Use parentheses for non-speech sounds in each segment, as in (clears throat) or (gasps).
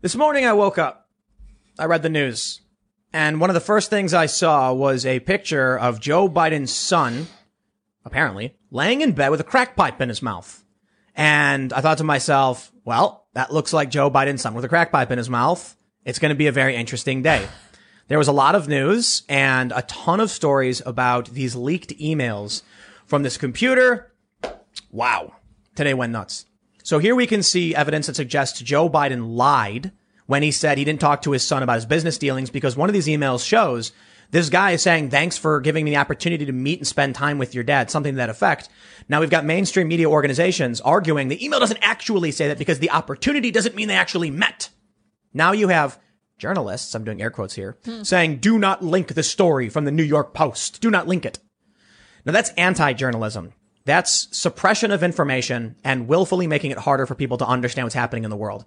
This morning I woke up. I read the news. And one of the first things I saw was a picture of Joe Biden's son, apparently, laying in bed with a crack pipe in his mouth. And I thought to myself, well, that looks like Joe Biden's son with a crack pipe in his mouth. It's going to be a very interesting day. There was a lot of news and a ton of stories about these leaked emails from this computer. Wow. Today went nuts. So here we can see evidence that suggests Joe Biden lied when he said he didn't talk to his son about his business dealings because one of these emails shows this guy is saying, thanks for giving me the opportunity to meet and spend time with your dad, something to that effect. Now we've got mainstream media organizations arguing the email doesn't actually say that because the opportunity doesn't mean they actually met. Now you have journalists, I'm doing air quotes here, saying, do not link the story from the New York Post. Do not link it. Now that's anti-journalism. That's suppression of information and willfully making it harder for people to understand what's happening in the world.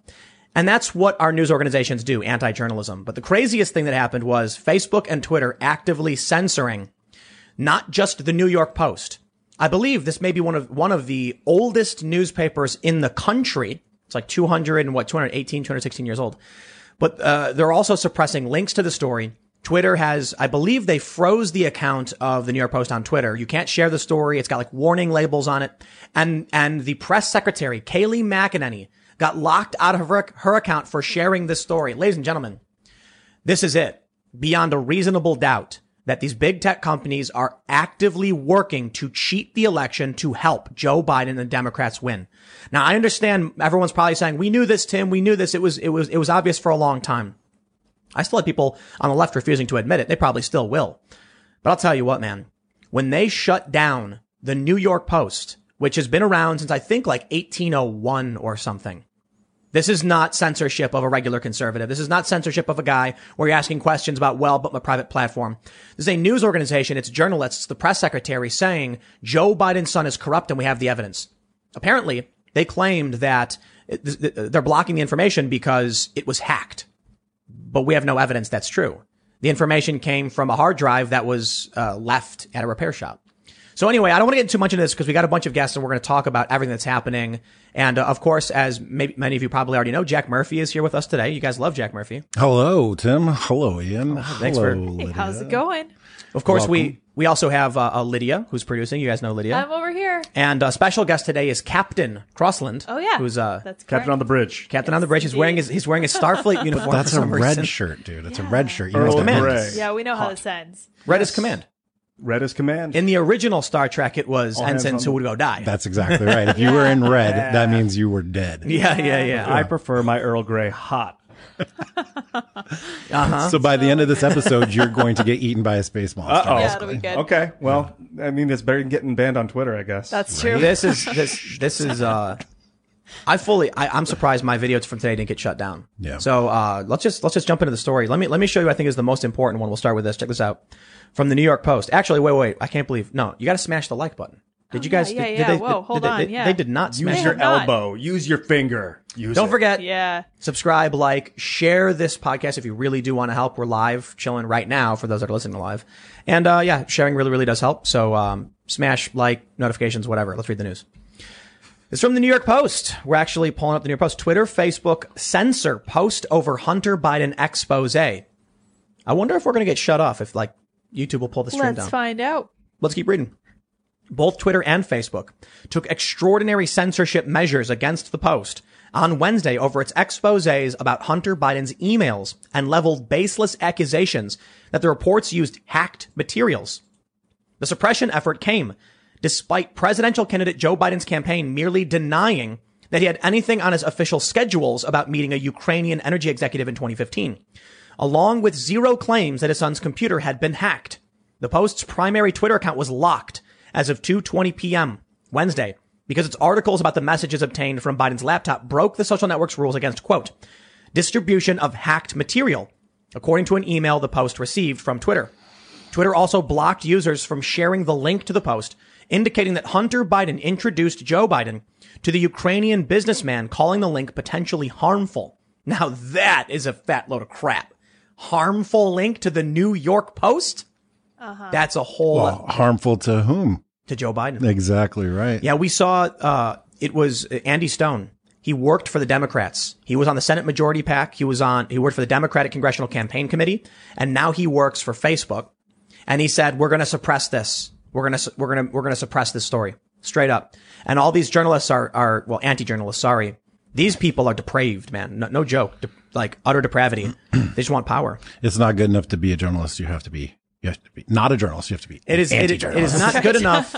And that's what our news organizations do, anti-journalism. But the craziest thing that happened was Facebook and Twitter actively censoring not just the New York Post. I believe this may be one of, one of the oldest newspapers in the country. It's like 200 and what, 218, 216 years old. But, uh, they're also suppressing links to the story. Twitter has, I believe they froze the account of the New York Post on Twitter. You can't share the story. It's got like warning labels on it. And, and the press secretary, Kaylee McEnany, got locked out of her, her account for sharing this story. Ladies and gentlemen, this is it. Beyond a reasonable doubt that these big tech companies are actively working to cheat the election to help Joe Biden and the Democrats win. Now, I understand everyone's probably saying, we knew this, Tim. We knew this. It was, it was, it was obvious for a long time. I still have people on the left refusing to admit it. They probably still will. But I'll tell you what, man, when they shut down the New York Post, which has been around since I think like 1801 or something, this is not censorship of a regular conservative. This is not censorship of a guy where you're asking questions about, well, but my private platform. This is a news organization. It's journalists, the press secretary saying Joe Biden's son is corrupt and we have the evidence. Apparently, they claimed that it- th- th- they're blocking the information because it was hacked but we have no evidence that's true. The information came from a hard drive that was uh, left at a repair shop. So anyway, I don't want to get too much into this because we got a bunch of guests and we're going to talk about everything that's happening. And uh, of course, as may- many of you probably already know, Jack Murphy is here with us today. You guys love Jack Murphy. Hello, Tim. Hello, Ian. Oh, thanks for- Hello, Lydia. How's it going? Of course, we Welcome. we also have uh, uh, Lydia who's producing. You guys know Lydia. I'm over here. and a special guest today is Captain Crossland. Oh yeah, who's uh, that's Captain on the Bridge. Captain on the bridge. He's indeed. wearing his he's wearing his (laughs) Starfleet uniform. That's for a some red reason. shirt, dude. It's a red shirt. You Earl know what that Grey. means. Yeah, we know how this ends. Red is command. Red is command. In the original Star Trek, it was hands ensigns on who would the- go die. That's exactly right. If you were in red, that means you were dead. yeah, yeah, yeah. I prefer my Earl Grey hot. So by the (laughs) end of this episode, you're going to get eaten by a space monster. Yeah, that'll be good. Okay, well, I mean, that's better than getting banned on Twitter, I guess. That's true. this is this this is uh I fully I, I'm surprised my video from today didn't get shut down. Yeah. So uh let's just let's just jump into the story. Let me let me show you I think is the most important one. We'll start with this. Check this out. From the New York Post. Actually, wait, wait, I can't believe no, you gotta smash the like button. Did you yeah, guys yeah, did, Did yeah. they, Whoa, did- hold did on, they, yeah. They did not Use smash your it. have not. elbow. Use your finger. Use Don't it. forget Yeah. subscribe, like, share this podcast if you really do want to help. We're live, chilling right now for those that are listening live. And uh, yeah, sharing really, really does help. So um, smash like, notifications, whatever. Let's read the news. It's from the New York Post. We're actually pulling up the New York Post. Twitter, Facebook censor post over Hunter Biden expose. I wonder if we're going to get shut off if like YouTube will pull the stream Let's down. find out. Let's keep reading. Both Twitter and Facebook took extraordinary censorship measures against the post on Wednesday over its exposés about Hunter Biden's emails and leveled baseless accusations that the reports used hacked materials. The suppression effort came despite presidential candidate Joe Biden's campaign merely denying that he had anything on his official schedules about meeting a Ukrainian energy executive in 2015, along with zero claims that his son's computer had been hacked. The Post's primary Twitter account was locked as of 2:20 p.m. Wednesday because its articles about the messages obtained from Biden's laptop broke the social network's rules against quote distribution of hacked material, according to an email the Post received from Twitter. Twitter also blocked users from sharing the link to the post, indicating that Hunter Biden introduced Joe Biden to the Ukrainian businessman, calling the link potentially harmful. Now that is a fat load of crap. Harmful link to the New York Post? That's a whole Well, harmful to whom? to Joe Biden. Exactly right. Yeah, we saw uh, it was uh, Andy Stone. He worked for the Democrats. He was on the Senate Majority Pack. He was on, he worked for the Democratic Congressional Campaign Committee. And now he works for Facebook. And he said, we're going to suppress this. We're going to, su- we're going to, we're going to suppress this story straight up. And all these journalists are, are, well, anti-journalists, sorry. These people are depraved, man. No, no joke. De- like utter depravity. they just want power. It's not good enough to be a journalist. You have to be. You have to be not a journalist. You have to be. It is, it, it anti-journalist. is not good enough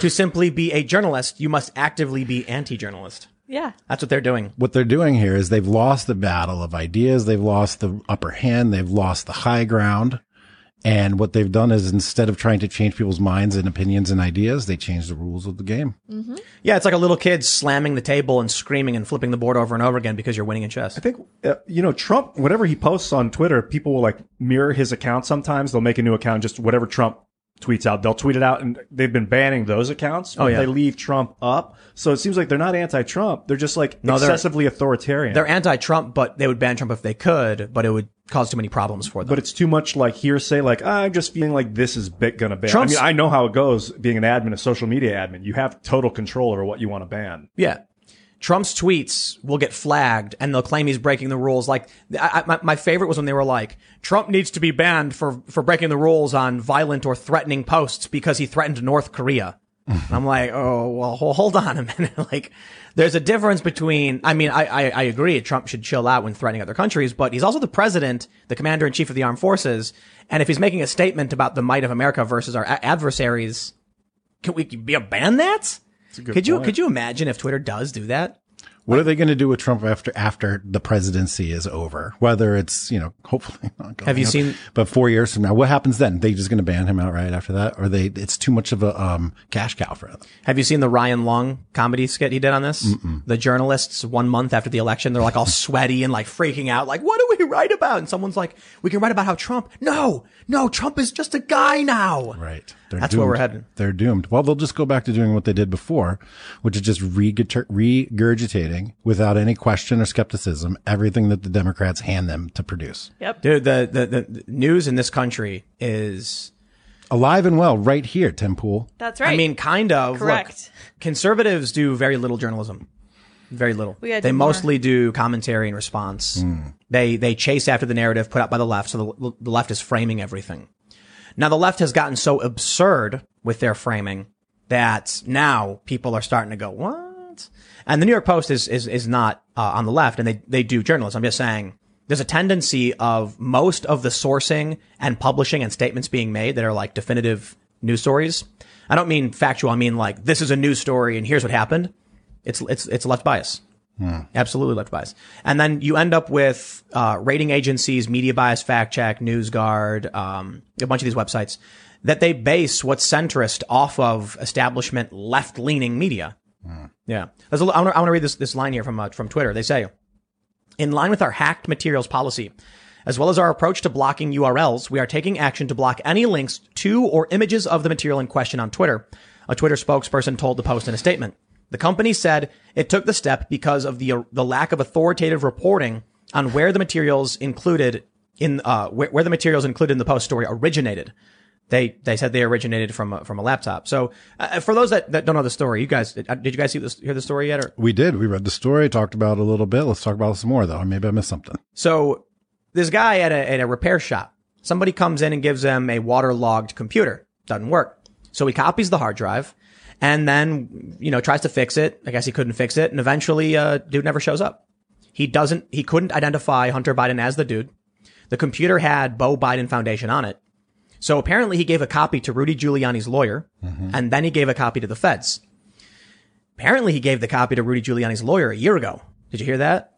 to simply be a journalist. You must actively be anti-journalist. Yeah. That's what they're doing. what they're doing here is they've lost the battle of ideas. They've lost the upper hand. They've lost the high ground. And what they've done is instead of trying to change people's minds and opinions and ideas, they change the rules of the game. Yeah, it's like a little kid slamming the table and screaming and flipping the board over and over again because you're winning in chess. I think uh, you know Trump. Whatever he posts on Twitter, people will like mirror his account. Sometimes they'll make a new account, and just whatever Trump tweets out, they'll tweet it out, and they've been banning those accounts. Oh yeah. they leave Trump up, so it seems like they're not anti-Trump. They're just like No, they're- excessively authoritarian. They're anti-Trump, but they would ban Trump if they could, but it would cause too many problems for them. but it's too much like hearsay. Like "Ah, I'm just feeling like this is bit gonna ban. Trump's- I mean, I know how it goes. Being an admin, a social media admin, you have total control over what you want (laughs) to ban. yeah. Trump's tweets will get flagged and they'll claim he's breaking the rules. Like, I, I, my, my favorite was when they were like, Trump needs to be banned for, for breaking the rules on violent or threatening posts because he threatened North Korea. And I'm like, oh, well, ho- hold on a (laughs) minute. like, there's a difference between, I mean, I, I, I agree Trump should chill out when threatening other countries, but he's also the president, the commander in chief of the armed forces. And if he's making a statement about the might of America versus our a- adversaries, can we be a ban that? could you could you imagine if Twitter does do that? What are they going to do with Trump after after the presidency is over? Whether it's you know hopefully not going Have you up, seen- But four years from now, what happens then? They just going to ban him outright after that, or they it's too much of a um, cash cow for them. Have you seen the Ryan Long comedy skit he did on this? The journalists one month after the election, they're like all sweaty and like freaking out, like, what do we write about? And someone's like, we can write about how Trump. No, no, Trump is just a guy now. Right. They're That's doomed. where we're heading. They're doomed. Well, they'll just go back to doing what they did before, which is just regurgita- regurgitating without any question or skepticism everything that the Democrats hand them to produce. Yep. Dude, the, the, the news in this country is Alive and well, right here, Tim Pool. That's right. I mean, kind of. Correct. Look, conservatives do very little journalism. Very little. gotta they do more. mostly do commentary and response. They they chase after the narrative put out by the left, so the, the left is framing everything. Now the left has gotten so absurd with their framing that now people are starting to go what? And the New York Post is is is not uh, on the left, and they they do journalism. I'm just saying. There's a tendency of most of the sourcing and publishing and statements being made that are like definitive news stories. I don't mean factual. I mean like this is a news story and here's what happened. It's it's it's left bias. Absolutely left bias. And then you end up with uh, rating agencies, media bias, fact check, NewsGuard, um, a bunch of these websites that they base what's centrist off of establishment left leaning media. Yeah, There's a, I want to read this this line here from uh, from Twitter. They say. In line with our hacked materials policy, as well as our approach to blocking URLs, we are taking action to block any links to or images of the material in question on Twitter. A Twitter spokesperson told the Post in a statement. The company said it took the step because of the the lack of authoritative reporting on where the materials included in uh, where, where the materials included in the Post story originated. They they said they originated from a, from a laptop. So uh, for those that, that don't know the story, you guys did, uh, did you guys see this, hear the story yet? Or We did. We read the story, talked about it a little bit. Let's talk about it some more, though. Maybe I missed something. So this guy at a, at a repair shop, somebody comes in and gives him a waterlogged computer. Doesn't work. So he copies the hard drive and then, you know, tries to fix it. I guess he couldn't fix it. And eventually, uh, dude never shows up. He doesn't, he couldn't identify Hunter Biden as the dude. The computer had Bo Biden Foundation on it. So apparently he gave a copy to Rudy Giuliani's lawyer and then he gave a copy to the feds. Apparently he gave the copy to Rudy Giuliani's lawyer a year ago. Did you hear that?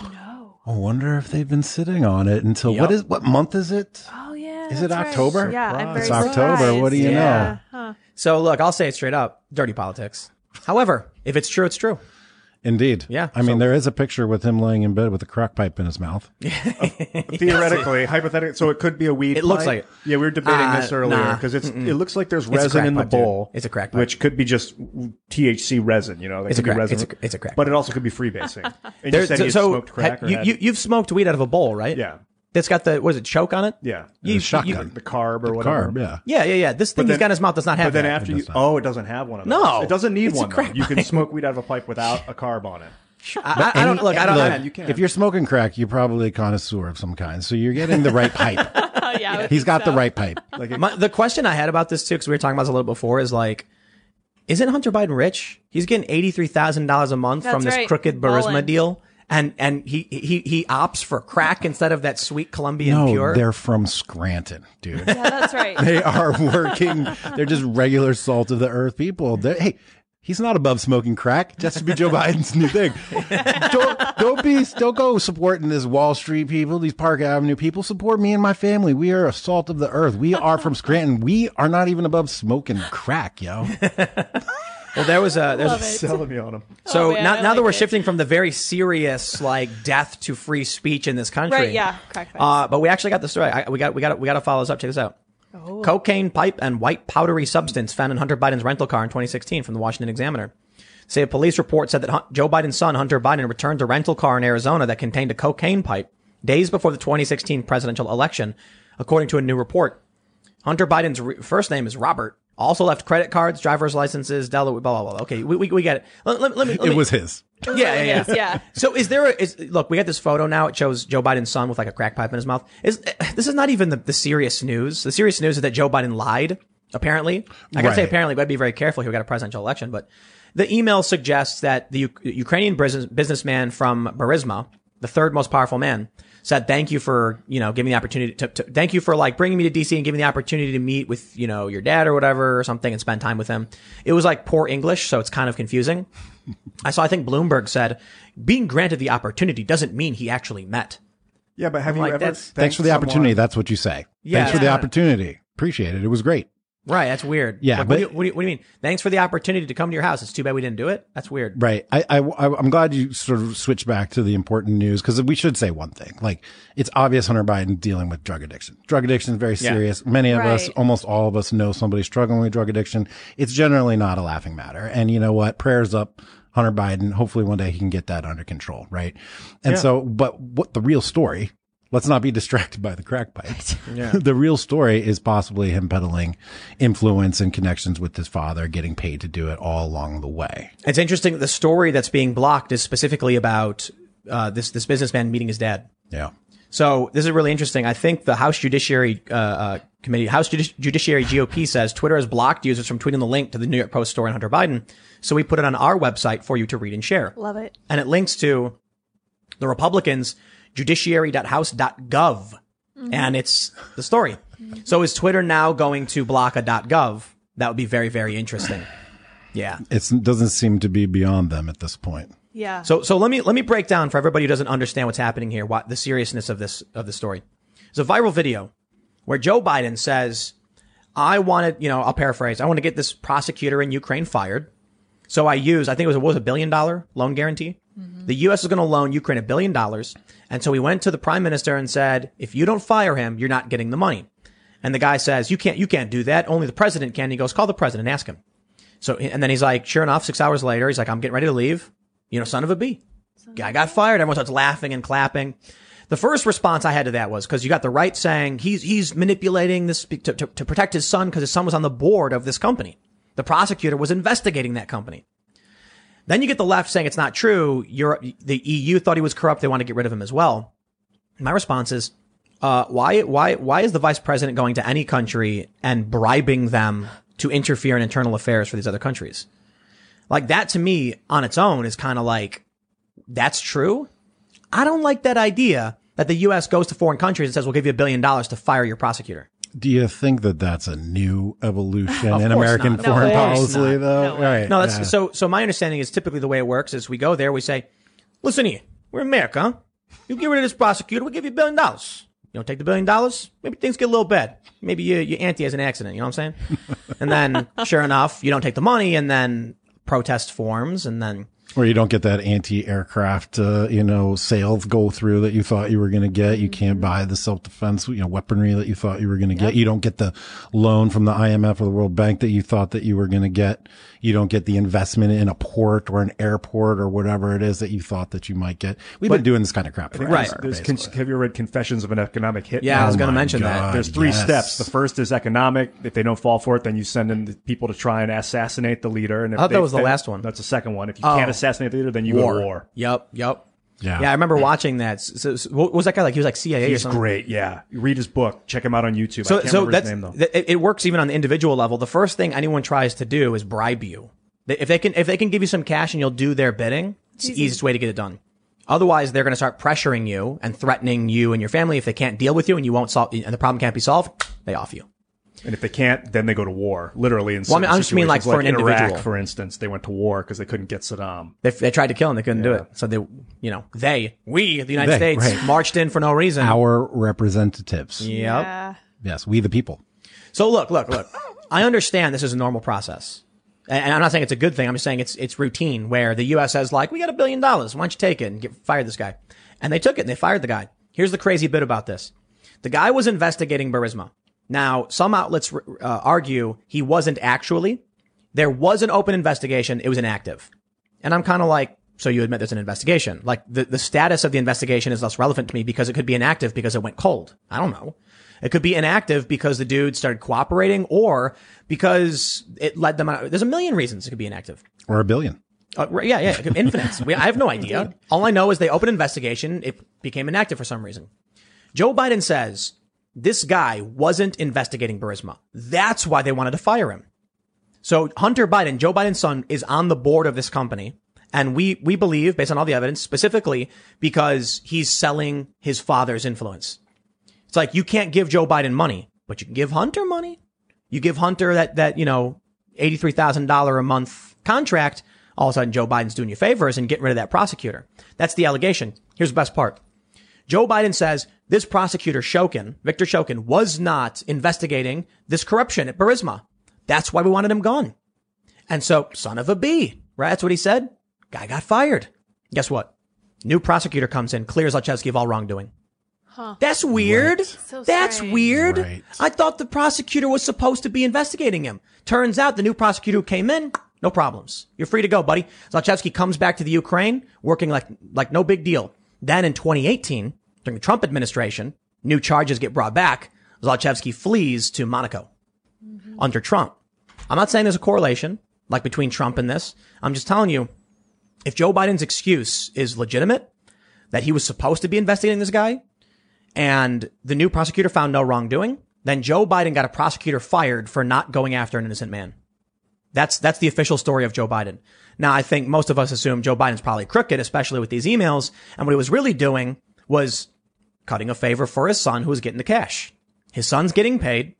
I wonder if they've been sitting on it until what is what month is it? oh yeah. Is it that's right. October? Yeah, I'm very It's October. surprised. What do you yeah. know? Huh. So look, I'll say it straight up: dirty politics. However, if it's true, it's true. Indeed. Yeah, I mean, there is a picture with him laying in bed with a crock pipe in his mouth. Theoretically, hypothetically, so it could be a weed. It looks pipe. like it. Yeah, we were debating Uh, this earlier nah. because it's. It looks like there's a resin crack in the pipe, dude. bowl. It's a crack pipe. which could be just THC resin. You know, It's a crack- it's a- it's a crack But pipe. it also could (laughs) be freebasing. and There- you said you smoked crack. ha- or you, had- you have smoked weed out of a bowl, right? yeah, That's got the what is it? Choke on it? yeah. You- you- shotgun. the carb or whatever. Carb, yeah. yeah, yeah, yeah. This thing he's then- got in his mouth does not have. But then that. after you, oh, it doesn't have one of those. No. it doesn't need It's a one. though. crack You can smoke weed out of a pipe without a carb on it. I, I, I don't look. I don't. Look, I don't- you can. If you're smoking crack, you're probably a connoisseur of some kind. So you're getting the right (laughs) pipe. Oh, yeah, I would He's think got the so. right pipe. my, the question I had about this too, because we were talking about this a little before, is like, isn't Hunter Biden rich? He's getting eighty three thousand dollars a month from That's this right. crooked Burisma Mullen. deal, and and he he he opts for crack instead of that sweet Colombian No, pure. they're from Scranton, dude. Yeah, that's right. they (laughs) are working. They're just regular salt of the earth people. They're- hey, he's not above smoking crack. That's to (laughs) be Joe Biden's new thing. Don't don't be don't go supporting this Wall Street people, these Park Avenue people. Support me and my family. We are a salt of the earth. We are from Scranton. We are not even above smoking crack, yo. well, there was a there's Love a it. selling me on them. So Oh, man, now, I now that like we're it. shifting from the very serious like death to free speech in this country, Right, yeah, crack pipes. Uh, but we actually got the story. I, we got we got we got to follow this up. Check this out. Oh. Cocaine pipe and white powdery substance found in Hunter Biden's rental car in 2016 from the Washington Examiner. Say a police report said that Hun- Joe Biden's son Hunter Biden returned a rental car in Arizona that contained a cocaine pipe days before the 2016 presidential election, according to a new report. Hunter Biden's re- first name is Robert. Also left credit cards, driver's licenses, Delaware, blah blah blah. Okay, we we, we get it. Let, let, let me. Let It me- was his. yeah, really yeah, is, yeah. yeah. So is there a is, look? We got this photo now. It shows Joe Biden's son with like a crack pipe in his mouth. Is eh, this is not even the, the serious news? The serious news is that Joe Biden lied. Apparently, I gotta say Right. apparently. But I'd be very careful here. We got a presidential election, but the email suggests that the U- Ukrainian business, businessman from Burisma, the third most powerful man, said thank you for you know giving the opportunity to, to thank you for like bringing me to DC and giving the opportunity to meet with you know your dad or whatever or something and spend time with him. It was like poor English, so it's kind of confusing. I saw, I think Bloomberg said, being granted the opportunity doesn't mean he actually met. Yeah, but have you like, ever? that's- Thanks for the someone- opportunity. That's what you say. Thanks for the Yeah. opportunity. Appreciate it. It was great. Right. That's weird. Yeah, Like, but- what, do you, what, do you, what do you mean? Thanks for the opportunity to come to your house. It's too bad we didn't do it. That's weird. Right. I, I, am glad you sort of switched back to the important news because we should say one thing. Like it's obvious Hunter Biden dealing with drug addiction. Drug addiction is very serious. Many of us, Right. almost all of us know somebody struggling with drug addiction. It's generally not a laughing matter. And you know what? Prayers up. Hunter Biden. Hopefully one day he can get that under control. Right. And so, but what the real story, let's not be (laughs) distracted by the crack pipes. (laughs) the real story is possibly him peddling influence and connections with his father, getting paid to do it all along the way. It's interesting. that The story that's being blocked is specifically about uh, this this businessman meeting his dad. Yeah. So this is really interesting. I think the House Judiciary uh, uh, Committee, House Judici- Judiciary GOP says Twitter has blocked users from tweeting the link to the New York Post story on Hunter Biden. So we put it on our website for you to read and share. Love it. and it links to the Republicans' judiciary.house.gov. And it's the story. So is Twitter now going to block a .gov? That would be very, very interesting. Yeah. It's, it doesn't seem to be beyond them at this point. Yeah. So so let me let me break down for everybody who doesn't understand what's happening here, what the seriousness of this of the story. It's a viral video where Joe Biden says, "I wanted, you know, I'll paraphrase. I want to get this prosecutor in Ukraine fired. So I used, I think it was what was it, a billion dollar loan guarantee. The U.S. is going to loan Ukraine a billion dollars, and so he went to the prime minister and said, "If you don't fire him, you're not getting the money." And the guy says, "You can't, you can't do that. Only the president can." He goes, "Call the president, and ask him." So, and then he's like, sure enough, six hours later, he's like, I'm getting ready to leave. You know, son of a bee. Guy got fired. Everyone starts laughing and clapping. The first response I had to that was because you got the right saying he's he's manipulating this to, to, to protect his son because his son was on the board of this company. The prosecutor was investigating that company. Then you get the left saying it's not true. Europe, the EU thought he was corrupt. They want to get rid of him as well. My response is, uh, why, why, why is the vice president going to any country and bribing them to interfere in internal affairs for these other countries? Like that to me on its own is kind of like, that's true. I don't like that idea that the U.S. goes to foreign countries and says, we'll give you a billion dollars to fire your prosecutor. Do you think that that's a new (sighs) evolution in course American not. No foreign way. Of policy, course not. though? No way. Right. No, that's yeah. so, so my understanding is typically the way it works is we go there, we say, listen here, we're America, huh? You get rid of this prosecutor, we'll give you a billion dollars. You don't take the billion dollars, maybe things get a little bad. Maybe your, your auntie has an accident, you know what I'm saying? and then, sure enough, you don't take the money and then protest forms and then where you don't get that anti-aircraft, uh, you know, sales go through that you thought you were going to get. You Mm-hmm. can't buy the self-defense, you know, weaponry that you thought you were going to get. You don't get the loan from the IMF or the World Bank that you thought that you were going to get. You don't get the investment in a port or an airport or whatever it is that you thought that you might get. We've been doing this kind of crap forever. Oh Right. There's, con- have you read Confessions of an Economic Hit? Um, Yeah, I was going to my mention God. that. There's three Yes. steps. The first is economic. If they don't fall for it, then you send in the people to try and assassinate the leader. And if I thought that they- was the they- last one. That's the second one. If you Oh. can't assassinated leader, then you go to war. Yep, yep. Yeah. Yeah, I remember watching that. So, so- what was that guy like? He was like CIA or He's something. great. Yeah, read his book. Check him out on YouTube. I So, can't so remember that's his name though. th- it- it works even on the individual level. The first thing anyone tries to do is bribe you. They- If they can, if they can give you some cash and you'll do their bidding, it's the easiest way to get it done. Otherwise, they're going to start pressuring you and threatening you and your family if they can't deal with you and you won't solve and the problem can't be solved. They off you. and if they can't, then they go to war. Literally, in I mean, some I just mean, like, situations, for an in Iraq, individual. for instance, they went to war because they couldn't get Saddam. They, they tried to kill him, they couldn't do it. So they, you know, they, we, the United They, States, right. marched in for no reason. Our representatives. Yep. Yeah. Yes, we the people. So look, look, look. I understand this is a normal process. And and I'm not saying it's a good thing. I'm just saying it's it's routine where the U.S. says like, "We got a billion dollars. Why don't you take it and get fire this guy?" And they took it and they fired the guy. Here's the crazy bit about this: the guy was investigating Burisma. Now, some outlets uh, argue he wasn't actually. There was an open investigation. It was inactive. And I'm kind of like, so you admit there's an investigation. Like the, the status of the investigation is less relevant to me because it could be inactive because it went cold. I don't know. It could be inactive because the dude started cooperating or because it led them out. There's a million reasons it could be inactive. Or a billion. Uh, right, yeah, yeah, it could- infinite. We, I have no idea. All I know is they opened investigation. It became inactive for some reason. Joe Biden says this guy wasn't investigating Burisma. That's why they wanted to fire him. So Hunter Biden, Joe Biden's son, is on the board of this company. And we, we believe, based on all the evidence, specifically because he's selling his father's influence. It's like you can't give Joe Biden money, but you can give Hunter money. You give Hunter that, that, you know, $83,000 a month contract. All of a sudden, Joe Biden's doing you favors and getting rid of that prosecutor. That's the allegation. Here's the best part. Joe Biden says this prosecutor Shokin, Victor Shokin, was not investigating this corruption at Burisma. That's why we wanted him gone. And so, son of a bee, right? That's what he said. Guy got fired. Guess what? New prosecutor comes in, clears Lachevsky of all wrongdoing. That's weird. So That's strange. weird. Right. I thought the prosecutor was supposed to be investigating him. Turns out the new prosecutor who came in, no problems. You're free to go, buddy. Zalchevsky comes back to the Ukraine, working like, like no big deal. Then in 2018, during the Trump administration, new charges get brought back. Zalchevsky flees to Monaco under Trump. I'm not saying there's a correlation, like between Trump and this. I'm just telling you, if Joe Biden's excuse is legitimate, that he was supposed to be investigating this guy, and the new prosecutor found no wrongdoing, then Joe Biden got a prosecutor fired for not going after an innocent man. That's that's the official story of Joe Biden. Now, I think most of us assume Joe Biden's probably crooked, especially with these emails. And what he was really doing was cutting a favor for his son, who was getting the cash. His son's getting paid.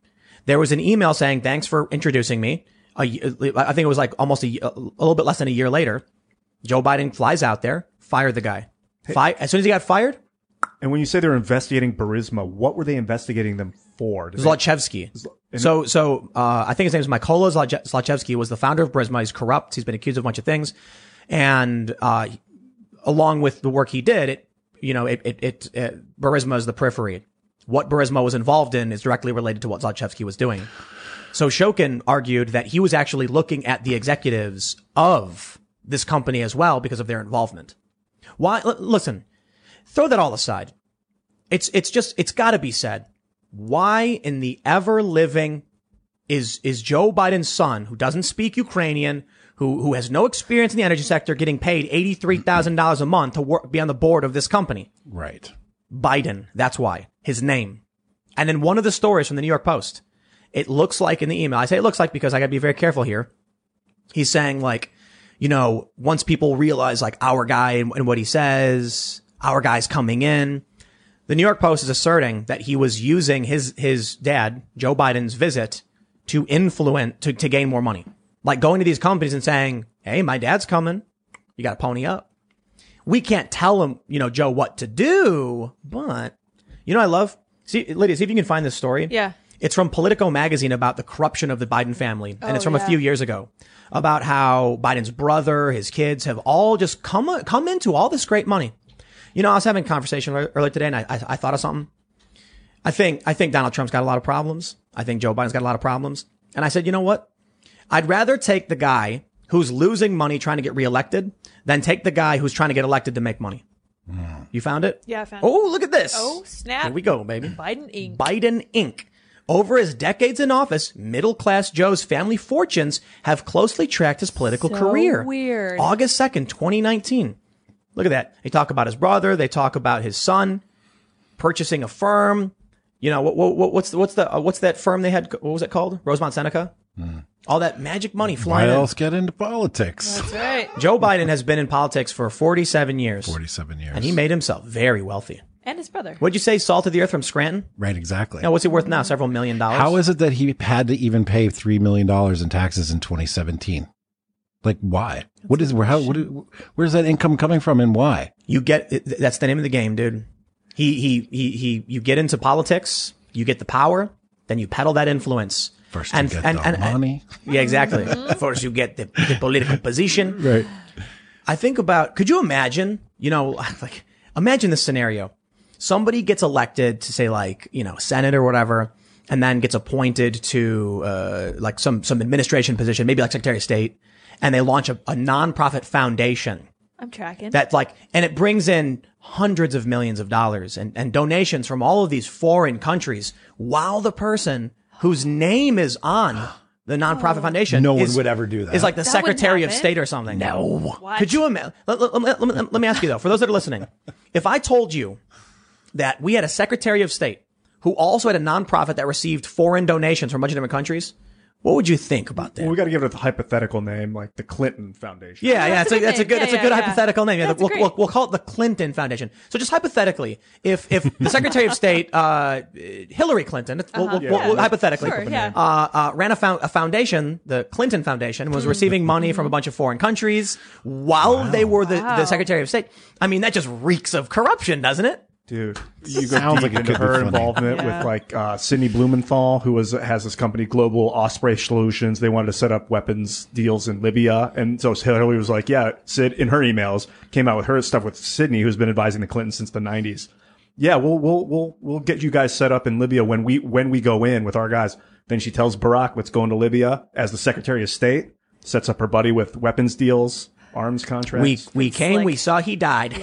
There was an email saying, "Thanks for introducing me." A y- I think it was like almost a, y- a little bit less than a year later. Joe Biden flies out there, fired the guy. Fi- as soon as he got fired, And when you say they're investigating Burisma, what were they investigating them for? Did they- Zlochevsky. So, so uh, I think his name is Mykola Zloche- Zlochevsky. Was the founder of Burisma. He's corrupt. He's been accused of a bunch of things, and uh, along with the work he did, it you know it it, it, it Burisma is the periphery. What Burisma was involved in is directly related to what Zlochevsky was doing. So Shokin argued that he was actually looking at the executives of this company as well because of their involvement. Why? L- listen, throw that all aside. It's it's just it's got to be said. Why in the ever living is is Joe Biden's son, who doesn't speak Ukrainian, who who has no experience in the energy sector, getting paid eighty three thousand dollars a month to work be on the board of this company? Right. Biden. That's why his name. And in one of the stories from the New York Post, it looks like in the email, I say it looks like because I got to be very careful here. He's saying like, you know, once people realize like our guy and, and what he says, our guy's coming in. The New York Post is asserting that he was using his his dad, Joe Biden's visit to influence to, to gain more money. Like going to these companies and saying, "Hey, my dad's coming. You got to pony up." we can't tell him, you know, Joe, what to do. But you know, I love see, Lydia, see if you can find this story. Yeah. It's from Politico magazine about the corruption of the Biden family, and it's Oh, from a yeah. few years ago about how Biden's brother, his kids have all just come come into all this great money. You know, I was having a conversation ear- earlier today, and I, I I thought of something. I think I think Donald Trump's got a lot of problems. I think Joe Biden's got a lot of problems. And I said, you know what? I'd rather take the guy who's losing money trying to get reelected than take the guy who's trying to get elected to make money. You found it? Yeah, I found it. Oh, look at this. Oh, snap. Here we go, baby. Biden Inc. Biden Inc. Over his decades in office, middle class Joe's family fortunes have closely tracked his political So career. weird. August 2nd, 2019. Look at that. They talk about his brother, they talk about his son purchasing a firm. You know, what, what, what- what's the, what's the uh, what's that firm they had what was it called? Rosemont Seneca? All that magic money Hmm. Why flying in. else get into politics? That's right. Joe Biden has been in politics for 47 years. 47 years. And he made himself very wealthy. And his brother. What'd you say? Salt of the earth from Scranton? right, exactly. Now, what's he worth now? Several million dollars? How is it that he had to even pay $3 million in taxes in 2017? Like, why? What is, how, what, is- where's that income coming from and why? you get th- that's the name of the game, dude. He, he, he, he, you get into politics, you get the power, then you peddle that influence. First, you get the money. Yeah, exactly. First, you get the, the political position. (laughs) Right. I think about could you imagine, you know, (laughs) like imagine this scenario. Somebody gets elected to say like, you know, Senate or whatever, and then gets appointed to uh, like some some administration position, maybe like Secretary of State, and they launch a, a nonprofit foundation I'm tracking. that like and it brings in hundreds of millions of dollars and, and donations from all of these foreign countries while the person whose name is on the nonprofit foundation No one is- would ever do that. is like the Oh. That wouldn't secretary of happen. state or something no What? could you imagine let, let- let- let me- let me ask you though for those that are listening if i told you that we had a secretary of state who also had a nonprofit that received foreign donations from a bunch of different countries what would you think about that Well, we got to give it a hypothetical name, like the Clinton Foundation. Yeah, yeah, that's it's a, a good that's a name. good, Yeah, that's a yeah, good yeah. hypothetical name. Yeah, That's we'll, great. we'll, we'll call it the Clinton Foundation. So just hypothetically, if if the Secretary of State, uh, Hillary Clinton, we'll, we'll, we'll- Yeah. we'll- Uh-huh. Yeah. hypothetically, Sure, yeah. uh, uh, ran a, found, a foundation, the Clinton Foundation, was receiving money from a bunch of foreign countries while they were the, the Secretary of State. I mean, that just reeks of corruption, doesn't it? dude, you go Sounds deep like it into could be her funny. involvement Yeah. with like uh, Cindy Blumenthal, who was has this company Global Osprey Solutions. They wanted to set up weapons deals in Libya, and so Hillary was like, "Yeah." Sid in her emails came out with her stuff with Sydney, who's been advising the Clintons since the '90s. Yeah, we'll we'll we'll we'll get you guys set up in Libya when we when we go in with our guys. Then she tells Barack what's going to Libya as the Secretary of State, sets up her buddy with weapons deals, arms contracts. We we came, we like- saw he died.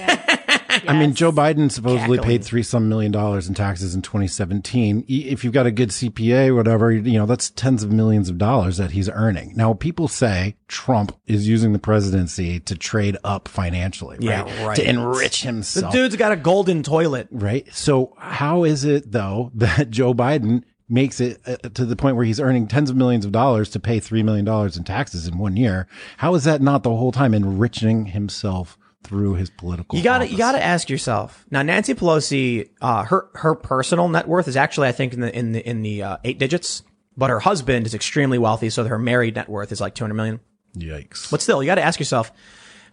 I mean, Joe Biden supposedly Cackling. paid three some million dollars in taxes in 2017. E- If you've got a good CPA, or whatever, you know, that's tens of millions of dollars that he's earning. Now, people say Trump is using the presidency to trade up financially, right? Yeah, right. To enrich The himself. dude's got a golden toilet. right? So how is it though (laughs) that Joe Biden makes it uh, to the point where he's earning tens of millions of dollars to pay three million dollars in taxes in one year? How is that not the whole time enriching himself through his political? You got to office? you got to ask yourself now. Nancy Pelosi, uh, her her personal net worth is actually I think in the in the in the uh, eight digits, but her husband is extremely wealthy, so her married net worth is like two hundred million. Yikes! But still, you got to ask yourself,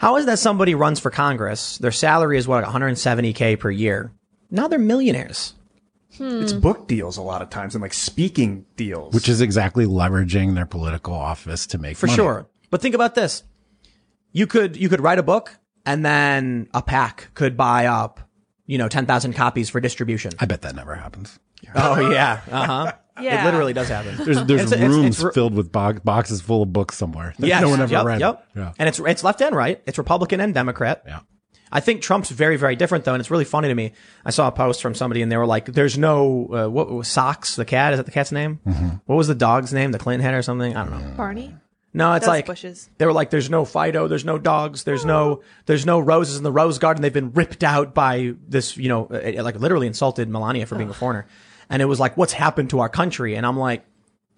how is that somebody runs for Congress? Their salary is what one hundred and seventy k per year. Now they're millionaires. it's Mm. book deals a lot of times and like speaking deals, Which is exactly leveraging their political office to make for money. sure. But think about this: you could you could write a book, and then a pack could buy up, you know, ten thousand copies for distribution. I bet that never happens. oh yeah, uh huh. Yeah. It literally does happen. There's there's It's a- it's- rooms it's re- filled with bo- boxes full of books somewhere. that Yeah, no one ever yep, read. Yep. Yeah. And it's it's left and right. It's Republican and Democrat. Yeah. I think Trump's very very different though, and it's really funny to me. I saw a post from somebody, and they were like, "There's no uh, what was Socks the cat? Is that the cat's name? Mm-hmm. What was the dog's name? The Clinton head or something? I don't know. Barney. No, it's That was like Bush's. they were like, "There's no Fido. There's no dogs. There's no there's no roses in the rose garden. They've been ripped out by this, you know, uh, uh, like literally insulted Melania for being a foreigner, and it was like, what's happened to our country? And I'm like.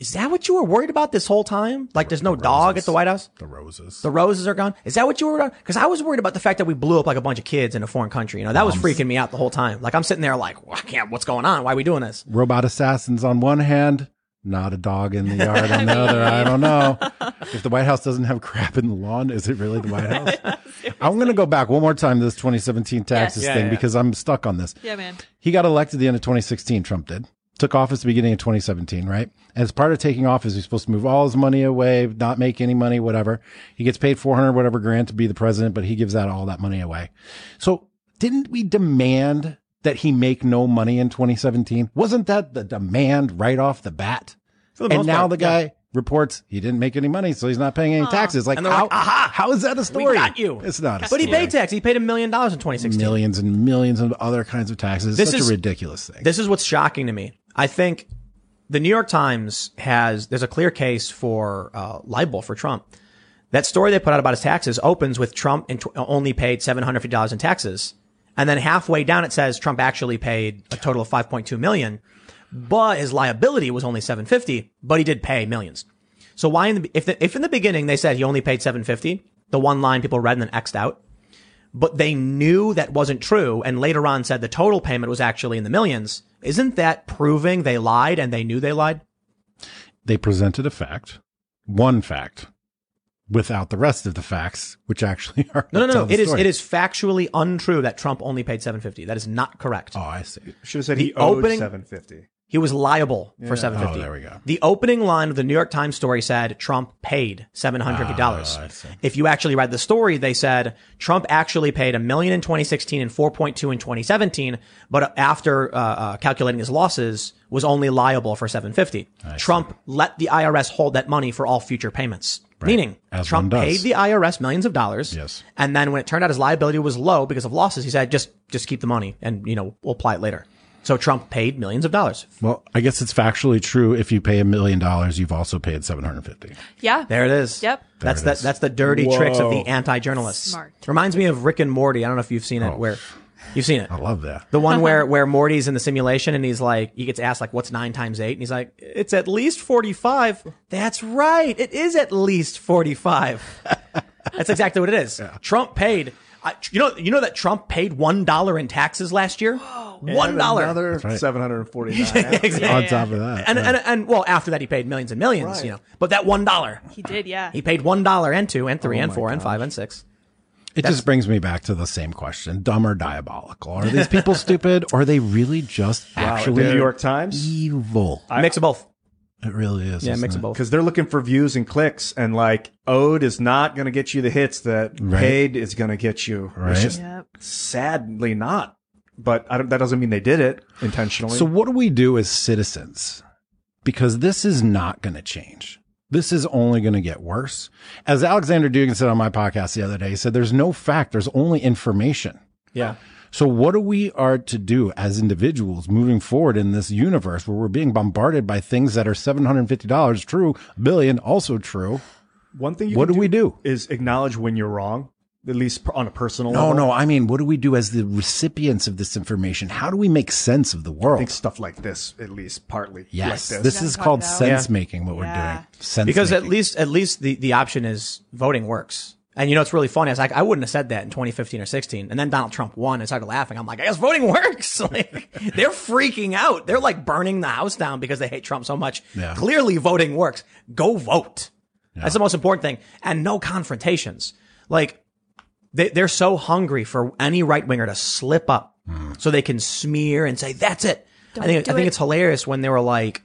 Is that what you were worried about this whole time? Like, there's no dog at the White House? The roses. The roses are gone. Is that what you were on? Because I was worried about the fact that we blew up like a bunch of kids in a foreign country. You know, that was freaking me out the whole time. Like I'm sitting there like, well, I can't. What's going on? Why are we doing this? robot assassins on one hand, not a dog in the yard on the other. I (laughs) don't know. If the White House doesn't have crap in the lawn, is it really the (laughs) White House? I'm going to go back one more time to this 2017 taxes Yeah, thing yeah. because I'm stuck on this. Yeah, man. He got elected the end of 2016, Trump did. Took office the beginning of 2017, right? As part of taking office, he's supposed to move all his money away, not make any money, whatever. He gets paid 400 whatever grand to be the president, but he gives out all that money away. So didn't we demand that he make no money in 2017? Wasn't that the demand right off the bat? For the and most now part, the guy reports he didn't make any money, so he's not paying any taxes. Like, And they're how, like, "Aha! how is that a story? got you. It's not a But story. he paid tax. He paid a million dollars in 2016. millions and millions of other kinds of taxes. It's This such is- a ridiculous thing. This is what's shocking to me. I think the New York Times has there's a clear case for uh, libel for Trump. That story they put out about his taxes opens with Trump and tw- uh, only paid seven hundred fifty dollars in taxes, and then halfway down it says Trump actually paid a total of five point two million, but his liability was only seven fifty, but he did pay millions. So why in the, if the, if in the beginning they said he only paid seven fifty, the one line people read and then xed out, but they knew that wasn't true and later on said the total payment was actually in the millions. Isn't that proving they lied and they knew they lied? They presented a fact, one fact, without the rest of the facts, which actually (laughs) are No, no, tell no. the It is story. it is factually untrue that Trump only paid 750. That is not correct. Oh, I see. Should have said The he owed opening- 750. He was liable for Oh, 750. there we go. The opening line of the New York Times story said Trump paid seven hundred fifty dollars. Ah, I see. if you actually read the story, they said Trump actually paid a million in 2016 and 4.2 in 2017, but after uh, uh, calculating his losses, was only liable for 750. Trump let the IRS hold that money for all future payments. Meaning, As Trump one does. paid the IRS millions of dollars. Yes. And then when it turned out his liability was low because of losses, he said, just, just keep the money and, you know, we'll apply it later. So Trump paid millions of dollars. Well, I guess it's factually true. If you pay a million dollars, you've also paid seven hundred fifty. Yeah. There it is. Yep. That's the, that's the dirty tricks of the anti-journalists. Smart. Reminds me of Rick and Morty. I don't know if you've seen it. Where you've seen it? I love that. The one (laughs) where where Morty's in the simulation and he's like, he gets asked like, "What's nine times 8? And he's like, "It's at least forty-five. That's right. It is at least forty-five. (laughs) that's exactly what it is. Trump paid. I, you know, you know that Trump paid one dollar in taxes last year. One dollar. Another (laughs) right. 749. Exactly. On top of that, And, uh, right. and and well, after that, he paid millions and millions. You know, but that one dollar. He did, yeah. He paid one dollar and two and three and four and five and six. It just brings me back to the same question: dumb or diabolical? Are these people stupid, or are they really just the actually New York Times. evil? mix of both. It really is. Yeah, isn't mix of it? both. Because they're looking for views and clicks, and like owed is not going to get you the hits that Right. paid is going to get you. Right. It's just Yep. sadly not. But I don't, that doesn't mean they did it intentionally. So, what do we do as citizens? Because this is not going to change. This is only going to get worse. As Alexander Dugan said on my podcast the other day, he said, There's no fact, there's only information. Yeah. So, what are we are to do as individuals moving forward in this universe where we're being bombarded by things that are $750 true, billion also true? one thing you What can do we do? is acknowledge when you're wrong, at least on a personal No, level. no, I mean, what do we do as the recipients of this information? How do we make sense of the world? I think stuff like this, at least partly. yes, like this Yeah, is talk called about- sense making, what Yeah. we're doing. Sense because making. at least at least the, the option is voting works. And you know it's really funny. I was like, I wouldn't have said that in 2015 or 16. And then Donald Trump won and started laughing. I'm like, I guess voting (laughs) works. like they're freaking out. They're like burning the house down because they hate Trump so much. Yeah. Clearly, voting works. Go vote. That's the most important thing. And no confrontations. Like they, they're so hungry for any right winger to slip up so they can smear and say, that's it. I think, do I think it. it's hilarious when they were like,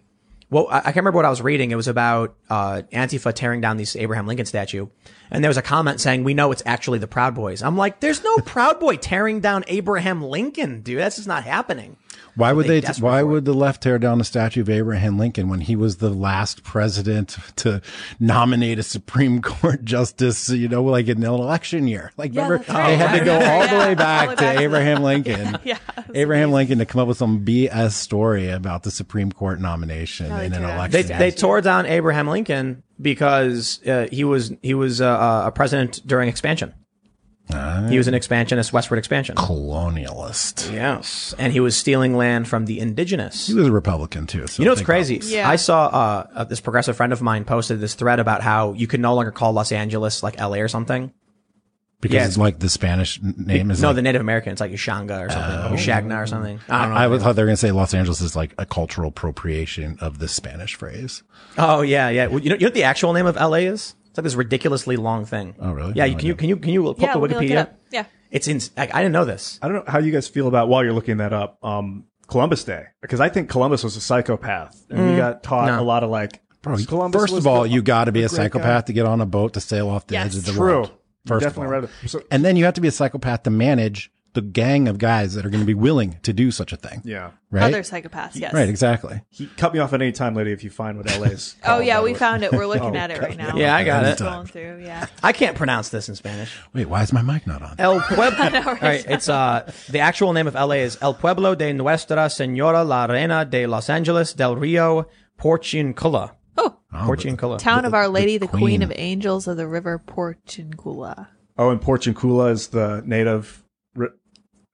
well, I, I can't remember what I was reading. It was about uh, Antifa tearing down this Abraham Lincoln statue. And there was a comment saying, we know it's actually the Proud Boys. I'm like, there's no Proud Boy tearing down Abraham Lincoln, dude. That's just not happening. Why would they? they T- desperate for why it. would the left tear down the statue of Abraham Lincoln when he was the last president to nominate a Supreme (laughs) Court justice? You know, like in an election year. Like, Yeah, remember that's right. they had to go all the Yeah, way back (laughs) all the way to back to the- Abraham (laughs) Lincoln. Yeah. Abraham Lincoln to come up with some BS story about the Supreme Court nomination in an tear down They, election. they tore down Abraham Lincoln because uh, he was he was uh, a president during expansion. he was an expansionist, westward expansion. colonialist. Yes, and he was stealing land from the indigenous. He was a Republican too. So You know what's think crazy? Yeah. I saw uh, uh, this progressive friend of mine posted this thread about how you can no longer call Los Angeles like LA or something. about- because Yeah. it's like the Spanish n- name is. no, like- the Native American, it's like Ushanga or something, Oh. or Ushagna or (laughs) something. Uh, I don't know. I would- thought they were going to say Los Angeles is like a cultural appropriation of the Spanish phrase. oh yeah, yeah. Well, You know, you know what the actual name of LA is? It's like this ridiculously long thing. Oh, really? Yeah. No, You, I can you don't. can you can you look Yeah, up let the me look it Wikipedia? up. Yeah. It's in. I, I didn't know this. I don't know how you guys feel about while you're looking that up, um, Columbus Day, because I think Columbus was a psychopath, and Mm. we got taught a lot of like. Bro, you- Columbus first was of all, the- you got to be a great guy. psychopath to get on a boat to sail off the Yes. edge of the True. world. First definitely of all. read it. So- And then you have to be a psychopath to manage the gang of guys that are going to be willing to do such a thing. yeah, Right? Other psychopaths, yes. Right, exactly. he cut me off at any time, lady. If you find what LA's. (laughs) Oh yeah, we called. found it. We're looking at it right Oh, now. Yeah, I got it. Scrolling through, yeah. I can't pronounce this in Spanish. Wait, why is my mic not on? El Pueblo. All right, it's uh the actual name of LA is El Pueblo de Nuestra Señora la Reina de Los Angeles del Rio Porciuncula. Oh, Porciuncula. town of Our Lady, the, Queen. Queen. of Angels of the River Portincula. Oh, and Porciuncula is the native ri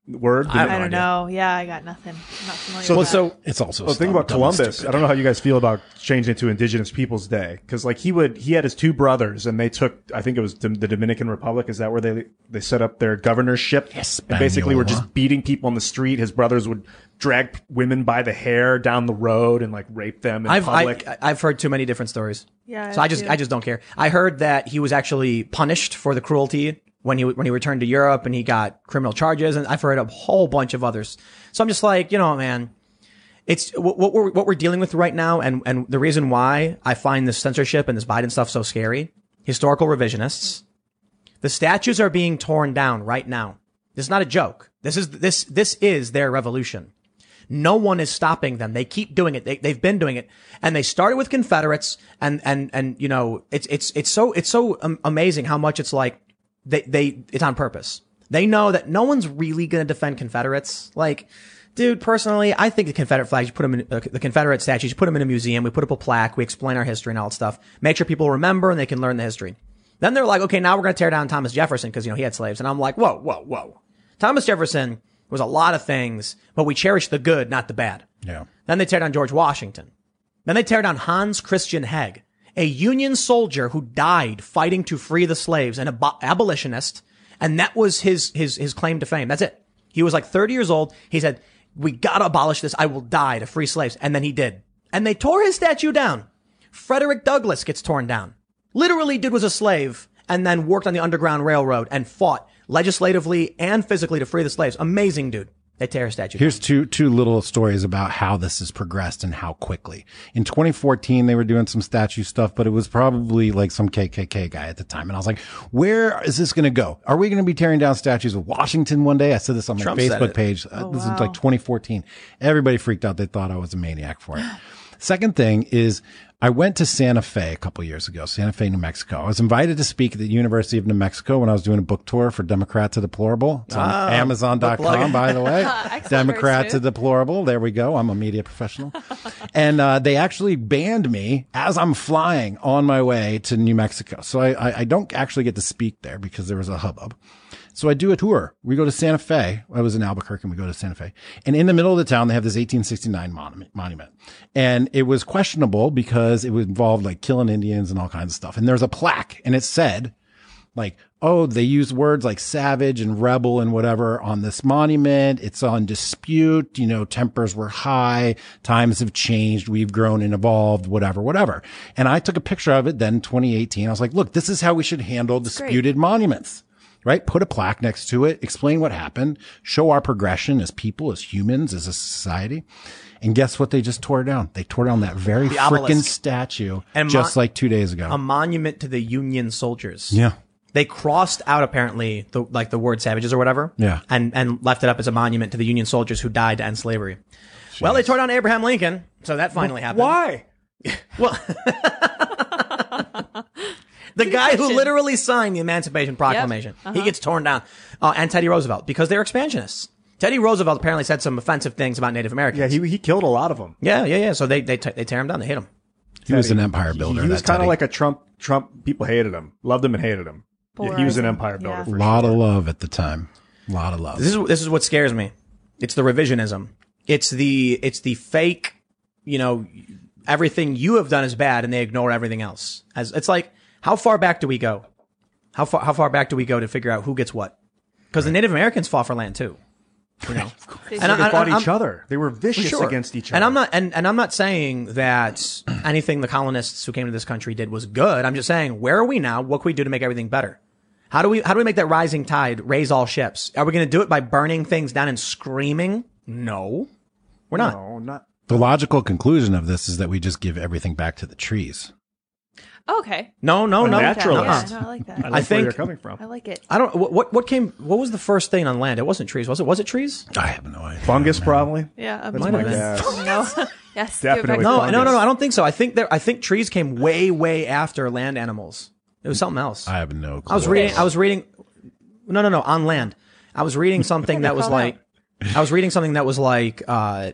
word. I- I don't know. Yeah, I got nothing. I'm not familiar. So well, with that. so It's also Well, think dumb, about dumb, Columbus. stupid. I don't know how you guys feel about changing it to Indigenous Peoples Day because, like, he would he had his two brothers, and they took I think it was Dom- the Dominican Republic. Is that where they they set up their governorship? Yes, and basically were just Hispaniola. beating people on the street. His brothers would drag women by the hair down the road and like rape them in I've I, public. I've heard too many different stories. Yeah, So I I just do. I just don't care. I heard that he was actually punished for the cruelty when he when he returned to Europe and he got criminal charges and I've heard a whole bunch of others. So I'm just like, you know, man, it's what, what we're what we're dealing with right now and and the reason why I find this censorship and this Biden stuff so scary. Historical revisionists. The statues are being torn down right now. This is not a joke. This is this this is their revolution. No one is stopping them. They keep doing it. They, they've been doing it, and they started with Confederates, and and and you know, it's it's it's so it's so um, amazing how much it's like they they it's on purpose. They know that no one's really going to defend Confederates. Like, dude, personally, I think the Confederate flags, you put them in uh, the Confederate statues, you put them in a museum. We put up a plaque. We explain our history and all that stuff. Make sure people remember and they can learn the history. Then they're like, okay, now we're going to tear down Thomas Jefferson because you know he had slaves, and I'm like, whoa, whoa, whoa. Thomas Jefferson was a lot of things, but we cherish the good, not the bad. Yeah. Then they tear down George Washington. Then they tear down Hans Christian Hegg, a Union soldier who died fighting to free the slaves, an abo- abolitionist, and that was his his his claim to fame. That's it. He was like 30 years old. He said, "We gotta abolish this. I will die to free slaves," and then he did. And they tore his statue down. Frederick Douglass gets torn down. Literally, dude was a slave and then worked on the Underground Railroad and fought legislatively and physically to free the slaves. Amazing dude. They tear his statue. down. Here's two two little stories about how this has progressed and how quickly. In 2014, they were doing some statue stuff, but it was probably like some KKK guy at the time, and I was like, "Where is this going to go? Are we going to be tearing down statues of Washington one day?" I said this on my Trump said Facebook it. Oh, page. Uh, this is like 2014. Everybody freaked out. They thought I was a maniac for (gasps) it. Second thing is, I went to Santa Fe a couple years ago, Santa Fe, New Mexico. I was invited to speak at the University of New Mexico when I was doing a book tour for Democrats to Deplorable. It's on Ah, Amazon.com, by the (laughs) way. Excellent Democrats to pursuit. Deplorable. There we go. I'm a media professional. (laughs) and uh, they actually banned me as I'm flying on my way to New Mexico. So I, I, I don't actually get to speak there because there was a hubbub. So I do a tour. We go to Santa Fe. I was in Albuquerque and we go to Santa Fe. And in the middle of the town, they have this 1869 monument, monument. And it was questionable because it would involve like killing Indians and all kinds of stuff. And there's a plaque and it said, like, oh, they use words like savage and rebel and whatever on this monument. It's on dispute. You know, tempers were high. Times have changed. We've grown and evolved, whatever, whatever. And I took a picture of it then 2018. I was like, look, this is how we should handle disputed monuments right? Put a plaque next to it, explain what happened, show our progression as people, as humans, as a society. And guess what they just tore down? They tore down that very obelisk. freaking statue And um, just mon- like two days ago. a monument to the Union soldiers. yeah. They crossed out apparently the like the word savages or whatever. Yeah. And and left it up as a monument to the Union soldiers who died to end slavery. Well, they tore down Abraham Lincoln, so that finally happened. Why? Well, the guy who question. literally signed the Emancipation Proclamation, he gets torn down, uh, and Teddy Roosevelt because they're expansionists. Teddy Roosevelt apparently said some offensive things about Native Americans. Yeah, he he killed a lot of them. yeah, yeah, yeah. So they they t- they tear him down, they hit him. He was an empire builder. He was that kind of Teddy. like a Trump. Trump people hated him, loved him, and hated him. Yeah, he was an Polarizing. empire builder. Yeah. For a lot of love at the time. A lot of love. This is this is what scares me. It's the revisionism. It's the it's the fake. You know, everything you have done is bad, and they ignore everything else. As it's like, how far back do we go? How far how far back do we go to figure out who gets what? Because the Native Americans fought for land too. You know, and They fought each I'm- other. They were vicious Sure. against each other. And I'm not and, and I'm not saying that anything the colonists who came to this country did was good. I'm just saying where are we now? What can we do to make everything better? How do we how do we make that rising tide raise all ships? Are we going to do it by burning things down and screaming? No. We're not. No, not. the logical conclusion of this is that we just give everything back to the trees. Oh, okay. No, no, A no. Okay. Yeah, naturalist. Uh-uh. no, I like that. I, I like where think- you're coming from. like it. I don't what what- what came what was the first thing on land? It wasn't trees, was it? Was it trees? I have no idea. Fungus, probably. Yeah, a That's Might my have been. guess. No. yes. Definitely. give it No, back no, no, Fungus. no. I don't think so. I think there I think trees came way way after land animals. It was something else. I have no clue. I was reading. I was reading. No, no, no. On land, I was reading something that was call it like. I was reading something that was like uh,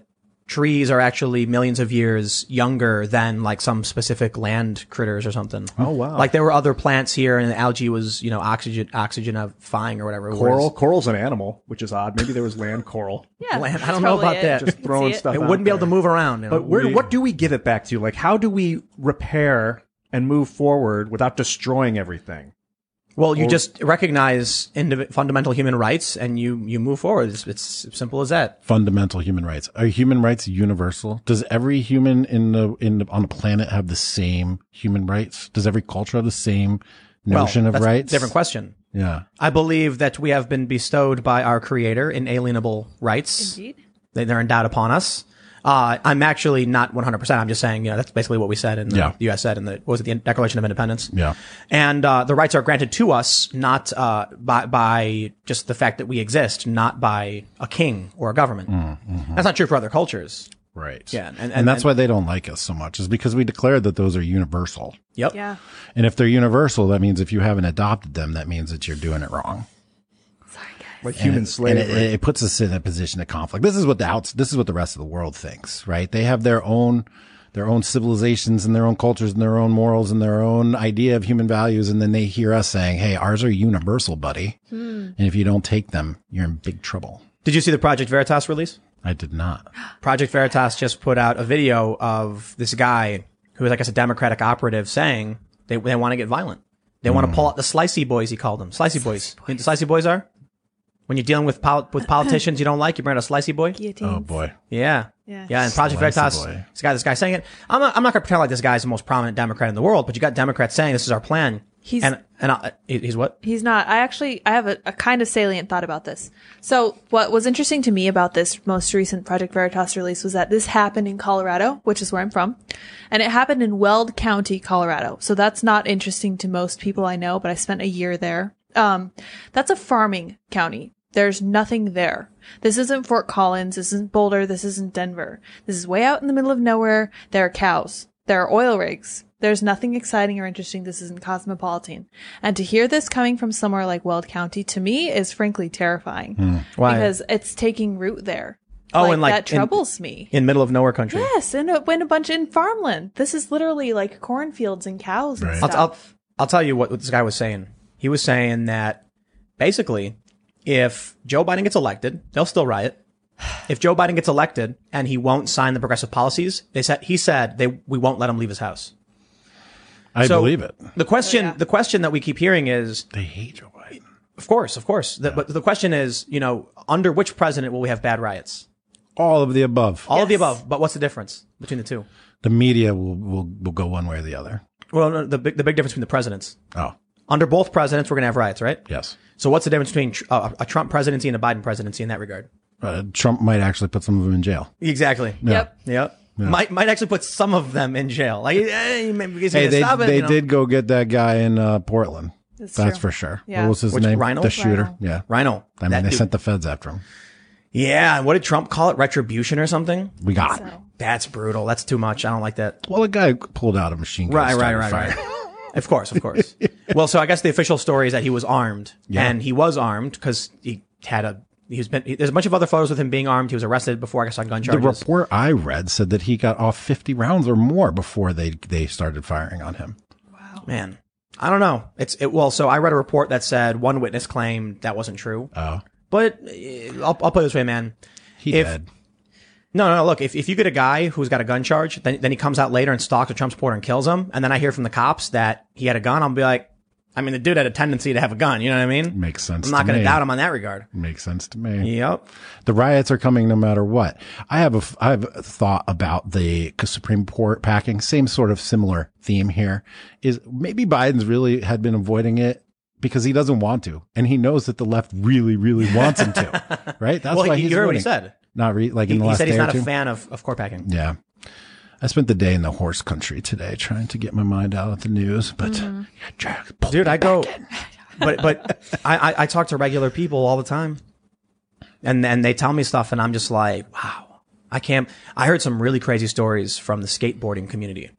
trees are actually millions of years younger than like some specific land critters or something. Oh, wow. Like there were other plants here, and algae was you know oxygen oxygenifying or whatever. it was. Coral. Coral's an animal, which is odd. Maybe there was (laughs) land coral. Yeah. Land- that's I don't know about probably it. that. You Just can throwing see it. stuff It out wouldn't be able to there. move around. You know? But where, We- We- what do we give it back to? Like, how do we repair and move forward without destroying everything? well, you just recognize indiv- fundamental human rights, and you you move forward. It's, it's simple as that. Fundamental human rights. Are human rights universal? Does every human in the in the, on the planet have the same human rights? Does every culture have the same notion well, of that's rights? A different question. Yeah. I believe that we have been bestowed by our Creator inalienable rights. Indeed. They, they're endowed upon us. Uh, I'm actually not 100%. I'm just saying, you know, that's basically what we said in the, Yeah. the U.S. said in the, what was it, the Declaration of Independence? Yeah. And, uh, the rights are granted to us, not, uh, by, by just the fact that we exist, not by a king or a government. Mm, mm-hmm. That's not true for other cultures. Right. Yeah, and- And, and, and- that's and- why they don't like us so much is because we declared that those are universal. Yep. Yeah. And if they're universal, that means if you haven't adopted them, that means that you're doing it wrong. Sorry, guys. Like And human it- slavery. And it, it puts us in a position of conflict. This is what the outs, this is what the rest of the world thinks, right? They have their own, their own civilizations and their own cultures and their own morals and their own idea of human values. And then they hear us saying, Hey, ours are universal, buddy. And if you don't take them, you're in big trouble. Did you see the Project Veritas release? I did not. Project Veritas just put out a video of this guy who is, I guess, a Democratic operative saying they, they want to get violent. They want Hmm. to pull out the slicey boys, he called them. Slicey boys. You know what slicey boys are? When you're dealing with pol- with politicians you don't like, you bring out a slicey boy? Guillotines. Oh boy. Yeah. Yeah. Yeah. And Project Slicey Veritas, boy. this guy, this guy saying it. I'm not, I'm not going to pretend like this guy's the most prominent Democrat in the world, but you got Democrats saying this is our plan. He's- and, and I, he- he's what? He's not. I actually I have a, a kind of salient thought about this. So what was interesting to me about this most recent Project Veritas release was that this happened in Colorado, which is where I'm from, and it happened in Weld County, Colorado. So that's not interesting to most people I know, but I spent a year there. Um, that's a farming county. There's nothing there. This isn't Fort Collins. This isn't Boulder. This isn't Denver. This is way out in the middle of nowhere. There are cows. There are oil rigs. There's nothing exciting or interesting. This isn't cosmopolitan. And to hear this coming from somewhere like Weld County to me is frankly terrifying. Hmm. Why? Because it's taking root there. Oh, and, like, that in- troubles me. In middle of nowhere country. yes, and it went a bunch in farmland. This is literally like cornfields and cows and Right. I'll, stuff. I'll, I'll tell you what this guy was saying. He was saying that basically, if Joe Biden gets elected, they'll still riot. (sighs) If Joe Biden gets elected and he won't sign the progressive policies, they said he said they we won't let him leave his house. I So- believe it. The Oh, question the question that we keep hearing is, They hate Joe Biden. of course, of course. The, But the question is, you know, under which president will we have bad riots? All of the above. All of the Yes. above. But what's the difference between the two? the media will, will, will go one way or the other. Well, no, the big the big difference between the presidents. Oh, Under both presidents, we're going to have riots, right? yes. So what's the difference between tr- uh, a, a Trump presidency and a Biden presidency in that regard? Uh, Trump might actually put some of them in jail. Exactly. yep. Yep. Might might actually put some of them in jail. Like, eh, maybe he's Hey, gonna they, stop it, they you know. did go get that guy in uh, Portland. That's, true. for sure. Yeah. What was his Which, name? Rhino? The shooter. Rhino. Yeah. Rhino. I mean, That they dude. sent the feds after him. yeah. And what did Trump call it? Retribution or something? We got. So That's brutal. That's too much. I don't like that. Well, a guy pulled out a machine gun. Right. and Right. started Right. firing. Right. (laughs) Of course. Of (laughs) course. well, so I guess the official story is that he was armed, and he was armed because he had a. He's been. There's a bunch of other photos with him being armed. He was arrested before I guess on gun The charges. report I read said that he got off 50 rounds or more before they, they started firing on him. Man, I don't know. It's it. Well, so I read a report that said one witness claimed that wasn't true. Oh, But eh, I'll, I'll put it this way, man. he If- did. No, no, no, look, if, if you get a guy who's got a gun charge, then, then he comes out later and stalks a Trump supporter and kills him, and then I hear from the cops that he had a gun, I'll be like, I mean, the dude had a tendency to have a gun, you know what I mean? Makes sense. I'm not to going to me. doubt him on that regard. Makes sense to me. Yep. the riots are coming no matter what. I have a f- I have a thought about the Supreme Court packing. Same sort of similar theme here is maybe Biden's really had been avoiding it because he doesn't want to, and he knows that the left really, really wants (laughs) him to. Right? That's Well, why he, he's you heard what he avoiding- said. Not re- like in the He last said he's day not or two. a fan of, of core packing. Yeah. I spent the day in the horse country today trying to get my mind out of the news, but Dude, I go, but, but I, I, I talk to regular people all the time and and they tell me stuff and I'm just like, wow, I can't. I heard some really crazy stories from the skateboarding community,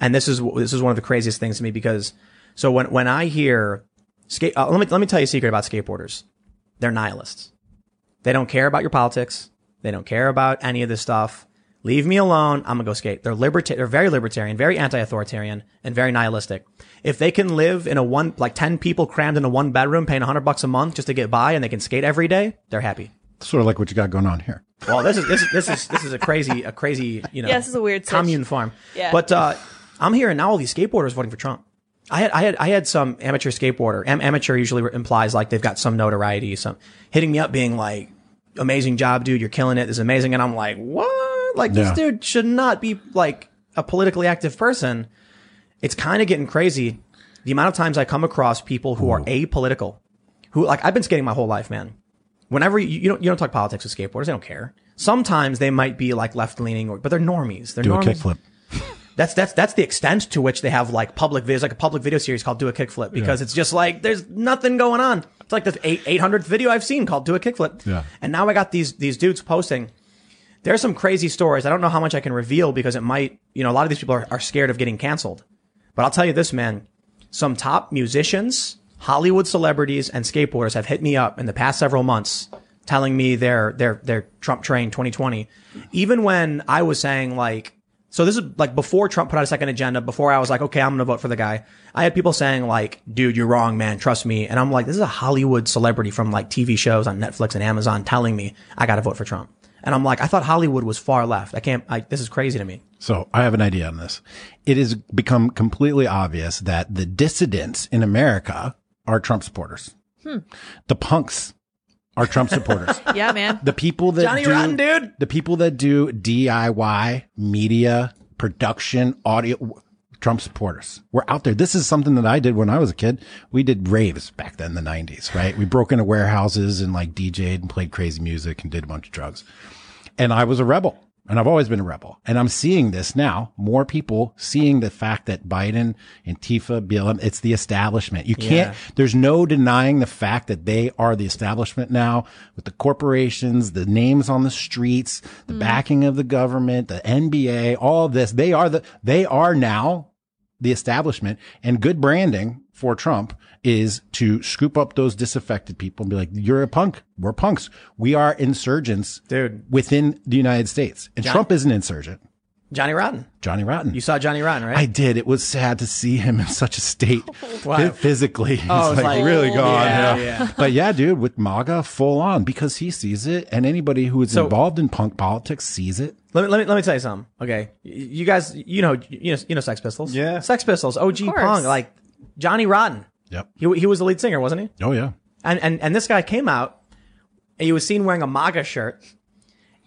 and this is this is one of the craziest things to me because so when when I hear skate, uh, let me let me tell you a secret about skateboarders. They're nihilists. They don't care about your politics. They don't care about any of this stuff. Leave me alone. I'm gonna go skate. They're liberta- They're very libertarian, very anti-authoritarian, and very nihilistic. If they can live in a one, like ten people crammed in a one bedroom, paying hundred bucks a month just to get by, and they can skate every day, they're happy. Sort of like what you got going on here. Well, this is this is this is this is a crazy a crazy you know Yeah, this is a weird switch. commune farm. Yeah. But uh, I'm hearing now all these skateboarders voting for Trump. I had I had I had some amateur skateboarder. Am- amateur usually implies like they've got some notoriety. Some hitting me up being like, "Amazing job, dude! You're killing it. This is amazing." And I'm like, "What? Like this Yeah. dude should not be like a politically active person." It's kind of getting crazy. The amount of times I come across people who are apolitical, who like I've been skating my whole life, man whenever you, you don't you don't talk politics with skateboarders, they don't care. Sometimes they might be like left leaning, or but they're normies. They're Do a normies. kickflip. That's that's that's the extent to which they have like public videos, like a public video series called "Do a Kickflip," because it's just like there's nothing going on. It's like the eight eight hundredth video I've seen called "Do a Kickflip." Yeah. And now I got these these dudes posting. There's some crazy stories. I don't know how much I can reveal because it might, you know, a lot of these people are, are scared of getting canceled. But I'll tell you this, man. Some top musicians, Hollywood celebrities, and skateboarders have hit me up in the past several months telling me their their their Trump train 2020. Even when I was saying like so this is like before Trump put out a second agenda, before I was like, okay, I'm gonna vote for the guy. I had people saying like, dude, you're wrong, man, trust me. And I'm like, this is a Hollywood celebrity from like TV shows on Netflix and Amazon telling me I gotta vote for Trump. And I'm like, I thought Hollywood was far left. I can't I, this is crazy to me. So I have an idea on this. It has become completely obvious that the dissidents in America are Trump supporters. Hmm. The punks are (laughs) Trump supporters. Yeah, man. (laughs) the people that Johnny do, Rotten, dude. the people that do DIY media production audio Trump supporters. We're out there. This is something that I did when I was a kid. We did raves back then in the 90s, right? We broke into warehouses and like DJ'd and played crazy music and did a bunch of drugs. And I was a rebel and I've always been a rebel. And I'm seeing this now, more people seeing the fact that Biden, Antifa, BLM, it's the establishment. You can't, there's no denying the fact that they are the establishment now with the corporations, the names on the streets, the backing of the government, the NBA, all of this. They are the, they are now the establishment and good branding for Trump is to scoop up those disaffected people and be like, you're a punk. We're punks. We are insurgents Dude. within the United States. And Trump is an insurgent. Johnny Rotten. Johnny Rotten. You saw Johnny Rotten, right? I did. It was sad to see him in such a state Wow. physically. He's Oh, it's like, like- really gone. Yeah, Yeah, yeah. But yeah, dude, with MAGA full on because he sees it and anybody who is So- involved in punk politics sees it. Let me, let me let me tell you something. Okay, Y- you guys, you know, you know, you know, Sex Pistols. Yeah. Sex Pistols. OG Of course. Punk, like Johnny Rotten. Yep. He he was the lead singer, wasn't he? Oh, yeah. And and and this guy came out, and he was seen wearing a MAGA shirt,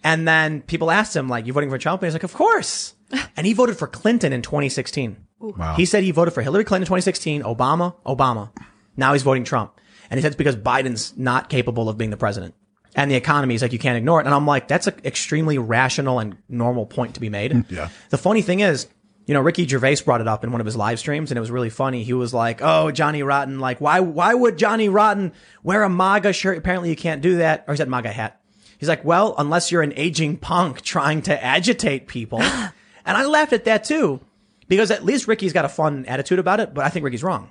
and then people asked him like, "You voting for Trump?" And he's like, "Of course." and he voted for Clinton in 2016. Wow. He said he voted for Hillary Clinton in 2016, Obama, Obama. Now he's voting Trump. And he said it's because Biden's not capable of being the president. And the economy is like, you can't ignore it. And I'm like, that's an extremely rational and normal point to be made. (laughs) Yeah. The funny thing is, you know, Ricky Gervais brought it up in one of his live streams and it was really funny. He was like, Oh, Johnny Rotten, like, why, why would Johnny Rotten wear a MAGA shirt? Apparently you can't do that. Or he said MAGA hat. He's like, well, unless you're an aging punk trying to agitate people. and I laughed at that too, because at least Ricky's got a fun attitude about it, but I think Ricky's wrong.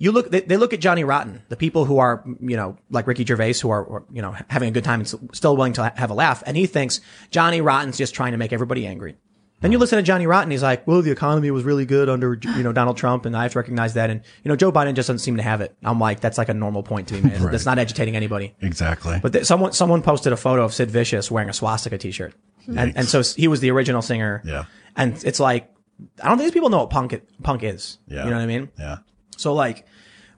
You look, they, they look at Johnny Rotten, the people who are, you know, like Ricky Gervais, who are, or, you know, having a good time and s- still willing to ha- have a laugh. And he thinks Johnny Rotten's just trying to make everybody angry. Then you listen to Johnny Rotten. He's like, well, the economy was really good under, you know, Donald Trump. And I have to recognize that. And, you know, Joe Biden just doesn't seem to have it. I'm like, that's like a normal point to be (laughs) made. That's not agitating anybody. Exactly. But th- someone someone posted a photo of Sid Vicious wearing a swastika T-shirt, and, and so s- he was the original singer. Yeah. and it's like I don't think these people know what punk i- punk is. Yeah. you know what I mean. yeah. So like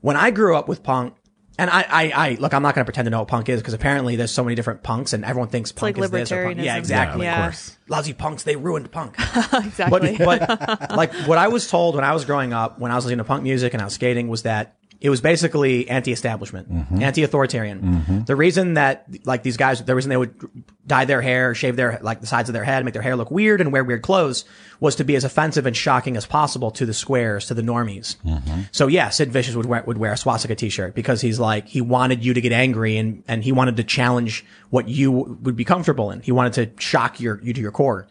when I grew up with punk, and I I, I look, I'm not going to pretend to know what punk is because apparently there's so many different punks, and everyone thinks punk like is this or punk. libertarianism. Yeah, exactly. Yeah. Lousy punks, they ruined punk. Exactly. but, but like what I was told when I was growing up, when I was listening to punk music and I was skating, was that it was basically anti-establishment, anti-authoritarian. The reason that like these guys, the reason they would dye their hair, shave their like the sides of their head, make their hair look weird, and wear weird clothes, was to be as offensive and shocking as possible to the squares, to the normies. So yeah, Sid Vicious would wear would wear a swastika t-shirt because he's like he wanted you to get angry and and he wanted to challenge what you would be comfortable in. He wanted to shock your you to your core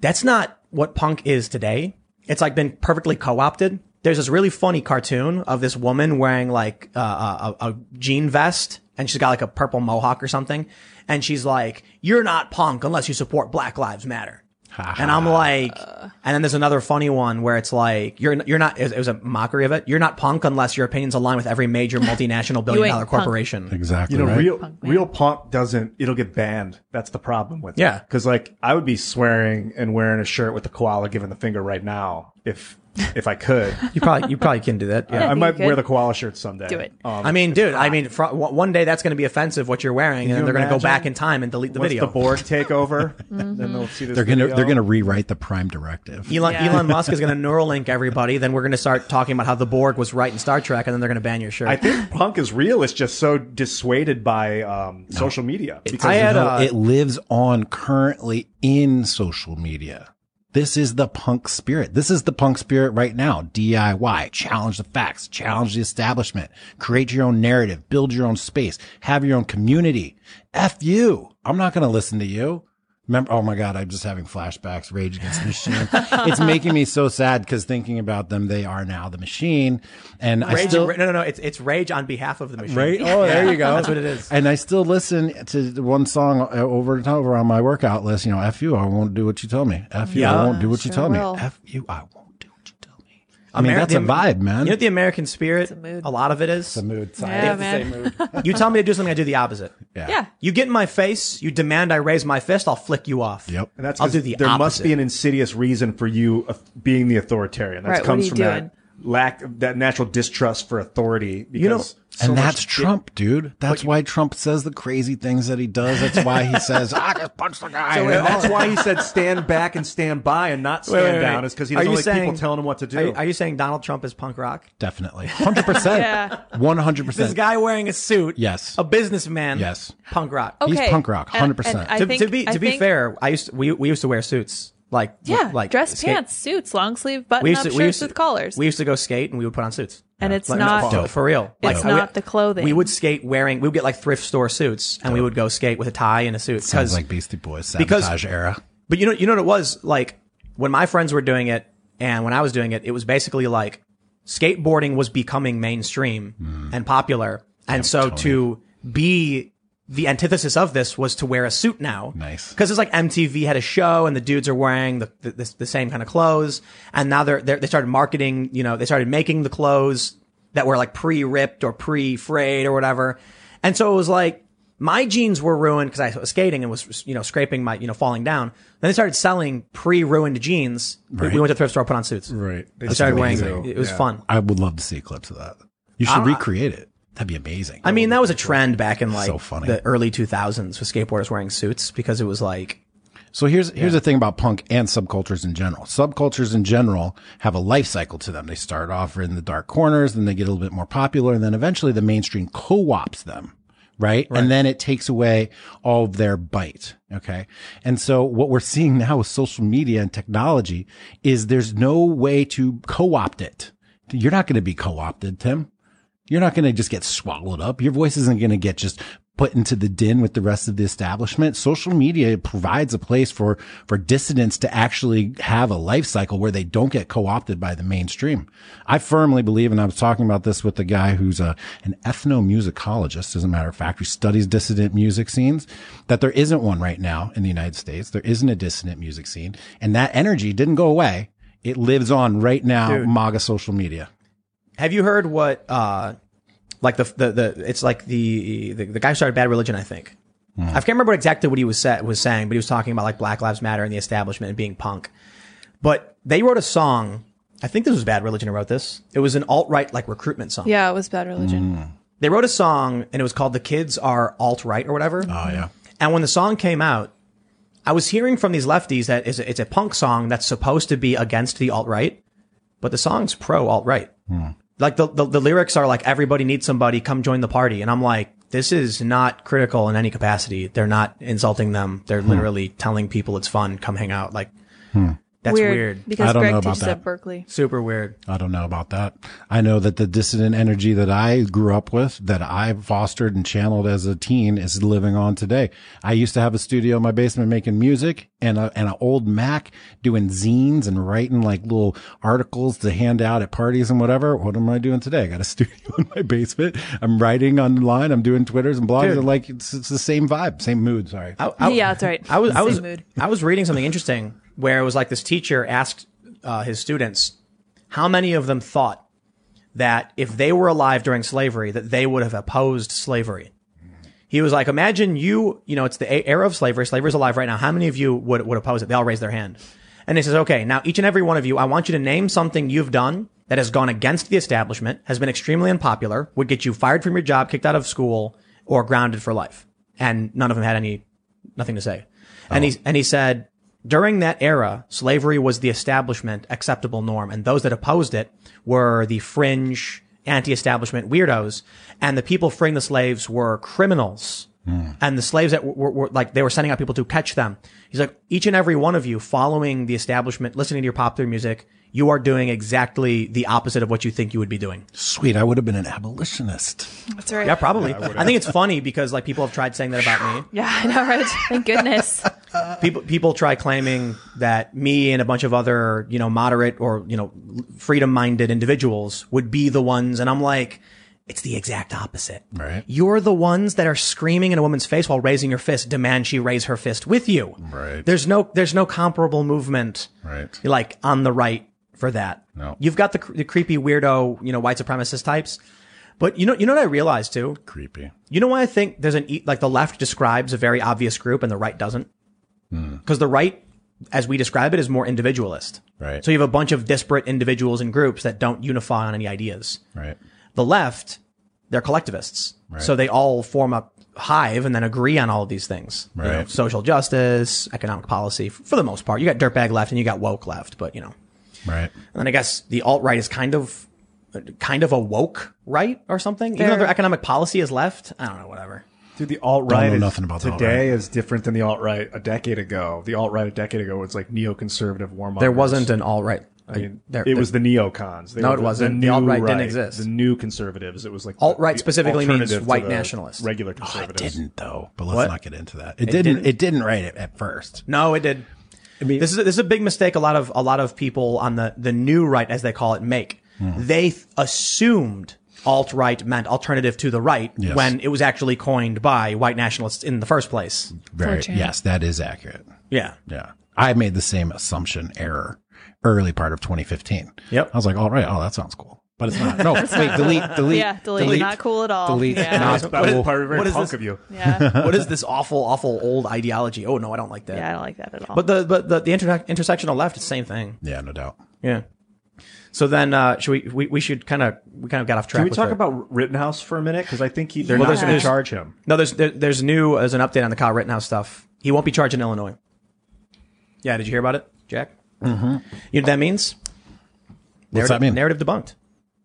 that's not what punk is today. It's like been perfectly co-opted. There's this really funny cartoon of this woman wearing like uh, a, a uh, jean vest and she's got like a purple mohawk or something, and she's like, "You're not punk unless you support Black Lives Matter." and I'm like, and then there's another funny one where it's like, "You're you're not." It was a mockery of it. You're not punk unless your opinions align with every major (laughs) multinational billion dollar ain't punk. corporation. Exactly. You know, right? real Punk band. real punk doesn't. It'll get banned. That's the problem with Yeah. Because like I would be swearing and wearing a shirt with the koala giving the finger right now (laughs) if if I could. You probably you probably can do that. Yeah. I think might you wear could. the koala shirt someday. Do it. Oh, Um, I mean, dude. I mean, fr- one one day that's going to be offensive what you're wearing, and you then they're going to go imagine? back in time and delete the once video. (laughs) the Borg take over, Mm-hmm. then they'll see this. they're gonna video. they're gonna rewrite the Prime Directive. Elon, Yeah. Elon Musk is going to Neuralink everybody. Then we're going to start talking about how the Borg was right in Star Trek, and then they're going to ban your shirt. I think punk is real. It's just so dissuaded by um, social media. Because I had No, a, it lives on currently in social media. This is the punk spirit. This is the punk spirit right now. DIY, challenge the facts, challenge the establishment, create your own narrative, build your own space, have your own community. F you. I'm not going to listen to you. Remember, oh my God, I'm just having flashbacks, Rage Against the Machine. it's making me so sad because thinking about them, they are now the machine. And I rage. still, no, no, no. It's it's rage on behalf of the machine. Right? Oh, there you go. That's what it is. And I still listen to the one song uh, over and over on my workout list. You know, F you, I won't do what you tell me. F you, I won't do what you sure tell will. me. F you, I won't do what you tell me. I mean, Ameri- that's a the- vibe, man. You know what the American spirit? A, mood. lot of it is. mood Yeah, man. You tell me to do something, I do the opposite. (laughs) Yeah. You get in my face. You demand I raise my fist. I'll flick you off. Yep. And that's I'll do 'cause the There must opposite. be an insidious reason for you uh, being the authoritarian. That Right, what are comes you from doing? that lack, that natural distrust for authority. Because know, so And much that's di- Trump, dude. That's why Trump says the crazy things that he does. That's why (laughs) he says, I just punched the guy. So And all that's that. why he (laughs) said stand back and stand by and not stand Wait, wait, wait. down. Is because he Are doesn't you like saying- people telling him what to do. Are, are you saying Donald Trump is punk rock? Definitely. 100%. Yeah. 100%. This guy wearing a suit. Yes. A businessman. Yes. Punk rock. Okay. He's punk rock, And- 100%. and I to, think- to be to I be think- fair, I used to, we we used to wear suits like w- yeah, like dress skate- pants, suits, long sleeve button We used up to we used shirts to, with collars, We used to go skate and we would put on suits. and it's Like, not for, for real. it's I would- not the clothing. We would skate wearing. We would get like thrift store suits, and we would go skate with a tie and a suit. Sounds Because, like Beastie Boys, because- sabotage era. but you know, you know what it was like when my friends were doing it, and when I was doing it, it was basically like skateboarding was becoming mainstream and popular, and so to be the antithesis of this was to wear a suit now. Nice. Because it's like MTV had a show and the dudes are wearing the, the, the, the same kind of clothes. And now they're, they're, they started marketing, you know, they started making the clothes that were like pre ripped or pre frayed or whatever. And so it was like, my jeans were ruined because I was skating and was, you know, scraping my, you know, falling down. Then they started selling pre ruined jeans. We- We, Right. went to thrift store, put on suits. Right. We started wearing Uh, amazing. them. It was Yeah. fun. I would love to see clips of that. You should recreate it. That'd be amazing. I mean, that was a trend back in like So funny. the early 2000s with skateboarders wearing suits because it was like, so here's here's the thing about punk and subcultures in general. Subcultures in general have a life cycle to them. They start off in the dark corners, then they get a little bit more popular, and then eventually the mainstream co-ops them. Right? And then it takes away all of their bite. Okay. And so what we're seeing now with social media and technology is there's no way to co-opt it. You're not going to be co-opted, Tim. You're not going to just get swallowed up. Your voice isn't going to get just put into the din with the rest of the establishment. Social media provides a place for, for dissidents to actually have a life cycle where they don't get co-opted by the mainstream. I firmly believe, and I was talking about this with a guy who's a, an ethnomusicologist, as a matter of fact, who studies dissident music scenes, that there isn't one right now in the United States. There isn't a dissident music scene and that energy didn't go away. It lives on right now, MAGA social media. Have you heard what uh like the the, the it's like the, the the guy who started Bad Religion, I think. I can't remember exactly what he was sa- was saying, but he was talking about like Black Lives Matter and the establishment and being punk. But they wrote a song. I think this was Bad Religion who wrote this. It was an alt right like recruitment song. yeah, it was bad Mm. religion. They wrote a song and it was called "The Kids Are Alt Right" or whatever. Oh yeah. And when the song came out, I was hearing from these lefties that is it's a punk song that's supposed to be against the alt right, but the song's pro alt right. Like the, the the lyrics are like everybody needs somebody, come join the party, and I'm like, this is not critical in any capacity. They're not insulting them. They're literally telling people it's fun, come hang out. Like that's weird. because I don't know Greg about teaches that. at Berkeley. Super weird. I don't know about that. I know that the dissident energy that I grew up with, that I fostered and channeled as a teen, is living on today. I used to have a studio in my basement making music, and a, and an old Mac doing zines and writing like little articles to hand out at parties and whatever. What am I doing today? I got a (laughs) studio in my basement. I'm writing online. I'm doing Twitters and blogs. Dude. And like it's, it's the same vibe, same mood. Sorry. I, I- Yeah, that's right. I was I Same was mood. I was reading something interesting where it was like this teacher asked uh, his students how many of them thought that if they were alive during slavery that they would have opposed slavery. He was like, imagine you, you know, it's the a- era of slavery. Slavery's alive right now. How many of you would would oppose it? They all raised their hand. And he says, okay, now each and every one of you, I want you to name something you've done that has gone against the establishment, has been extremely unpopular, would get you fired from your job, kicked out of school, or grounded for life. And none of them had any nothing to say. And he and he said during that era, slavery was the establishment acceptable norm, and those that opposed it were the fringe anti-establishment weirdos, and the people freeing the slaves were criminals. And the slaves that were, were, were like they were sending out people to catch them. He's like, each and every one of you following the establishment, listening to your popular music, you are doing exactly the opposite of what you think you would be doing. Sweet. I would have been an abolitionist. That's right. Yeah, probably. I, think it's funny because like people have tried saying that about me. Yeah, I know, (laughs) right? Thank goodness. people people try claiming that me and a bunch of other you know moderate or you know freedom minded individuals would be the ones and i'm like it's the exact opposite Right. you're the ones that are screaming in a woman's face while raising your fist demand she raise her fist with you Right. there's no there's no comparable movement Right. like on the right for that No. you've got the, cr- the creepy weirdo you know white supremacist types but you know you know what i realized too Creepy. you know why I think there's an e- like the left describes a very obvious group and the right doesn't? Hmm. Because the right, as we describe it, is more individualist. Right. So you have a bunch of disparate individuals and groups that don't unify on any ideas. Right. The left, they're collectivists. So they all form a hive and then agree on all of these things. You know, Right. social justice, economic policy, f- for the most part. You got dirtbag left and you got woke left, but you know. Right. And then I guess the alt right is kind of kind of a woke right or something. Even though Fair. their economic policy is left. I don't know, whatever. Dude, the alt right Don't know is- nothing about the today is different than the alt right a decade ago. The alt right a decade ago was like neoconservative warmongers. There wasn't an all right. I mean, there, it was the neocons. They No, were it the- wasn't. The new alt-right didn't exist. The new conservatives. It was like Alt-right the specifically means alternative to white the nationalists. Regular Oh, it conservatives. didn't though. But let's What? not get into that. It, didn't, It didn't write it at first. no, it did. I mean, this is a, this is a big mistake. A lot of a lot of people on the the new right, as they call it, make. Hmm. They th- assumed alt right meant alternative to the right Yes. when it was actually coined by white nationalists in the first place. Very. Fortune. Yes, that is accurate. Yeah, Yeah. I made the same assumption error early part of 2015. Yep. I was like, all right. Oh, that sounds cool. But it's not. No, (laughs) wait, delete, delete. Yeah, delete. Not cool at all. Delete. Yeah. Not That cool. was part very What is punk this? of you. Yeah. what (laughs) is this awful, awful old ideology? Oh no, I don't like that. Yeah, I (laughs) don't like that at all. But the but the, the inter- intersectional left, it's the same thing. Yeah, no doubt. Yeah. So then, uh, should we we, we should kind of we kind of got off track. Can we with talk the- about Rittenhouse for a minute? Because I think he, they're not there's- going to there's- charge him. No, there's there, there's new there's an update on the Kyle Rittenhouse stuff. He won't be charged in Illinois. Yeah, did you hear about it, Jack? Mm-hmm. You know what that means? What's narrative, that mean? Mm. Narrative debunked.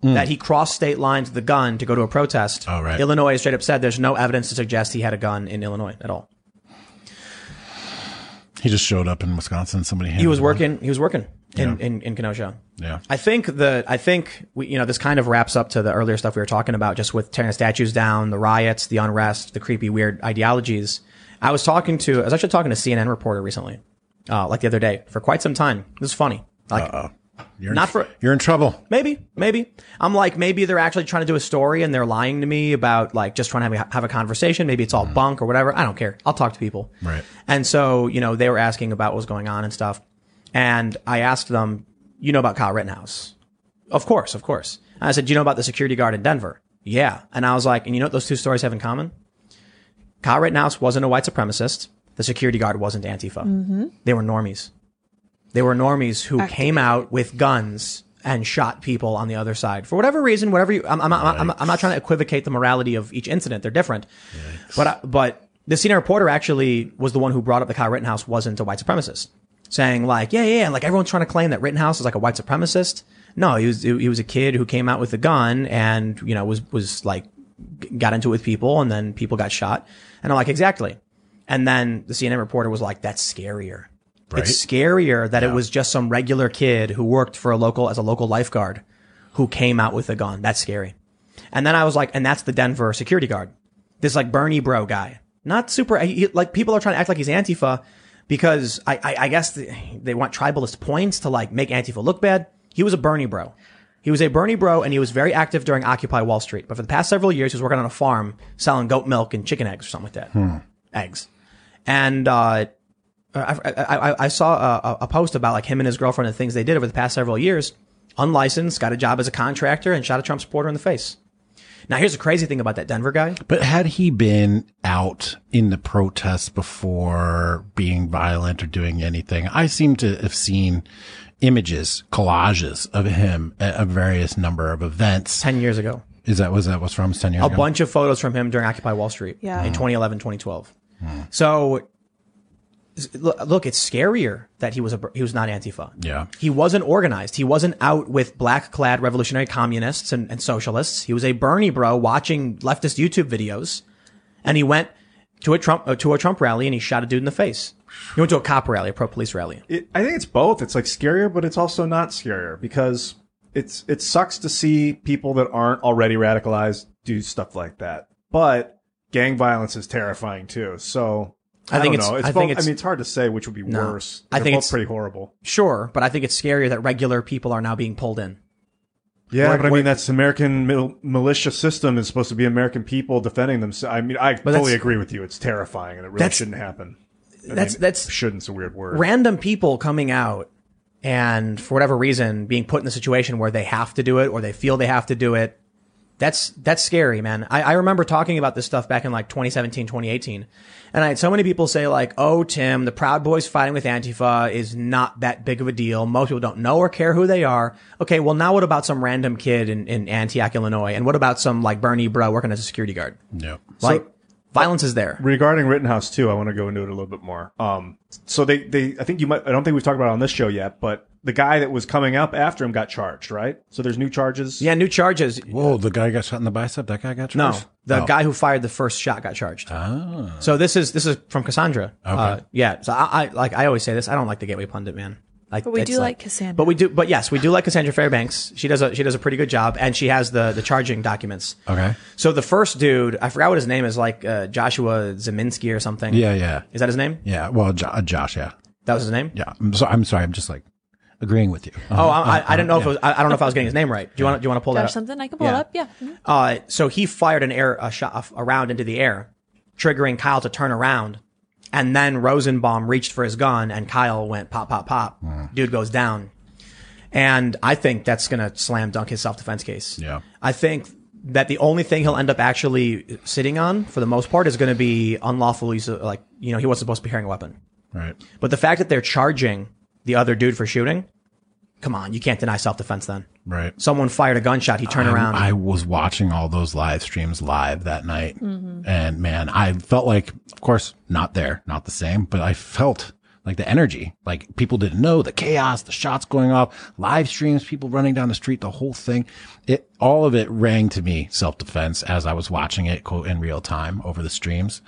That he crossed state lines with a gun to go to a protest. Oh, right. Illinois straight up said there's no evidence to suggest he had a gun in Illinois at all. He just showed up in Wisconsin. Somebody He was working. He was working in, in, in Kenosha. Yeah. I think the I think we you know this kind of wraps up to the earlier stuff we were talking about, just with tearing the statues down, the riots, the unrest, the creepy weird ideologies. I was talking to I was actually talking to a CNN reporter recently, uh, like the other day, for quite some time. This is funny. Like You're in- not for- You're in trouble. maybe maybe I'm like maybe they're actually trying to do a story and they're lying to me about like just trying to have, a- have a conversation. Maybe it's all bunk or whatever. I don't care. I'll talk to people. Right. And so, you know, they were asking about what was going on and stuff. And I asked them, you know about Kyle Rittenhouse? Of course, of course. And I said, do you know about the security guard in Denver? Yeah. And I was like, and you know what those two stories have in common? Kyle Rittenhouse wasn't a white supremacist. The security guard wasn't Antifa. They were normies. They were normies who came out with guns and shot people on the other side for whatever reason, whatever you, I'm, I'm, I'm, I'm, I'm not trying to equivocate the morality of each incident. They're different. But I, but the senior reporter actually was the one who brought up the Kyle Rittenhouse wasn't a white supremacist, saying like, yeah, yeah, and like everyone's trying to claim that Rittenhouse is like a white supremacist. No, he was he was a kid who came out with a gun and you know was was like g- got into it with people and then people got shot. And I'm like, exactly. And then the CNN reporter was like, that's scarier. Right. It's scarier that it was just some regular kid who worked for a local as a local lifeguard who came out with a gun. That's scary. And then I was like, and that's the Denver security guard. This like Bernie bro guy. Not super, he- like people are trying to act like he's Antifa, because I, I, I guess the, they want tribalist points to like make Antifa look bad. He was a Bernie bro. He was a Bernie bro and he was very active during Occupy Wall Street. But for the past several years, he was working on a farm selling goat milk and chicken eggs or something like that. Eggs. And, uh, I, I, I- I saw a, a post about like him and his girlfriend and things they did over the past several years. Unlicensed, got a job as a contractor and shot a Trump supporter in the face. Now here's the crazy thing about that Denver guy. But had he been out in the protests before being violent or doing anything, I seem to have seen images, collages of him at a various number of events. Ten years ago, Is that was that was from ten years a ago? bunch of photos from him during Occupy Wall Street Yeah. Hmm. in 2011, 2012. So s- lo- look, it's scarier that he was a br- he was not Antifa. Yeah. He wasn't organized. He wasn't out with black clad revolutionary communists and, and socialists. He was a Bernie bro watching leftist YouTube videos, and he went to a Trump uh, to a Trump rally and he shot a dude in the face. He went to a cop rally, a pro police rally. it, I think it's both. It's like scarier, but it's also not scarier because it's it sucks to see people that aren't already radicalized do stuff like that. But gang violence is terrifying too. So I, think don't it's- know. It's I both, think it's- I mean, it's hard to say which would be worse. I They're think both it's- pretty horrible. Sure, but I think it's scarier that regular people are now being pulled in. Yeah, but I mean, that's American mil- militia system is supposed to be American people defending themselves. I mean, I that's- totally agree with you. It's terrifying, and it really that's- shouldn't happen. I that's- mean, that's- shouldn't's a weird word. random people coming out and for whatever reason being put in a situation where they have to do it or they feel they have to do it that's that's scary man I, I remember talking about this stuff back in like 2017 2018 and i had so many people say like oh tim the proud boys fighting with antifa is not that big of a deal most people don't know or care who they are okay well now what about some random kid in, in antioch illinois and what about some like bernie bro working as a security guard Yeah. like violence is there regarding Rittenhouse too, I want to go into it a little bit more. Um, so they, they, I think you might, I don't think we've talked about it on this show yet, but the guy that was coming up after him got charged, right? So there's new charges. yeah new charges Whoa, the guy got shot in the bicep. That guy got No, charged. the guy who fired the first shot got charged. Ah. So this is this is from Cassandra. Uh, yeah. So I, I like I always say this. I don't like the Gateway pundit, man. Like, But we it's do like Cassandra. But we do. But yes, we do like Cassandra Fairbanks. She does a she does a pretty good job, and she has the the charging documents. Okay. So the first dude, I forgot what his name is, like uh, Joshua Zeminski or something. Yeah, yeah, Is that his name? yeah. Well, jo- uh, Josh. Yeah, That was his name. yeah. I'm, so, I'm sorry. I'm just like agreeing with you. Uh, Oh, I, I, I didn't know if it was, I, I don't know if I was getting his name right. Do you want to do you want to pull that There's up? something I can pull uh, Yeah. (laughs) up. Yeah. Mhm. Uh, so he fired an air a shot a round into the air, triggering Kyle to turn around, and then Rosenbaum reached for his gun, and Kyle went pop pop pop. Dude goes down, and I think that's gonna slam dunk his self defense case. Yeah. I think that the only thing he'll end up actually sitting on for the most part is gonna be unlawful use of like you know he wasn't supposed to be carrying a weapon, right. but the fact that they're charging the other dude for shooting, come on, you can't deny self defense then. Right. Someone fired a gunshot. He turned I'm- around. I was watching all those live streams live that night. And man, I felt like, of course, not there, not the same, but I felt like the energy, like people didn't know the chaos, the shots going off, live streams, people running down the street, the whole thing. It, all of it rang to me self defense as I was watching it quote in real time over the streams.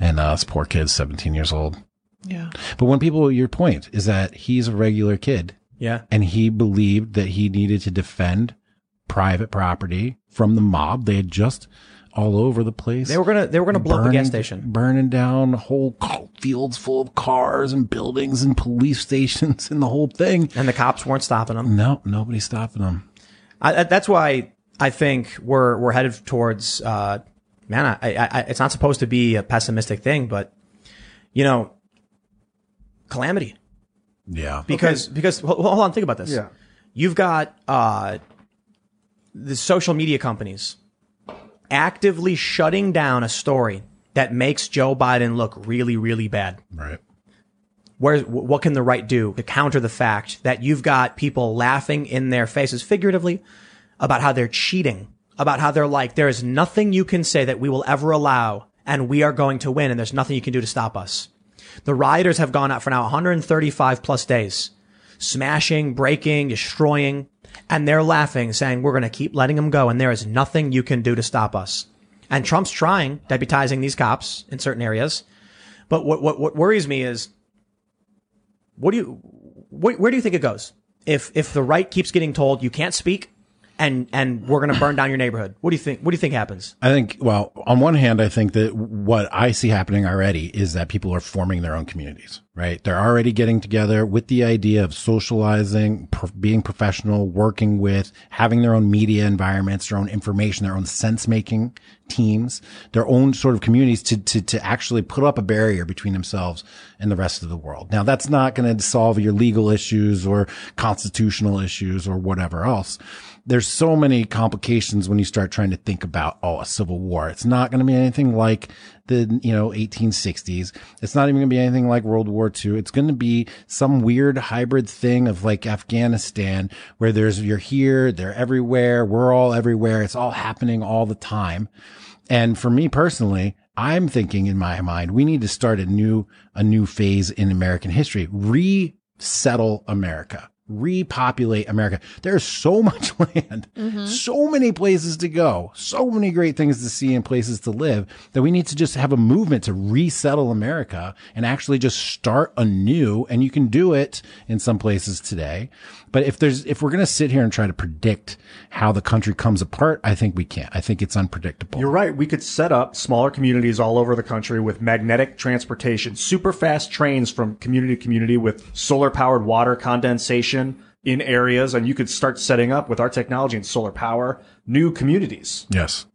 And uh, this poor kid, 17 years old. Yeah. But when people, your point is that he's a regular kid yeah. and he believed that he needed to defend private property from the mob. They had just all over the place. They were gonna they were gonna blow up a gas station. burning down whole ca- fields full of cars and buildings and police (laughs) stations and the whole thing. and the cops weren't stopping them. No, nobody's stopping them. I, I- that's why I think we're we're headed towards. Uh, man, I, I, I, it's not supposed to be a pessimistic thing, but you know, calamity. Yeah, Because because hold, hold on, think about this. Yeah. You've got uh, the social media companies actively shutting down a story that makes Joe Biden look really really bad. right. where what can the right do to counter the fact that you've got people laughing in their faces figuratively about how they're cheating about how they're like there is nothing you can say that we will ever allow and we are going to win and there's nothing you can do to stop us the rioters have gone out for now 135 plus days smashing breaking destroying and they're laughing saying we're going to keep letting them go and there is nothing you can do to stop us and trump's trying deputizing these cops in certain areas but what what, what worries me is what do you wh- where do you think it goes if if the right keeps getting told you can't speak and and we're going to burn down your neighborhood what do you think what do you think happens I think, well, on one hand, I think that what I see happening already is that people are forming their own communities, right? They're already getting together with the idea of socializing, pro- being professional, working with, having their own media environments, their own information, their own sense making teams, their own sort of communities to, to, to actually put up a barrier between themselves and the rest of the world. Now that's not going to solve your legal issues or constitutional issues or whatever else there's so many complications when you start trying to think about oh a civil war it's not going to be anything like the you know 1860s it's not even going to be anything like world war ii it's going to be some weird hybrid thing of like afghanistan where there's you're here they're everywhere we're all everywhere it's all happening all the time and for me personally, I'm thinking in my mind, we need to start a new, a new phase in American history. Resettle America. Repopulate America. There's so much (laughs) land, so many places to go, so many great things to see and places to live that we need to just have a movement to resettle America and actually just start anew. And you can do it in some places today. But if there's, if we're going to sit here and try to predict how the country comes apart, I think we can't. I think it's unpredictable. You're right. We could set up smaller communities all over the country with magnetic transportation, super fast trains from community to community with solar powered water condensation in areas. And you could start setting up with our technology and solar power new communities. Yes.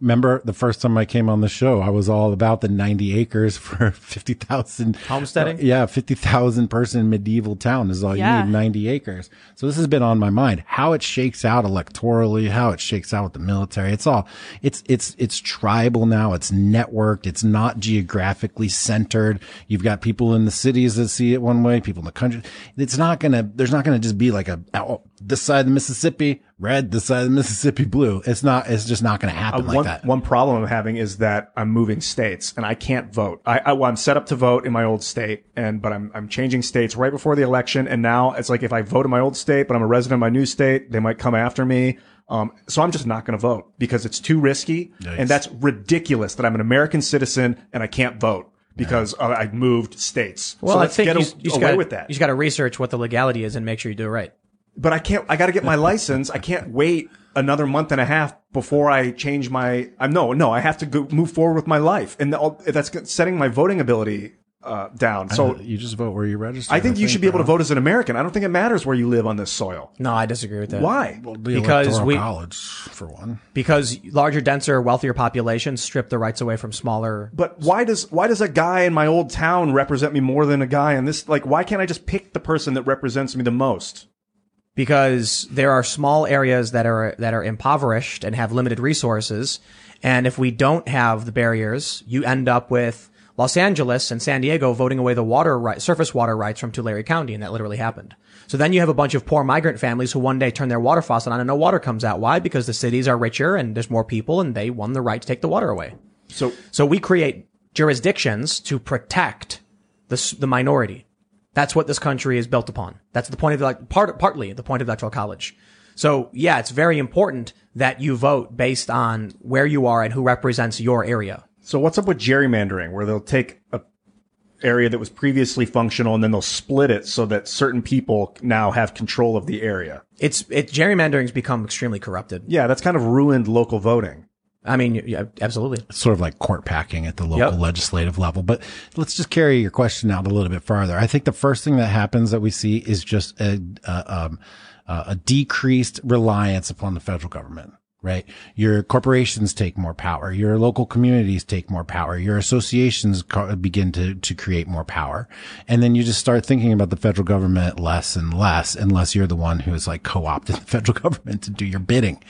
Remember the first time I came on the show, I was all about the 90 acres for (laughs) 50,000 Homesteading? Yeah, 50,000 person medieval town is all Yeah. you need, 90 acres. So this has been on my mind, how it shakes out electorally, how it shakes out with the military. It's all, it's, it's, it's tribal now. It's networked. It's not geographically centered. You've got people in the cities that see it one way, people in the country. It's not going to, there's not going to just be like a, oh, this side of the Mississippi, red, this side of the Mississippi, blue. It's not, it's just not going to happen like Uh, one, that. one problem I'm having is that I'm moving states and I can't vote. I, I well, I'm set up to vote in my old state, and but I'm I'm changing states right before the election, and now it's like if I vote in my old state, but I'm a resident of my new state, they might come after me. Um, so I'm just not going to vote because it's too risky, and that's ridiculous that I'm an American citizen and I can't vote because uh, I moved states. Well, so I let's think get you, a- s- you just away gotta, with that. You just got to research what the legality is and make sure you do it right. but I can't. I got to get my license. I can't wait another month and a half before I change my. I'm no, no. I have to go, move forward with my life, and all, that's setting my voting ability uh, down. So you just vote where you register. I think you should be able to vote as an American. I don't think it matters where you live on this soil. No, I disagree with that. Why? Because because we- we college for one. Because larger, denser, wealthier populations strip the rights away from smaller. But why does why does a guy in my old town represent me more than a guy in this? Like, why can't I just pick the person that represents me the most? Because there are small areas that are that are impoverished and have limited resources, and if we don't have the barriers, you end up with Los Angeles and San Diego voting away the water right, surface water rights from Tulare County, and that literally happened. So then you have a bunch of poor migrant families who one day turn their water faucet on and no water comes out. Why? Because the cities are richer and there's more people, and they won the right to take the water away. So So we create jurisdictions to protect the s- the minority. That's what this country is built upon. That's the point of like part partly the point of electoral college. So yeah, it's very important that you vote based on where you are and who represents your area. So what's up with gerrymandering, where they'll take a area that was previously functional and then they'll split it so that certain people now have control of the area? It's it gerrymandering's become extremely corrupted. Yeah, that's kind of ruined local voting. I mean, yeah, absolutely. It's sort of like court packing at the local Yep. legislative level. But let's just carry your question out a little bit farther. I think the first thing that happens that we see is just a, a, um, uh, a decreased reliance upon the federal government. Right. Your corporations take more power. Your local communities take more power. Your associations co- begin to, to create more power. And then you just start thinking about the federal government less and less, unless you're the one who is like co-opted (laughs) the federal government to do your bidding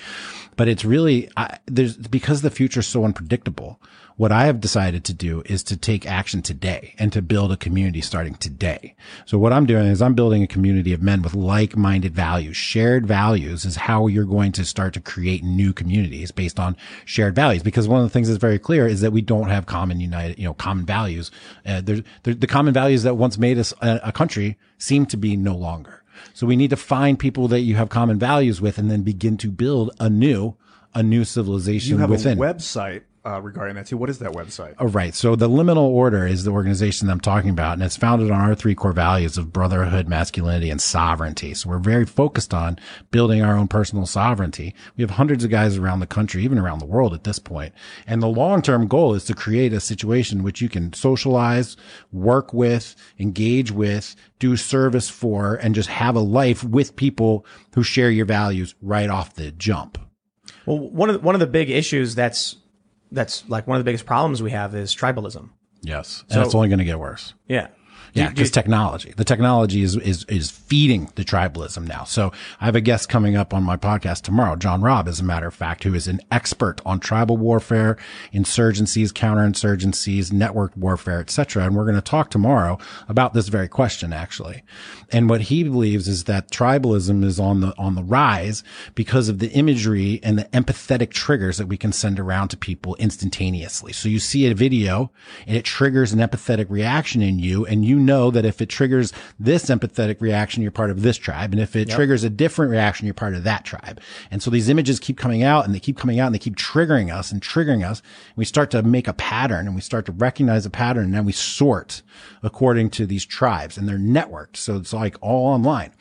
but it's really I, there's because the future's so unpredictable. What I have decided to do is to take action today and to build a community starting today. So what I'm doing is I'm building a community of men with like-minded values. Shared values is how you're going to start to create new communities based on shared values. Because one of the things that's very clear is that we don't have common united, you know, common values. Uh, there's, there, the common values that once made us a, a country seem to be no longer. So we need to find people that you have common values with and then begin to build a new, a new civilization You have within. a website, uh, regarding that too. What is that website? Oh, right. So the liminal order is the organization that I'm talking about, and it's founded on our three core values of brotherhood, masculinity, and sovereignty. So we're very focused on building our own personal sovereignty. We have hundreds of guys around the country, even around the world at this point. And the long-term goal is to create a situation in which you can socialize, work with, engage with, do service for, and just have a life with people who share your values right off the jump. Well, one of the, one of the big issues that's that's like one of the biggest problems we have is tribalism. Yes. And it's only going to get worse. Yeah. Yeah, just technology. The technology is, is, is feeding the tribalism now. So I have a guest coming up on my podcast tomorrow, John Robb, as a matter of fact, who is an expert on tribal warfare, insurgencies, counterinsurgencies, network warfare, etc. And we're going to talk tomorrow about this very question, actually. And what he believes is that tribalism is on the, on the rise because of the imagery and the empathetic triggers that we can send around to people instantaneously. So you see a video and it triggers an empathetic reaction in you and you know that if it triggers this empathetic reaction, you're part of this tribe. And if it triggers a different reaction, you're part of that tribe. And so these images keep coming out and they keep coming out and they keep triggering us and triggering us. And we start to make a pattern and we start to recognize a pattern and then we sort according to these tribes and they're networked. So it's like all online.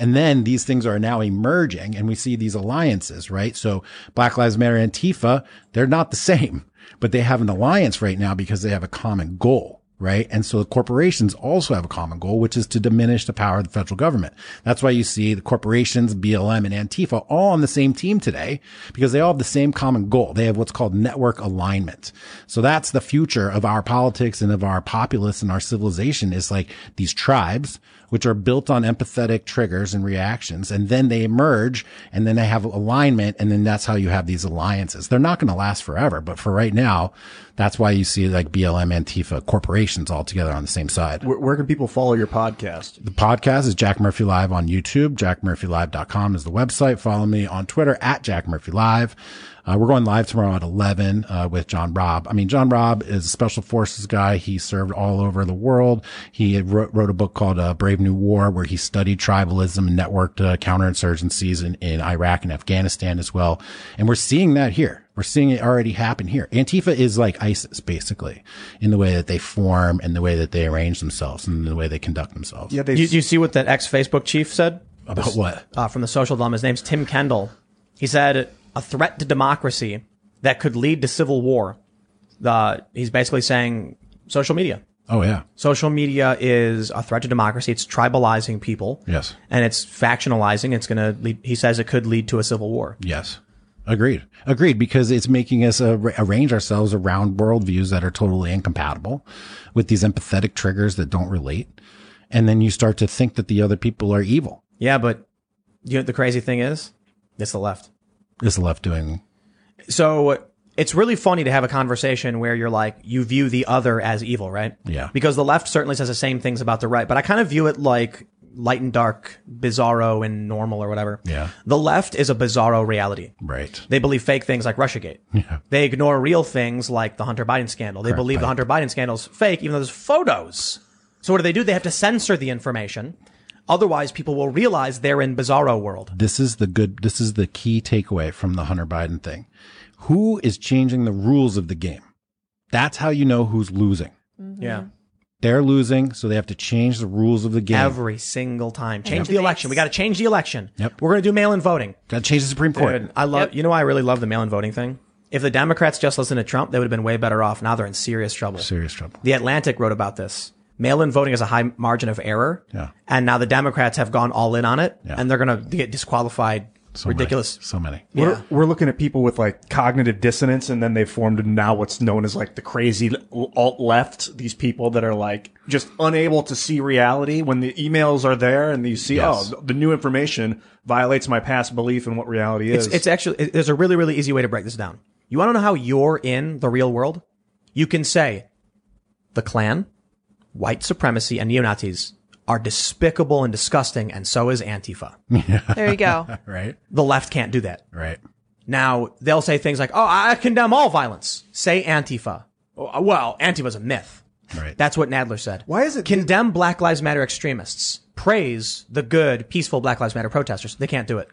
And then these things are now emerging and we see these alliances, right? So Black Lives Matter, Antifa, they're not the (laughs) same, but they have an alliance right now because they have a common goal right? And so the corporations also have a common goal, which is to diminish the power of the federal government. That's why you see the corporations, BLM and Antifa all on the same team today because they all have the same common goal. They have what's called network alignment. So that's the future of our politics and of our populace and our civilization is like these tribes which are built on empathetic triggers and reactions. And then they emerge and then they have alignment. And then that's how you have these alliances. They're not going to last forever, but for right now, that's why you see like BLM, Antifa corporations all together on the same side. Where, where can people follow your podcast? The podcast is Jack Murphy Live on YouTube. JackMurphyLive.com is the website. Follow me on Twitter at Jack Murphy Live. Uh, we're going live tomorrow at 11 uh, with John Robb. I mean, John Robb is a special forces guy. He served all over the world. He wrote, wrote a book called uh, Brave New War, where he studied tribalism and networked uh, counterinsurgencies in, in Iraq and Afghanistan as well. And we're seeing that here. We're seeing it already happen here. Antifa is like ISIS, basically, in the way that they form and the way that they arrange themselves and the way they conduct themselves. Yeah, they You, you see what that ex Facebook chief said About what? uh, from the social dilemma? His name's Tim Kendall. He said a threat to democracy that could lead to civil war. Uh, he's basically saying social media. Oh, yeah. Social media is a threat to democracy. It's tribalizing people. Yes. And it's factionalizing. It's going to lead, he says it could lead to a civil war. Yes. Agreed. Agreed. Because it's making us uh, arrange ourselves around worldviews that are totally incompatible with these empathetic triggers that don't relate. And then you start to think that the other people are evil. Yeah, but you know, what the crazy thing is, it's the left. Is the left doing? So it's really funny to have a conversation where you're like, you view the other as evil, right? Yeah. Because the left certainly says the same things about the right, but I kind of view it like light and dark, bizarro and normal or whatever. Yeah. The left is a bizarro reality. Right. They believe fake things like Russiagate. They ignore real things like the Hunter Biden scandal. They believe the Hunter Biden scandal is fake, even though there's photos. So what do they do? They have to censor the information. Otherwise, people will realize they're in bizarro world. This is the good, this is the key takeaway from the Hunter Biden thing. Who is changing the rules of the game? That's how you know who's losing. Yeah. They're losing, so they have to change the rules of the game. Every single time. Change the Yep. election. We got to change the election. Yep. We're going to do mail-in voting. Got to change the Supreme Court. Dude, I love, you know, why I really love the mail-in voting thing. If the Democrats just listened to Trump, they would have been way better off. Now they're in serious trouble. Serious trouble. The Atlantic wrote about this. Mail in voting is a high margin of error. Yeah. And now the Democrats have gone all in on it Yeah. and they're going to get disqualified. So many. Ridiculous. so many. We're, we're looking at people with like cognitive dissonance, and then they formed now what's known as like the crazy alt left. These people that are like just unable to see reality when the emails are there, and you see, Yes. oh, the new information violates my past belief in what reality is. It's actually, it- there's a really, really easy way to break this down. You want to know how you're in the real world? You can say the Klan, white supremacy, and neo Nazis are despicable and disgusting, and so is Antifa. There you go. Right. The left can't do that. Right. Now they'll say things like, "Oh, I condemn all violence." Say Antifa. Oh, Well, Antifa's a myth. Right. That's what Nadler said. Why is it- condemn Black Lives Matter extremists? Praise the good, peaceful Black Lives Matter protesters. They can't do it.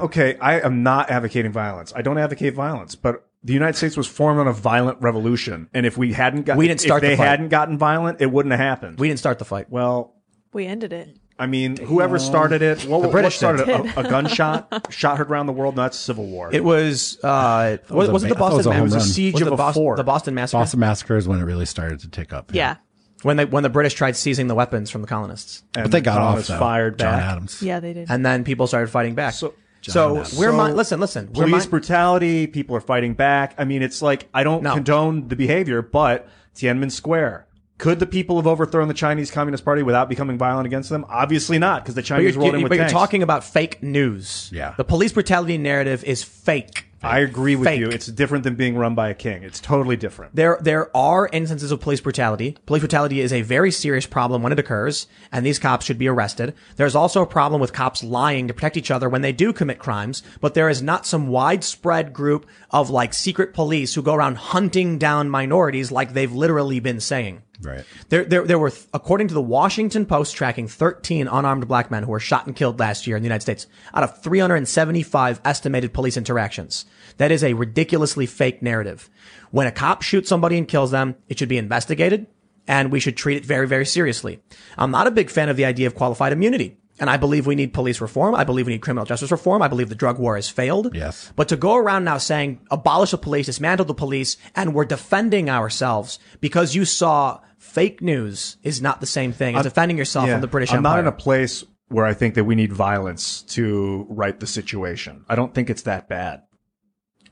okay, I am not advocating violence. I don't advocate violence, but the United States was formed on a violent revolution, and if we hadn't got, We didn't if start the they fight. hadn't gotten violent, it wouldn't have happened. We didn't start the fight. well, We ended it. I mean, whoever started it, what, what British started it? A, (laughs) a gunshot shot her around the world. That's civil war. It was, uh, was, was a was it the ma- I thought it was a Boston home Massacre? run. Siege Was it of the a fort. Boston, the Boston Massacre. Boston Massacre is when it really started to tick up. Yeah. When they when the British tried seizing the weapons from the colonists, And But they got off Thomas though. Fired John back. Adams. Yeah, they did. and then people started fighting back. So, So- we're So, mi- listen, listen. We're police mi- brutality. People are fighting back. I mean, it's like I don't No. condone the behavior, but Tiananmen Square. Could the people have overthrown the Chinese Communist Party without becoming violent against them? Obviously not, because the but Chinese you're, rolled in you- with but you're tanks. talking about fake news. Yeah. the police brutality narrative is fake. I agree with Fake. you. It's different than being run by a king. It's totally different. There, there are instances of police brutality. Police brutality is a very serious problem when it occurs, and these cops should be arrested. There's also a problem with cops lying to protect each other when they do commit crimes, but there is not some widespread group of like secret police who go around hunting down minorities like they've literally been saying. Right. There, there, there were, th- according to the Washington Post tracking, 13 unarmed black men who were shot and killed last year in the United States out of 375 estimated police interactions. That is a ridiculously fake narrative. When a cop shoots somebody and kills them, it should be investigated and we should treat it very, very seriously. I'm not a big fan of the idea of qualified immunity. And I believe we need police reform. I believe we need criminal justice reform. I believe the drug war has failed. Yes. But to go around now saying abolish the police, dismantle the police, and we're defending ourselves because you saw fake news is not the same thing as defending yourself Yeah. from the British I'm Empire. not in a place where I think that we need violence to right the situation. I don't think it's that bad.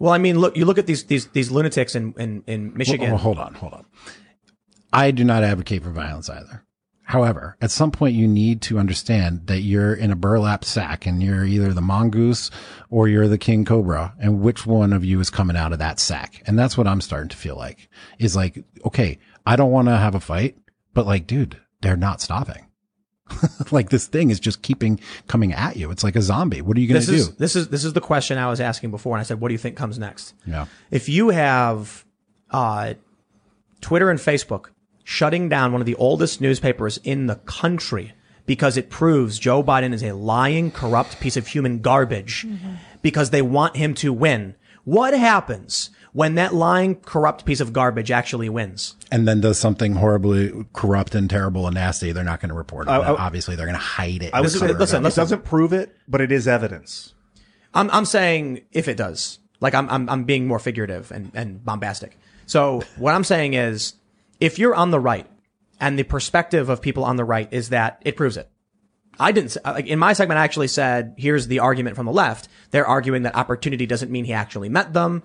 well, I mean, look, you look at these these these lunatics in in, in Michigan. Well, hold on, hold on. I do not advocate for violence either. However, at some point you need to understand that you're in a burlap sack and you're either the mongoose or you're the king cobra and which one of you is coming out of that sack. And that's what I'm starting to feel like is like, okay, I don't want to have a fight, but like, dude, they're not stopping. (laughs) like this thing is just keeping coming at you. It's like a zombie. What are you going this to do? is this is this is the question I was asking before, and I said, what do you think comes next? yeah. if you have uh, Twitter and Facebook shutting down one of the oldest newspapers in the country because it proves Joe Biden is a lying, corrupt piece of human garbage because they want him to win, what happens when that lying, corrupt piece of garbage actually wins? and then does something horribly corrupt and terrible and nasty, they're not going to report it. I- Obviously, they're going to hide it. I was Listen, listen, it doesn't prove it, but it is evidence. I'm I'm saying if it does. Like I'm I'm I'm being more figurative and, and bombastic. So what I'm saying is if you're on the right and the perspective of people on the right is that it proves it. I didn't s- like in my segment I actually said here's the argument from the left. They're arguing that opportunity doesn't mean he actually met them,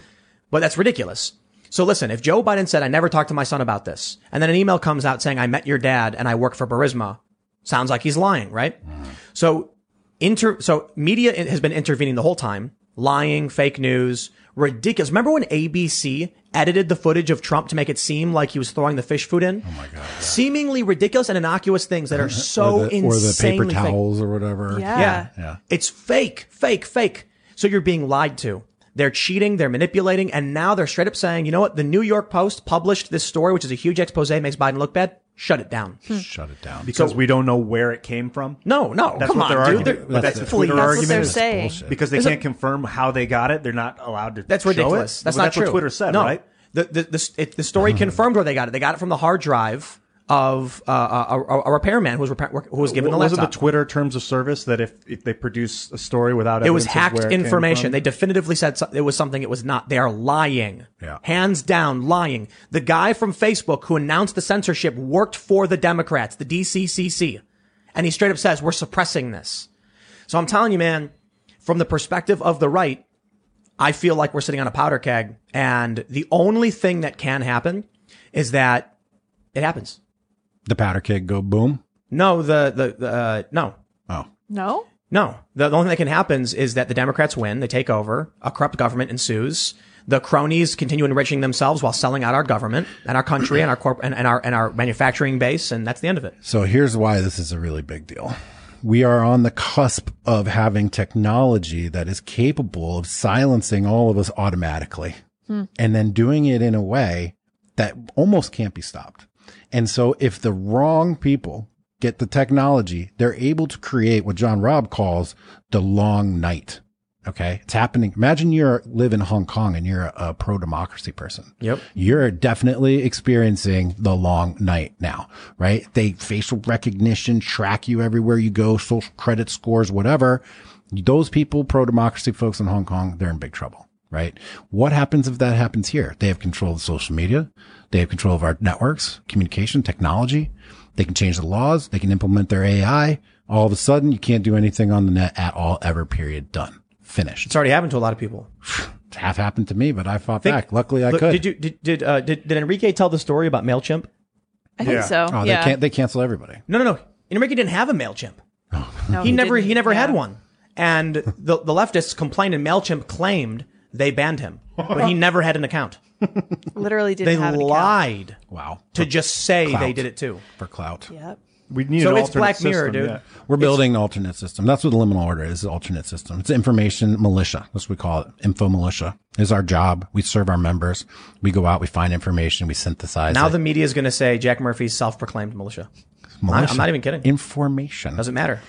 but that's ridiculous. So listen, if Joe Biden said I never talked to my son about this and then an email comes out saying I met your dad and I work for Burisma, sounds like he's lying, right? Mm-hmm. So inter so media in- has been intervening the whole time, lying, fake news, ridiculous. Remember when ABC edited the footage of Trump to make it seem like he was throwing the fish food in? Oh my god. Seemingly ridiculous and innocuous things that are so (laughs) or the, or the paper insanely fake. towels or whatever. Yeah. Yeah. Yeah. It's fake, fake, fake. So you're being lied to. They're cheating, they're manipulating, and now they're straight up saying, you know what? The New York Post published this story, which is a huge expose, makes Biden look bad. Shut it down. Shut it down. Because we don't know where it came from. No, no, That's come on, what dude. their argument- They're- but that's that's the Twitter please. That's what they're argument is saying. bullshit. because they can't confirm how they got it. They're not allowed to. That's show it. ridiculous. That's Well, not that's true. What Twitter said, no. right? The the the, it, the (laughs) story confirmed where they got it. They got it from the hard drive of uh, a, a, a repairman who was repair, who was given the Wasn't laptop. the Twitter terms of service that if, if they produce a story without it was evidence of hacked where it came information. from? They definitively said so- it was something it was not. They are lying. Yeah. Hands down, lying. The guy from Facebook who announced the censorship worked for the Democrats, the DCCC. And he straight up says, we're suppressing this. So I'm telling you, man, from the perspective of the right, I feel like we're sitting on a powder keg. And the only thing that can happen is that it happens. the powder keg go boom. No, the, the, the uh, no, Oh, No? no, the, the only thing that can happen is that the Democrats win, they take over, a corrupt government ensues, the cronies continue enriching themselves while selling out our government and our country and our corp and, and our and our manufacturing base, and that's the end of it. so here's why this is a really big deal. We are on the cusp of having technology that is capable of silencing all of us automatically and then doing it in a way that almost can't be stopped. And so if the wrong people get the technology, they're able to create what John Robb calls the long night. Okay. It's happening. Imagine you live in Hong Kong and you're a, a pro democracy person. Yep. You're definitely experiencing the long night now, right? They facial recognition, track you everywhere you go, social credit scores, whatever. Those people, pro democracy folks in Hong Kong, they're in big trouble, right? What happens if that happens here? They have control of social media. They have control of our networks, communication, technology. They can change the laws. They can implement their AI. All of a sudden, you can't do anything on the net at all, ever, period, done, finished. It's already happened to a lot of people. It's half happened to me, but I fought Think- back. Luckily, I Look, could. Did you did did, uh, did did Enrique tell the story about Mailchimp? I think Yeah. so. oh, yeah. they can't, they cancel everybody. No, no, no. Enrique didn't have a Mailchimp. No, He, never didn't. he never had Yeah. one. And the the leftists complained, and Mailchimp claimed they banned him, but he never had an account. Literally didn't They have an account. lied Wow. to just say Clout. they did it too. for clout. Yep. We need So an it's alternate Black Mirror, system, dude. yeah. We're building an alternate system. That's what the liminal order is, an alternate system. It's information militia. That's what we call it. Info militia is our job. We serve our members. We go out, we find information, we synthesize Now it. the media is going to say Jack Murphy's self-proclaimed militia. Militia. I'm not even kidding. Information. Doesn't matter.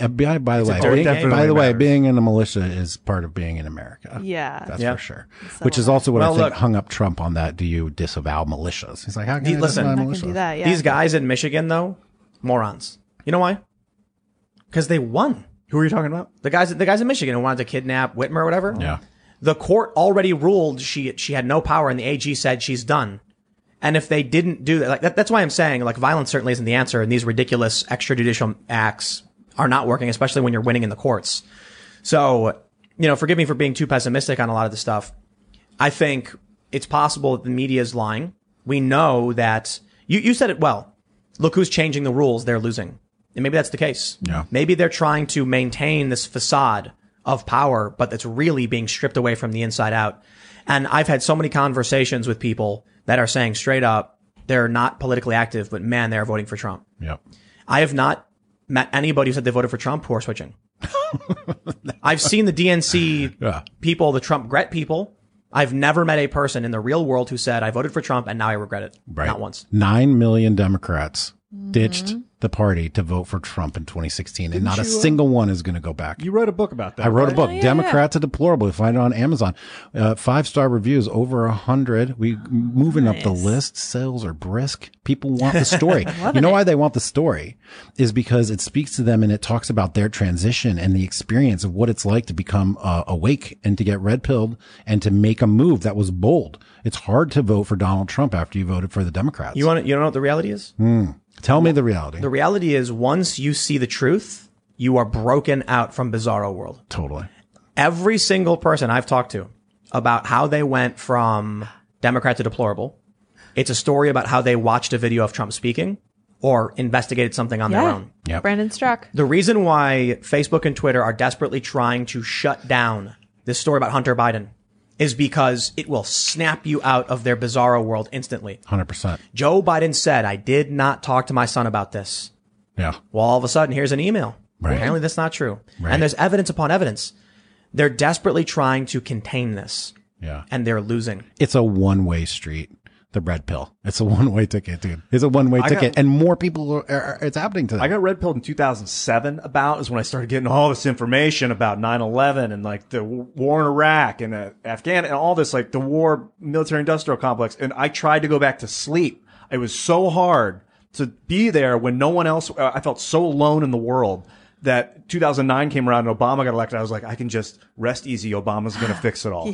Uh, by, by the way, dirty game. being- by the Definitely way, matters. being in a militia is part of being in America. Yeah. That's Yeah. for sure. Which is also what I Well, think look- hung up Trump on that. Do you disavow militias? He's like, how can you listen, disavow I I can militias? do that. Yeah. These guys in Michigan, though, morons. You know why? Because they won. Who are you talking about? The guys, the guys in Michigan who wanted to kidnap Whitmer or whatever. Yeah. The court already ruled she she had no power, and the AG said she's done. And if they didn't do that, like that, that's why I'm saying like violence certainly isn't the answer, and these ridiculous extrajudicial acts are not working, especially when you're winning in the courts. So, you know, forgive me for being too pessimistic on a lot of this stuff. I think it's possible that the media is lying. We know that you, you said it well. Look who's changing the rules. They're losing. And maybe that's the case. Yeah. Maybe they're trying to maintain this facade of power, but that's really being stripped away from the inside out. And I've had so many conversations with people that are saying straight up, they're not politically active, but man, they're voting for Trump. Yep. I have not met anybody who said they voted for Trump who are (laughs) switching. I've seen the DNC Yeah. people, the Trump Gret people. I've never met a person in the real world who said I voted for Trump and now I regret it. Right. Not once. Mm-hmm. Nine million Democrats ditched the party to vote for Trump in 2016, and not a single one is going to go back. You wrote a book about that. I wrote a book, Oh, yeah, Democrats are Deplorable. You find it on Amazon. Uh, Five star reviews, over a hundred. We moving up the list. Sales are brisk. People want (laughs) the story. you know why they want the story is because it speaks to them and it talks about their transition and the experience of what it's like to become uh, awake and to get red pilled and to make a move that was bold. It's hard to vote for Donald Trump after you voted for the Democrats. You want to, you know what the reality is? Hmm. Tell me the reality. The reality is once you see the truth, you are broken out from bizarro world. totally. every single person I've talked to about how they went from Democrat to deplorable. It's a story about how they watched a video of Trump speaking or investigated something on their Yeah. own. Yep. Brandon Strzok. The reason why Facebook and Twitter are desperately trying to shut down this story about Hunter Biden is because it will snap you out of their bizarro world instantly. 100%. Joe Biden said, I did not talk to my son about this. Yeah. Well, all of a sudden, here's an email. Right. Apparently, that's not true. Right. And there's evidence upon evidence. They're desperately trying to contain this, Yeah. and they're losing. it's a one way street. The red pill. It's a one way ticket, dude. It's a one way ticket, and more people are, are. It's happening to them. I got red pilled in 2007. About is when I started getting all this information about 9/11 and like the w- war in Iraq and uh, Afghanistan and all this like the war military industrial complex. And I tried to go back to sleep. It was so hard to be there when no one else. Uh, I felt so alone in the world that 2009 came around and Obama got elected. I was like, I can just rest easy. Obama's going to fix it (laughs) all.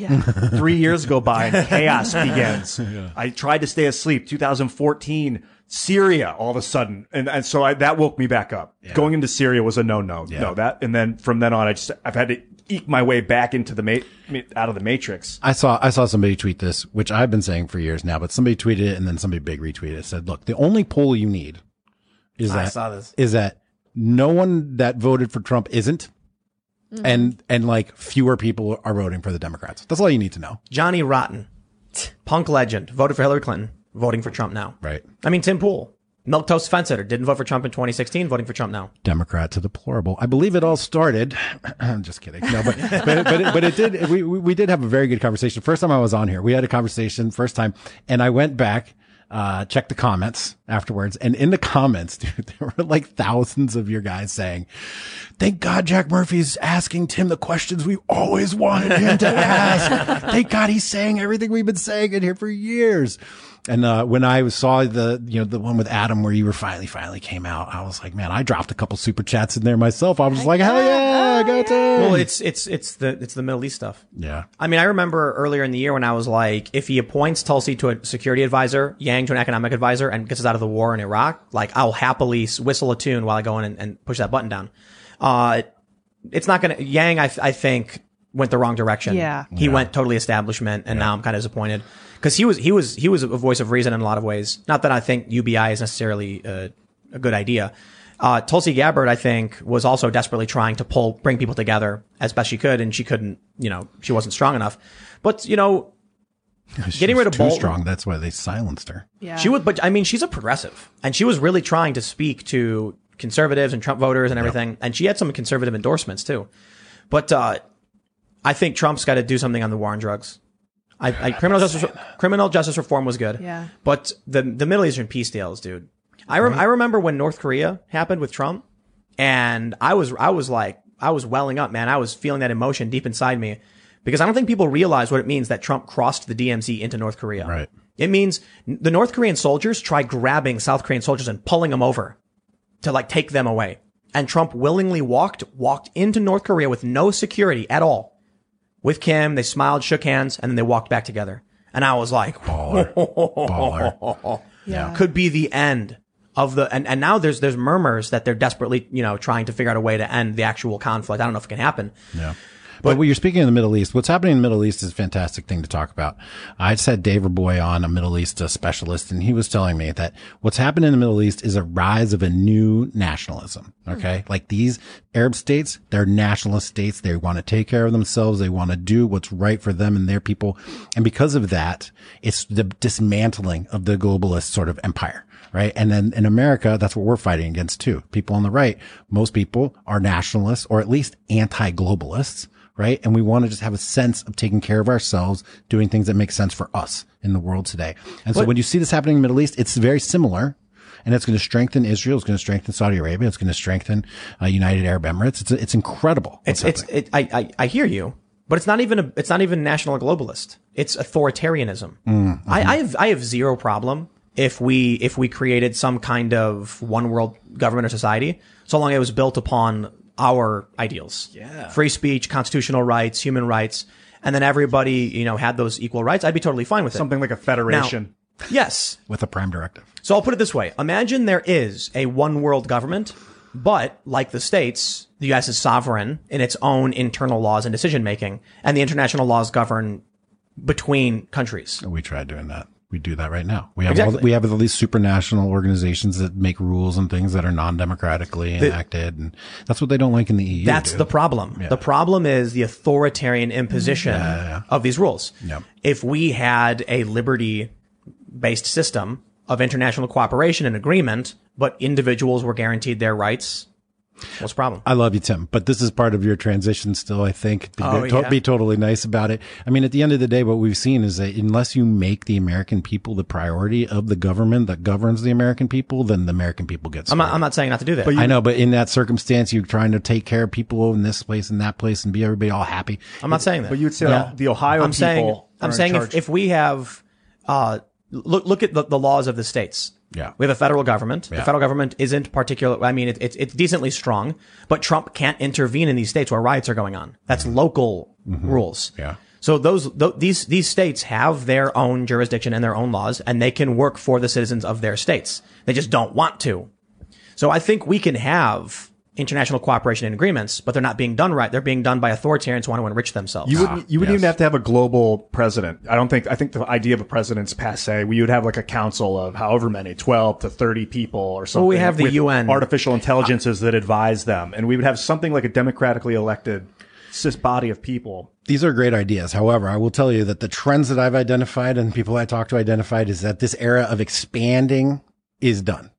Three years go by and chaos begins. I tried to stay asleep. 2014, Syria all of a sudden. And, and so I, that woke me back up. Going into Syria was a no, no, no, that. And then from then on, I just, I've had to eke my way back into the ma- ma- out of the matrix. I saw I saw somebody tweet this, which I've been saying for years now, but somebody tweeted it and then somebody big retweeted it. Said, "Look, the only poll you need is that is saw this. that no one that voted for Trump isn't, and and like fewer people are voting for the Democrats. That's all you need to know, Johnny Rotten, punk legend, voted for Hillary Clinton, voting for Trump now. right? I mean, Tim Pool, milquetoast fence hitter, didn't vote for Trump in 2016, voting for Trump now. Democrat to deplorable. I believe it all started. (clears throat) I'm just kidding. No, but (laughs) but but it, but it did. We we we did have a very good conversation. First time I was on here, we had a conversation. First time, and I went back. uh, check the comments afterwards. And in the comments, (laughs) dude, there were like thousands of your guys saying, thank God Jack Murphy's asking Tim the questions we always wanted him to ask. thank God he's saying everything we've been saying in here for years. And, uh, when I saw the, you know, the one with Adam where you were finally, finally came out, I was like, man, I dropped a couple super chats in there myself. I was just like, hell yeah, go Tim. Well, it's it's it's the it's the Middle East stuff. yeah. I mean, I remember earlier in the year when I was like, if he appoints Tulsi to a security advisor, Yang to an economic advisor, and gets us out of the war in Iraq, like I'll happily s- whistle a tune while I go in and, and push that button down. Uh, it's not gonna Yang. I, I think went the wrong direction. Yeah. he went totally establishment, and now I'm kind of disappointed because he was he was he was a voice of reason in a lot of ways. Not that I think UBI is necessarily a, a good idea. Uh, Tulsi Gabbard, I think, was also desperately trying to pull bring people together as best she could, and she couldn't. You know, she wasn't strong enough. But you know, (laughs) She getting was rid of too Bolton- strong. That's why they silenced her. Yeah. she would, but I mean, she's a progressive, and she was really trying to speak to conservatives and Trump voters and everything. And she had some conservative endorsements too. But uh, I think Trump's got to do something on the war on drugs. I, I criminal justice criminal justice reform was good. Yeah. But the the Middle Eastern peace deals, dude. I rem- I remember when North Korea happened with Trump, and I was I was like I was welling up, man. I was feeling that emotion deep inside me because I don't think people realize what it means that Trump crossed the DMZ into North Korea. Right. It means n- the North Korean soldiers try grabbing South Korean soldiers and pulling them over to like take them away. And Trump willingly walked walked into North Korea with no security at all with Kim. They smiled, shook hands, and then they walked back together. And I was like, Baller. (laughs) Baller. Yeah. could be the end of the and, and now there's there's murmurs that they're desperately, you know, trying to figure out a way to end the actual conflict. I don't know if it can happen. Yeah. But, when you're speaking of the Middle East, what's happening in the Middle East is a fantastic thing to talk about. I just had Dave Boy on, a Middle East uh, specialist, and he was telling me that what's happened in the Middle East is a rise of a new nationalism. Okay. Like these Arab states, they're nationalist states. They want to take care of themselves. They want to do what's right for them and their people. And because of that, it's the dismantling of the globalist sort of empire right? And then in America, that's what we're fighting against too. People on the right, most people are nationalists or at least anti-globalists, right? And we want to just have a sense of taking care of ourselves, doing things that make sense for us in the world today. And so when you see this happening in the Middle East, it's very similar. And it's going to strengthen Israel. It's going to strengthen Saudi Arabia. It's going to strengthen uh, United Arab Emirates. It's it's incredible. It's it's it, I, I I hear you, but it's not even a it's not even national or globalist. It's authoritarianism. I, I have I have zero problem if we if we created some kind of one world government or society, so long it was built upon our ideals. Yeah, free speech, constitutional rights, human rights, and then everybody you know had those equal rights. I'd be totally fine with Something like a it. federation. Now, yes, with a prime directive. so I'll put it this way. Imagine there is a one world government, but like the states, the U.S. is sovereign in its own internal laws and decision making, and the international laws govern between countries. We tried doing that. We do that right now. We have all Exactly. we have all these supranational organizations that make rules and things that are non-democratically enacted, and that's what they Mm, don't like in the EU. That's dude. the problem. The problem is the authoritarian imposition of these rules. Yep. If we had a liberty based system of international cooperation and agreement, but individuals were guaranteed their rights, what's the problem? I love you, Tim, but this is part of your transition still, I think. Be, Oh, to- yeah. be totally nice about it. I mean, at the end of the day, what we've seen is that unless you make the American people the priority of the government that governs the American people, then the American people gets. I'm not, I'm not saying not to do that. I know, but in that circumstance, you're trying to take care of people in this place and that place and be everybody all happy. I'm not saying that. But you would say the Ohio I'm people saying are I'm in saying if, charge. if we have uh, look look at the, the laws of the states. Yeah. we have a federal government. Yeah. The federal government isn't particular. I mean, it, it's it's decently strong, but Trump can't intervene in these states where riots are going on. That's Mm-hmm. local rules. Yeah. So those th- these these states have their own jurisdiction and their own laws, and they can work for the citizens of their states. They just don't want to. So I think we can have international cooperation and agreements, but they're not being done right. They're being done by authoritarians who want to enrich themselves. You wouldn't. you wouldn't yes. even have to have a global president. I don't think. I think the idea of a president's passe. We would have like a council of however many, twelve to thirty people or something. we have the Uh, with UN. artificial intelligences that advise them, and we would have something like a democratically elected cis body of people. these are great ideas. However, I will tell you that the trends that I've identified and people I talk to identified is that this era of expanding is done.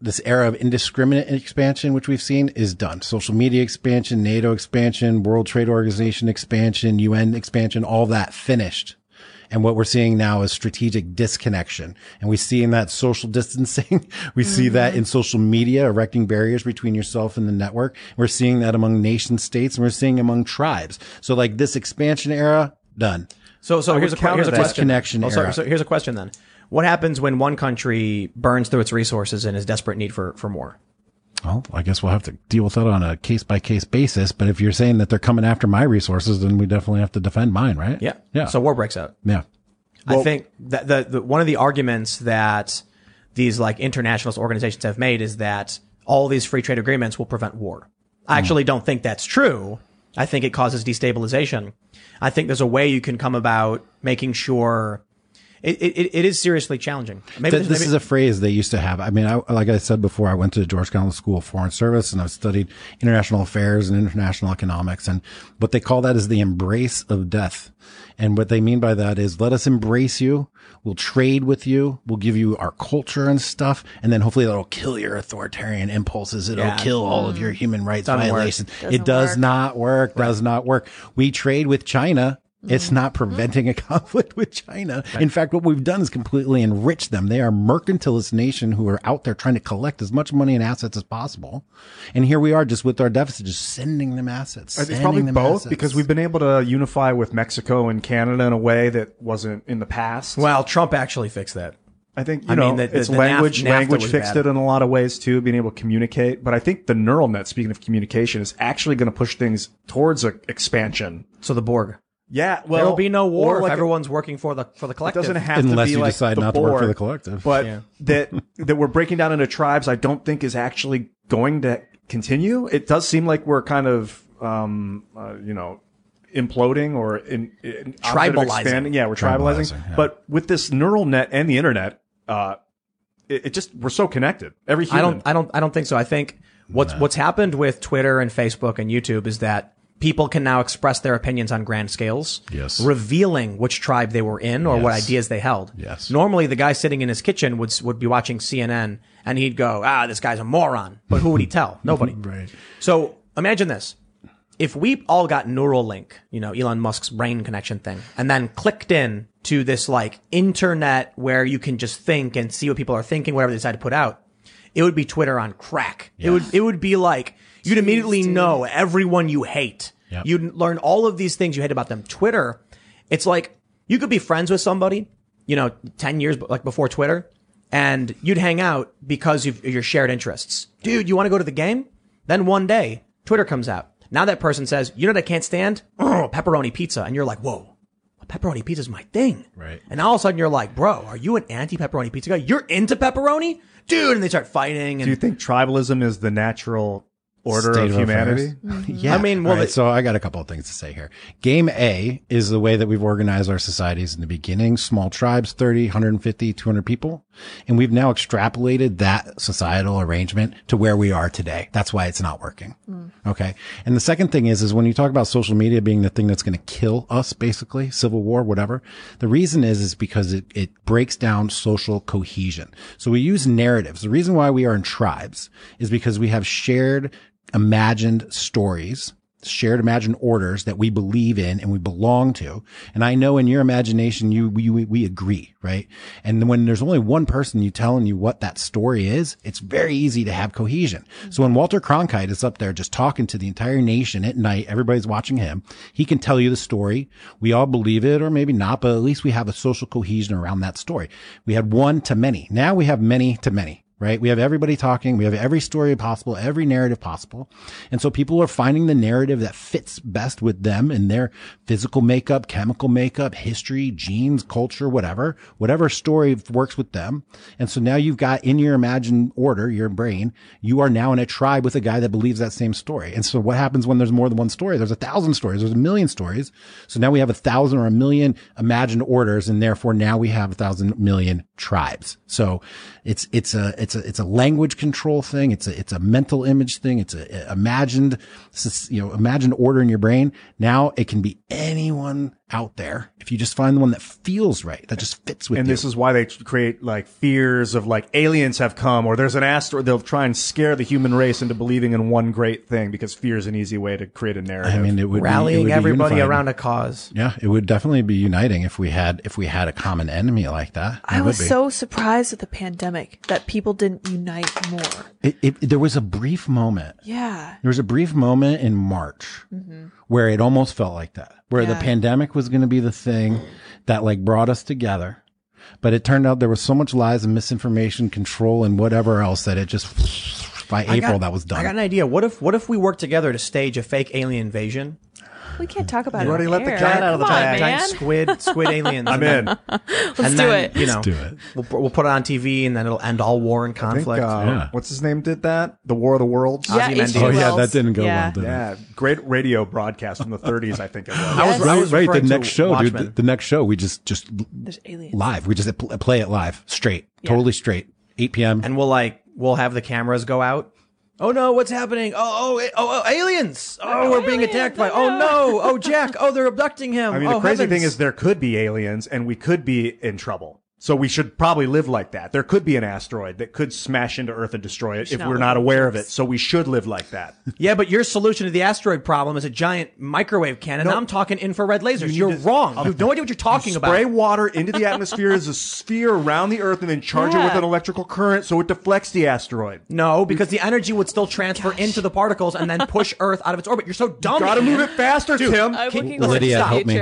This era of indiscriminate expansion, which we've seen, is done. Social media expansion, NATO expansion, World Trade Organization expansion, UN expansion, all that finished. And what we're seeing now is strategic disconnection. And we see in that social (laughs) distancing, we see that in social media, erecting barriers between yourself and the network. We're seeing that among nation states and we're seeing among tribes. So like this expansion era, done. So, so here's a, que- here's a would counter that. question. Disconnection Oh, sorry, era. so here's a question then. What happens when one country burns through its resources and is desperate need for, for more? Well, I guess we'll have to deal with that on a case by case basis. But if you're saying that they're coming after my resources, then we definitely have to defend mine, right? Yeah. Yeah. So war breaks out. yeah. I think that the, the one of the arguments that these like internationalist organizations have made is that all these free trade agreements will prevent war. Hmm. I actually don't think that's true. I think it causes destabilization. I think there's a way you can come about making sure it, it, it- it is seriously challenging. Maybe, Th- there's- this maybe- is a phrase they used to have. I mean, I, like I said before, I went to the Georgetown School of Foreign Service and I've studied international affairs and international economics. And what they call that is the embrace of death. And what they mean by that is let us embrace you. We'll trade with you. We'll give you our culture and stuff. And then hopefully that'll kill your authoritarian impulses. It'll Yeah. kill all of your human rights Doesn't work. violations. It Doesn't does work. not work. Does not work. We trade with China. Mm-hmm. It's not preventing a (laughs) conflict with China. In fact, what we've done is completely enrich them. They are a mercantilist nation who are out there trying to collect as much money and assets as possible. And here we are just with our deficit, just sending them assets. It's sending probably them both assets. because we've been able to unify with Mexico and Canada in a way that wasn't in the past. well, Trump actually fixed that. I think you I know mean, the- the- it's the NAF- language. NAFTA language was fixed bad. it in a lot of ways too, being able to communicate. But I think the neural net, speaking of communication, is actually going to push things towards a expansion. So the Borg. Yeah, well, there will be no war or like if a- everyone's working for the for the It collective. doesn't have Unless to be you like decide the not to work for Borg, the collective. But Yeah. that that we're breaking down into tribes, I don't think is actually going to continue. It does seem like we're kind of, um, uh, you know, imploding or in, in opposite of Tribalizing. expanding. Yeah, we're tribalizing. Tribalizing, yeah. But with this neural net and the internet, uh, it, it just we're so connected. Every I human. don't I don't I don't think so. I think what's what's happened with Twitter and Facebook and YouTube is that people can now express their opinions on grand scales. Yes. Revealing which tribe they were in or what Yes. ideas they held. Yes. Normally the guy sitting in his kitchen would s- would be watching CNN and he'd go, "Ah, this guy's a moron." But who would he tell? Nobody. Right. So, imagine this. If we all got Neuralink, you know, Elon Musk's brain connection thing, and then clicked in to this like internet where you can just think and see what people are thinking, whatever they decide to put out, it would be Twitter on crack. It would it would be like you'd immediately know everyone you hate. Yep. You'd learn all of these things you hate about them. Twitter, it's like you could be friends with somebody, you know, ten years b- like before Twitter, and you'd hang out because of your shared interests. Dude, you want to go to the game? Then one day Twitter comes out. Now that person says, you know what I can't stand? Oh, pepperoni pizza, and you're like, whoa. Pepperoni pizza's my thing. Right. And all of a sudden you're like, bro, are you an anti pepperoni pizza guy? You're into pepperoni? Dude, and they start fighting and Do you think tribalism is the natural order State of of affairs. humanity? Mm-hmm. (laughs) Yeah. I mean, well, All right, the- so I got a couple of things to say here. Game A is the way that we've organized our societies in the beginning, small tribes, 30, 150, 200 people. And we've now extrapolated that societal arrangement to where we are today. That's why it's not working. Okay. And the second thing is, is when you talk about social media being the thing that's going to kill us, basically, civil war, whatever, the reason is, is because it, it breaks down social cohesion. So we use narratives. The reason why we are in tribes is because we have shared imagined stories, shared imagined orders that we believe in and we belong to. And I know in your imagination, you, we, we, we agree, right? And then when there's only one person you telling you what that story is, it's very easy to have cohesion. So when Walter Cronkite is up there just talking to the entire nation at night, everybody's watching him, he can tell you the story. We all believe it or maybe not, but at least we have a social cohesion around that story. We had one to many. Now we have many to many right? We have everybody talking. We have every story possible, every narrative possible. And so people are finding the narrative that fits best with them and their physical makeup, chemical makeup, history, genes, culture, whatever, whatever story works with them. And so now you've got in your imagined order, your brain, you are now in a tribe with a guy that believes that same story. And so what happens when there's more than one story? There's a thousand stories. There's a million stories. So now we have a thousand or a million imagined orders. And therefore now we have a thousand million tribes. So it's, it's a, it's a it's a language control thing. It's a it's a mental image thing. It's a, a imagined s- s- you know imagined order in your brain. Now it can be anyone out there if you just find the one that feels right that just fits with And you. this is why they create like fears of like aliens have come or there's an asteroid. They'll try and scare the human race into believing in one great thing because fear is an easy way to create a narrative. I mean, it would be- it would Rallying be everybody unifying. around a cause. Yeah, it would definitely be uniting if we had if we had a common enemy like that. I It would was be. so surprised at the pandemic that people didn't unite more. It, it, there was a brief moment. Yeah. There was a brief moment in March where it almost felt like that, where the Yeah. pandemic was going to be the thing that like brought us together. But it turned out there was so much lies and misinformation, control, and whatever else that it just by I got- April that was done. I got an idea. What if what if we work together to stage a fake alien invasion? We can't talk about it. You already on let the air. cat out of the Come on, bag. Giant man. squid, squid aliens. (laughs) (laughs) (laughs) I'm in. I Let's do then, it. You know, do it. We'll, pu- we'll put it on TV and then it'll end all war and think, conflict. uh, Yeah. What's his name did that? The War of the Worlds? Yeah, Ozymandias. H.G. Oh yeah, that Wells. didn't go Yeah. well. Did it? Yeah, great radio broadcast from the 30s, I think it was. I was- Right, right. The referring to next show, Watchmen. dude. The, the next show, we just just There's aliens. live. We just pl- play it live, straight, totally straight. 8 p.m. and we'll like we'll have the cameras go out. Oh no, what's happening? Oh oh eh, oh, oh aliens! Oh, we're being aliens, attacked by. oh, Oh no. no! Oh Jack! Oh, they're abducting him. I mean, oh, the crazy heavens. thing is there could be aliens and we could be in trouble. So we should probably live like that. There could be an asteroid that could smash into Earth and destroy it if not we're live not like aware of it. So we should live like that. yeah, but your solution to the asteroid problem is a giant microwave cannon. I'm talking infrared lasers. You are need to- wrong. you have no idea what you're talking about. Spray water into the atmosphere as a sphere around the Earth and then charge it with Yeah. an electrical current so it deflects the asteroid. No, because the energy would still transfer into the particles (laughs) and then push Earth out of its orbit. You're so dumb. Gotta man. move it faster, Tim. I'm Lydia, looking forward to the help me.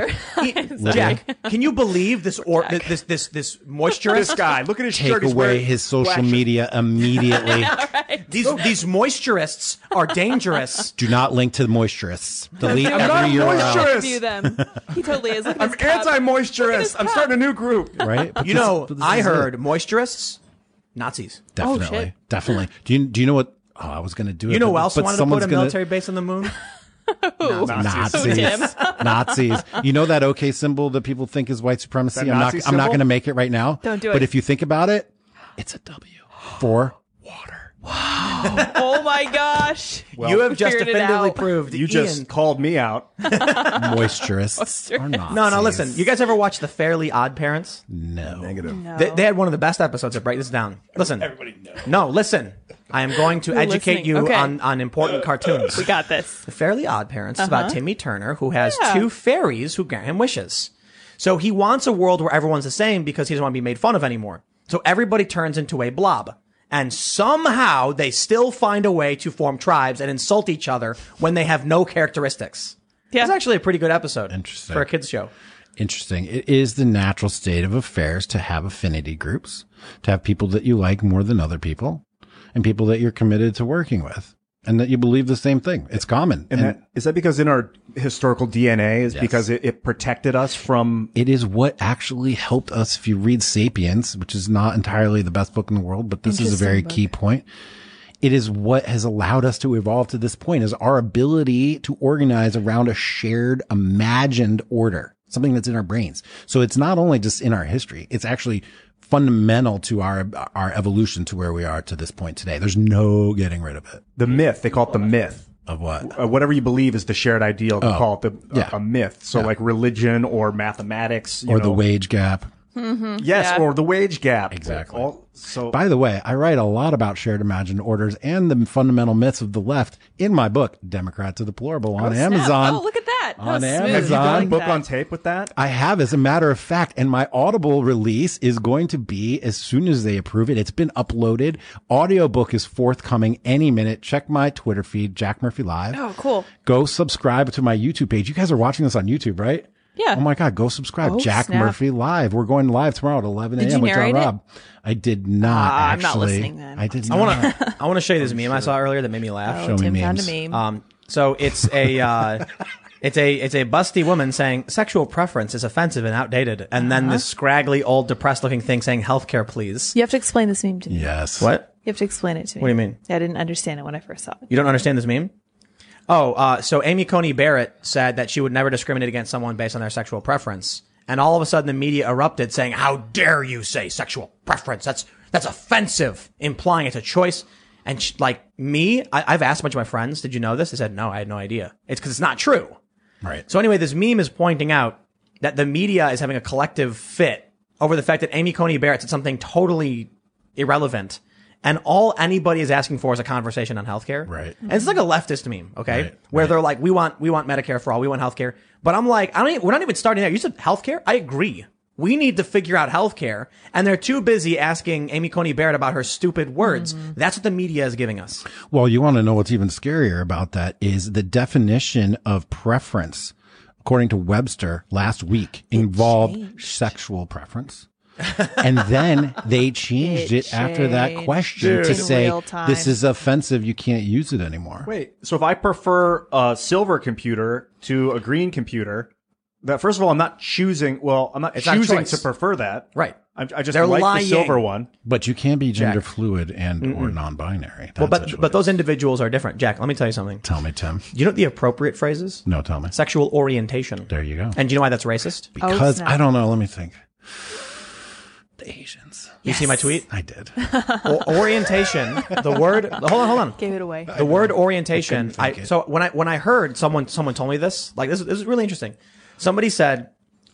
future. (laughs) He- Jack, can you believe this or this this this moisture? (laughs) this guy, look at his shirt. take he's away wearing. his social media (laughs) immediately. These these moisturists are dangerous. Do not link to (laughs) the moisturists. Delete I'm not every URL. moisturous. View them. He totally is. Look at I'm his cup. anti-moisturist. I'm starting a new group. Right? But (laughs) You this- know, but this I is it. heard moisturists, Nazis. (laughs) Definitely. Oh, shit. Definitely. Do you do you know what oh I was gonna do it. You know who but- else but wanted to put someone's a gonna- military base on the moon? Nazis. Nazis. (laughs) Nazis. You know that OK symbol that people think is white supremacy? That I'm Nazi not I'm not symbol? gonna make it right now. Don't do But it. if you think about it, it's a (gasps) W for (laughs) water. Oh my gosh. you have just figured it definitively out. proved You just Ian- called me out. Moisturists are Nazis. No, no, listen. You guys ever watch The Fairly Odd Parents? No. Negative. No. They, they had one of the best episodes of Break This Down. Listen. Everybody knows. No, listen. I am going to educate listening. you Okay. on, on important cartoons. we got this. The Fairly Odd Parents is Uh-huh. about Timmy Turner, who has two fairies who grant him wishes. So he wants a world where everyone's the same because he doesn't want to be made fun of anymore. So everybody turns into a blob. And somehow they still find a way to form tribes and insult each other when they have no characteristics. Yeah. It's actually a pretty good episode Interesting. for a kids show. Interesting. It is the natural state of affairs to have affinity groups, to have people that you like more than other people, and people that you're committed to working with, and that you believe the same thing. It's common. And, And that, is that because in our historical DNA is because it, it protected us from it is what actually helped us. If you read Sapiens, which is not entirely the best book in the world, but this is a very key point. It is what has allowed us to evolve to this point is our ability to organize around a shared imagined order, something that's in our brains. So it's not only just in our history, it's actually fundamental to our, our evolution to where we are to this point today. There's no getting rid of it. the myth. They call it the myth. Of what? Uh, whatever you believe is the shared ideal. They call it the, yeah. a myth. So like religion or mathematics, you Or know. the wage gap. yes, yeah. or the wage gap. Exactly. All- so By the way, I write a lot about shared imagined orders and the fundamental myths of the left in my book, Democrat to the Plurable, on Amazon. Oh, look at that. that On was smooth. have you Amazon. got a Like book that. on tape with that? I have, as a matter of fact, and my Audible release is going to be as soon as they approve it. It's been uploaded. Audiobook is forthcoming any minute. Check my Twitter feed, Jack Murphy Live. Oh, cool. Go subscribe to my YouTube page. You guys are watching this on YouTube, right? Yeah. Oh my God, go subscribe. Oh, Jack snap. Murphy Live. We're going live tomorrow at 11 Did a.m. you with John narrate it? Robb. I did not. Ah, I'm not actually. listening then. I did I not. want to I want to show you this meme I saw earlier that made me laugh. Show Oh, me Tim found memes. a meme. Um, so it's a uh, it's a it's a busty woman saying sexual preference is offensive and outdated, and then this scraggly old depressed looking thing saying healthcare please. you have to explain this meme to me. Yes. What? You have to explain it to me. What do you mean? I didn't understand it when I first saw it. You don't understand this meme? Oh, uh, so Amy Coney Barrett said that she would never discriminate against someone based on their sexual preference, and all of a sudden the media erupted saying, "How dare you say sexual preference? That's That's offensive, implying it's a choice. And sh- like me, I- I've asked a bunch of my friends, did you know this? They said, no, I had no idea. It's because it's not true. Right. So anyway, this meme is pointing out that the media is having a collective fit over the fact that Amy Coney Barrett said something totally irrelevant. And all anybody is asking for is a conversation on healthcare. Right. And it's like a leftist meme, okay? Right, Where they're like, we want we want Medicare for all, we want healthcare. But I'm like, I don't even, we're not even starting there. You said healthcare? I agree. We need to figure out healthcare. And they're too busy asking Amy Coney Barrett about her stupid words. That's what the media is giving us. Well, you want to know what's even scarier about that is the definition of preference, according to Webster last week, involved sexual preference. and then (laughs) they changed it, It after that changed. question to In say real time. this is offensive, you can't use it anymore. Wait, so if I prefer a silver computer to a green computer, that first of all, I'm not choosing. Well, I'm not not choosing choice. to prefer that. Right. I, I just They're like lying. the silver one. But you can be gender fluid and or non-binary. That's Well, a but choice. but those individuals are different. Jack, let me tell you something. tell me, Tim. You know what the appropriate phrase is? No, tell me. Sexual orientation. There you go. And do you know why that's racist? You because snap. I don't know. Let me think. The Asians. see my (laughs) tweet? (laughs) I did. O- orientation, the word, hold on, hold on. Gave it away. The word orientation. I, think it. so when I when I heard someone someone told me this, like this, this is really interesting. Somebody said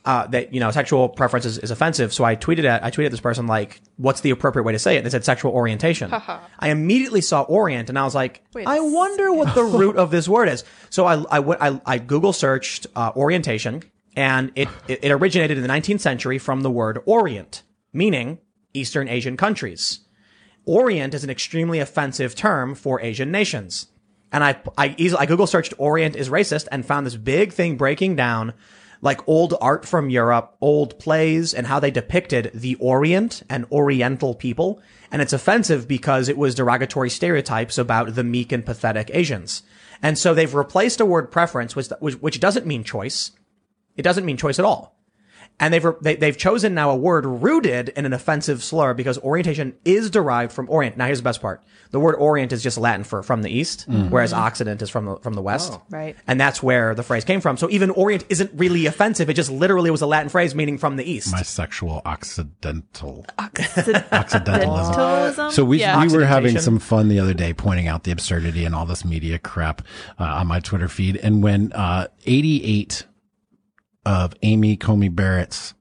uh, that you know sexual preference is, is offensive. So I tweeted at I tweeted at this person like, "What's the appropriate way to say it?" They said sexual orientation. I immediately saw orient, and I was like, Wait a "I wonder what the root of this word is." So I I went- I, I Google searched uh, orientation, and it, it it originated in the 19th century from the word orient, meaning Eastern Asian countries. Orient is an extremely offensive term for Asian nations. And I, I easily, I Google searched Orient is racist and found this big thing breaking down like old art from Europe, old plays and how they depicted the Orient and Oriental people. And it's offensive because it was derogatory stereotypes about the meek and pathetic Asians. And so they've replaced a word preference, which, which, which doesn't mean choice. It doesn't mean choice at all and they've they, they've chosen now a word rooted in an offensive slur because orientation is derived from orient. Now here's the best part: the word orient is just Latin for from the east, whereas occident is from the from the west. Right. and that's where the phrase came from. So even orient isn't really offensive; it just literally was a Latin phrase meaning from the east. my sexual occidental occidentalism. Occidentalism. So we, yeah. we were having Oxidation. some fun the other day pointing out the absurdity and all this media crap uh, on my Twitter feed. And when uh, 88 of Amy Comey Barrett's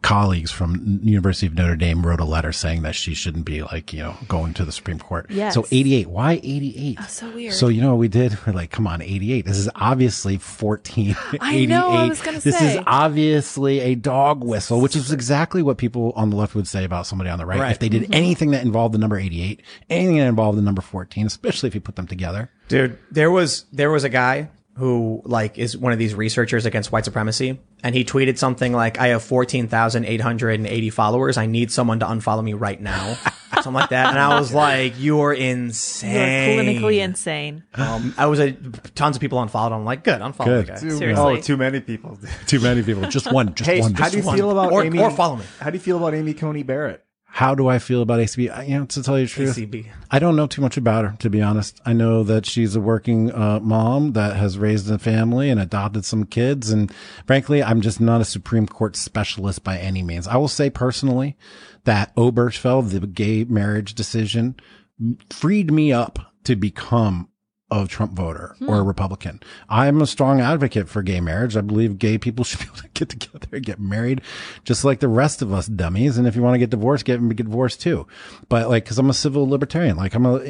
colleagues from University of Notre Dame wrote a letter saying that she shouldn't be like, you know, going to the Supreme Court. Yes. Uh, So 88, why 88? Oh, so weird. So you know what we did? (laughs) We're like, come on, 88. This is obviously 14. (laughs) I know, I 88. was gonna This is say. obviously a dog whistle, which is exactly what people on the left would say about somebody on the right. Right. If they Mm-hmm. did anything that involved the number 88, anything that involved the number 14, especially if you put them together. Dude, there was there was a guy who like is one of these researchers against white supremacy, and he tweeted something like, "I have fourteen thousand eight hundred and eighty followers. I need someone to unfollow me right now." Something like that, and I was like, "You're You're insane." clinically insane. Um, I was a tons of people unfollowed. I'm like, good, unfollow the Good. guy. Seriously. Oh, too many people. Too many people. Just one. Just hey, one. how Just do you one. feel about Or- Amy? or follow me. How do you feel about Amy Coney Barrett? how do I feel about ACB? I, you know, to tell you the truth, ACB. I don't know too much about her, to be honest. I know that she's a working uh, mom that has raised a family and adopted some kids. And frankly, I'm just not a Supreme Court specialist by any means. I will say personally that Obergefell, the gay marriage decision, m- freed me up to become a Trump voter or a Republican. I'm a strong advocate for gay marriage. I believe gay people (laughs) should be able to get together and get married just like the rest of us dummies. And if you want to get divorced, get, get divorced too. But like, cause I'm a civil libertarian, like I'm a,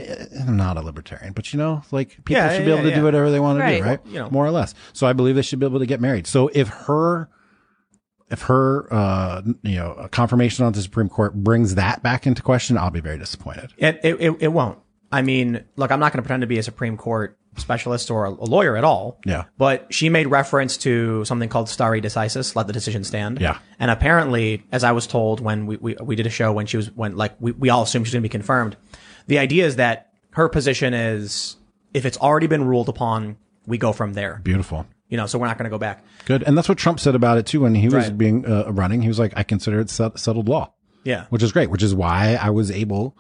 I'm not a libertarian, but you know, like people Yeah, should be yeah, able to do yeah. whatever they want to do, Right. right? Well, you know. More or less. So I believe they should be able to get married. So if her, if her, uh, you know, confirmation on the Supreme Court brings that back into question, I'll be very disappointed. It, it, it, it won't. I mean, look, I'm not going to pretend to be a Supreme Court specialist or a lawyer at all. Yeah. But she made reference to something called stare decisis, let the decision stand. Yeah. And apparently, as I was told when we, we, we did a show when she was, when like we, we all assumed she's going to be confirmed, the idea is that her position is if it's already been ruled upon, we go from there. Beautiful. You know, so we're not going to go back. Good. And that's what Trump said about it too when he was Right. being uh, running. He was like, I consider it set- settled law. Yeah. which is great, which is why I was able,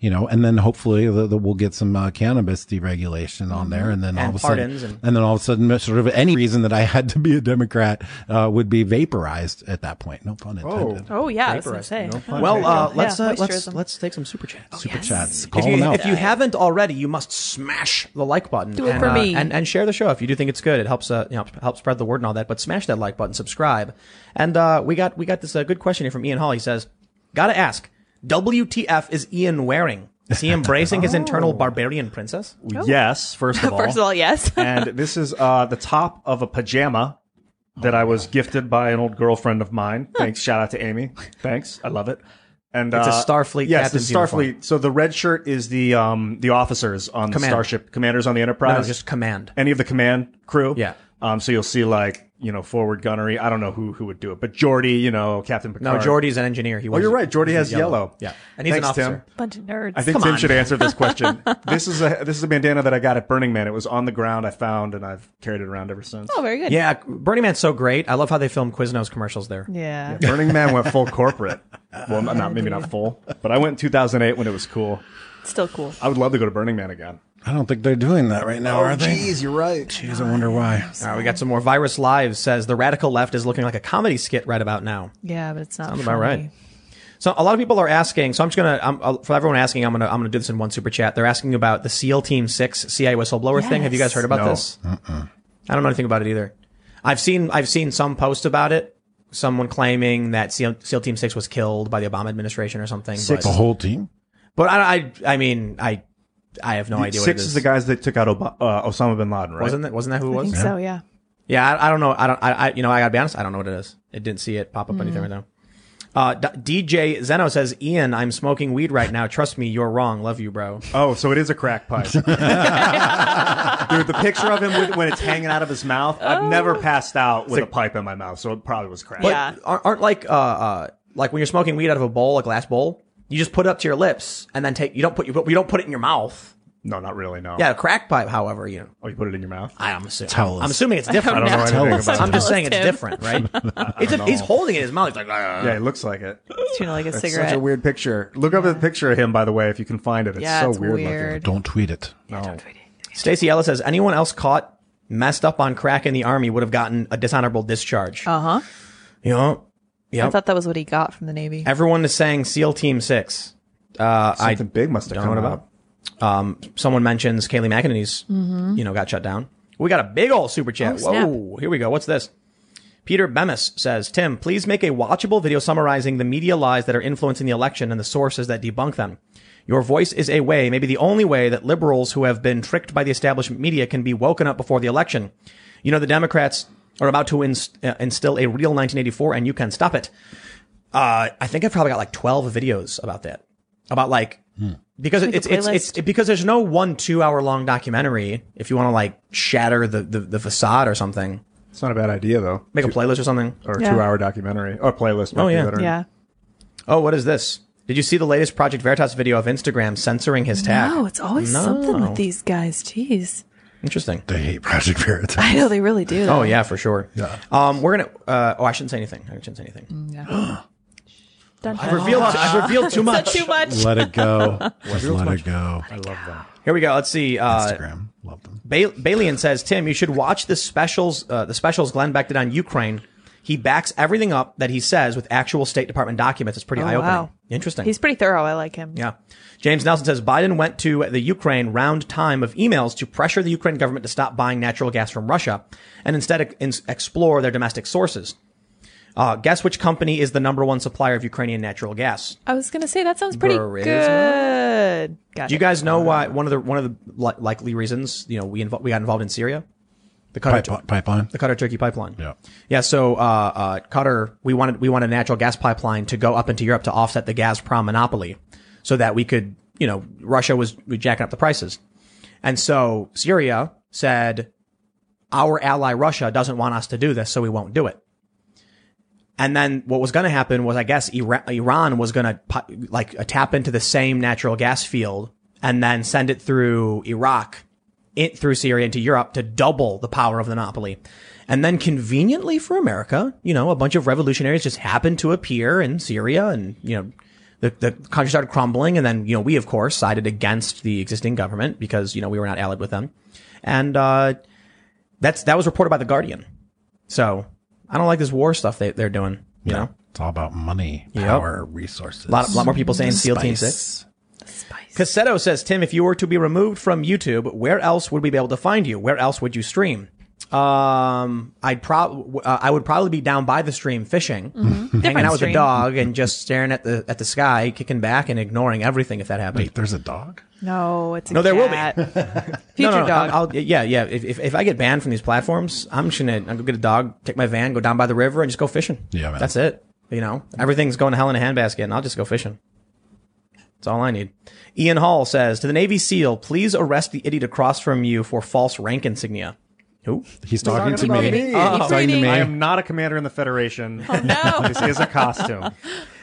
you know, and then hopefully the, the, we'll get some uh, cannabis deregulation on there, and then all Mm-hmm. And of a sudden, pardons and- then all of a sudden, uh, sort of any reason that I had to be a Democrat uh, would be vaporized at that point. No pun intended. Oh yeah, I was gonna Vaporized, say. no pun Well, taken. uh, let's Yeah, uh, let's moisturism. let's take some super chats. Super chats, call If you, them out. if you haven't already, you must smash the like button. Do it and, for uh, me. and and share the show if you do think it's good. It helps uh, you know, help spread the word and all that. But smash that like button, subscribe, and uh, we got we got this uh, good question here from Ian Hall. He says, "Gotta ask, WTF is Ian wearing? Is (laughs) he embracing his Oh. internal barbarian princess? (laughs) yes, first of (laughs) all. First of all, yes. and this is uh, the top of a pajama Oh that I was gifted by an old girlfriend of mine. Thanks. Shout out to Amy. Thanks. I love it. And It's a uh, Starfleet Yes, the captain's Starfleet. uniform. So the red shirt is the um, the officers on the Command. starship, commanders on the No, Enterprise. just command. any of the command crew. Yeah. Um, so you'll see like you know forward gunnery. I don't know who who would do it, but Jordy, you know Captain No, Picard. Jordy's an engineer. He Oh, you're right. Jordy he's has yellow. Yeah, and he's Thanks, an officer. Tim. Bunch of nerds. I think Come Tim on. should answer (laughs) this question. this is a this is a bandana that I got at Burning Man. It was on the ground. I found and I've carried it around ever since. oh, very good. Yeah, Burning Man's so great. I love how they film Quiznos commercials there. Yeah. Burning Man went (laughs) full corporate. Well, not, not maybe not full, but I went in 2008 when it was cool. Still cool. I would love to go to Burning Man again. I don't think they're doing that right Oh, now, are they? you're right. Jeez, I wonder why. All right, we got some more. Virus Live says the radical left is looking like a comedy skit right about now. Yeah, but it's not. about right. So a lot of people are asking. So I'm just gonna I'm, uh, for everyone asking, I'm gonna I'm gonna do this in one super chat. They're asking about the SEAL Team Six CIA whistleblower thing. Have you guys Yes. heard about No. this? I don't know anything about it either. I've seen I've seen some post about it. Someone claiming that SEAL, SEAL Team Six was killed by the Obama administration or something. The But, whole team. but I, I I mean I I have no idea. what it Six is. is the guys that took out Ob- uh, Osama bin Laden, right? Wasn't that wasn't that who it I was? think so. Yeah. Yeah, I, I don't know. I don't. I, I you know I gotta be honest. I don't know what it is. It didn't see it pop up Mm. anything right now. Uh, D- DJ Zeno says, Ian, I'm smoking weed right now. Trust me, you're wrong. Love you, bro. Oh, so it is a (laughs) crack pipe. (laughs) Dude, the picture of him with, when it's hanging out of his mouth. Oh. I've never passed out with a pipe in my mouth, so it probably was crack. But Yeah. aren't, aren't like uh, uh like when you're smoking weed out of a bowl, a glass bowl, you just put it up to your lips and then take. You don't put you, you don't put it in your mouth. No, not really. No. Yeah, a crack pipe. However, you know, Oh, you put it in your mouth. I, I'm assuming. Tell us. I'm assuming it's different. I don't know anything Tell about us. it. I'm just Tell saying us, it's Tim. different, right? (laughs) it's a, he's holding it in his mouth. He's like, "Ah." Yeah, it looks like it. It's you know, like a It's cigarette. such a weird picture. Look up a picture of him, by the way, if you can find it. It's yeah, so it's weird, weird. Don't tweet it. looking. No. Stacey Ellis says, anyone else caught messed up on crack in the army would have gotten a dishonorable discharge. Uh huh. You know, yeah. I thought that was what he got from the Navy. Everyone is saying SEAL Team Six. Uh, I Something big must have know come what about. someone mentions Kaylee McEnany's, you know, got shut down. We got a big old super chat. Mm-hmm. Oh, snap. Whoa, here we go. What's this? Peter Bemis says, Tim, please make a watchable video summarizing the media lies that are influencing the election and the sources that debunk them. Your voice is a way, maybe the only way, that liberals who have been tricked by the establishment media can be woken up before the election. You know, the Democrats are about to inst- uh, instill a real 1984 and you can stop it. Uh, I think I've probably got like 12 videos about that. About like, because it's, it's, playlist. it's, because there's no one two hour long documentary. If you want to like shatter the, the, the facade or something, It's not a bad idea, though. make a playlist or something. or Yeah. two hour documentary or playlist. might Oh, be yeah. better. Yeah. Oh, what is this? Did you see the latest Project Veritas video of Instagram censoring his tag? Oh, it's always No. something with these guys. Jeez. Interesting. They hate Project Veritas. I know they really do. Oh though. yeah, for sure. Yeah. Um, we're gonna. Uh, oh, I shouldn't say anything. I shouldn't say anything. Dun, dun, I've revealed. I've revealed too dun. much. Oh. Too much. Let (laughs) it go. Just let it go. I love them. Here we go. Let's see. Uh, Instagram. Love them. Ba- Balian says, Tim, you should watch the specials. Uh, the specials Glenn Beck did on Ukraine. He backs everything up that he says with actual State Department documents. It's pretty eye opening. Oh, wow. Interesting. He's pretty thorough. I like him. Yeah. James Nelson says Biden went to the Ukraine round time of emails to pressure the Ukraine government to stop buying natural gas from Russia and instead ex- explore their domestic sources. Uh, guess which company is the number one supplier of Ukrainian natural gas? I was gonna say that sounds pretty Burisma? good. Got Do you it. guys know why one of the one of the li- likely reasons you know we invo- we got involved in Syria? The Qatar, Pipe, pipeline. the Qatar Turkey pipeline. Yeah. Yeah. So, uh, uh, Qatar, we wanted, we wanted a natural gas pipeline to go up into Europe to offset the Gazprom monopoly so that we could, you know, Russia was jacking up the prices. And so Syria said, our ally Russia doesn't want us to do this, so we won't do it. And then what was going to happen was, I guess, Ira- Iran was going to like tap into the same natural gas field and then send it through Iraq it through Syria into Europe to double the power of the Napoli. And then conveniently for America, you know, a bunch of revolutionaries just happened to appear in Syria and, you know, the, the country started crumbling. And then, you know, we, of course, sided against the existing government because, you know, we were not allied with them. And, uh, that's, that was reported by The Guardian. So I don't like this war stuff they, they're doing, you know? It's all about money, power, resources. A lot, lot more people saying SEAL Team Spice. 6. Cassetto says, Tim, if you were to be removed from YouTube, where else would we be able to find you? Where else would you stream? Um, I'd prob uh, I would probably be down by the stream fishing, hanging Different out with a Mm-hmm. stream. dog, and just staring at the at the sky, kicking back and ignoring everything if that happened. Wait, there's a dog? No, it's (laughs) a No, there will be. will be No, (laughs) future no, no, dog. I'll, I'll- yeah, yeah. If, if if I get banned from these platforms, I'm just gonna I'll go get a dog, take my van, go down by the river, and just go fishing. Yeah, man. that's it. You know, everything's going to hell in a handbasket, and I'll just go fishing. That's all I need. Ian Hall says to the Navy SEAL, please arrest the idiot across from you for false rank insignia. Who? He's talking, talking to about me. me. Oh. He's talking to Reading. me. I I am not a commander in (laughs) the Federation. Oh, no. (laughs) this is (laughs) a costume.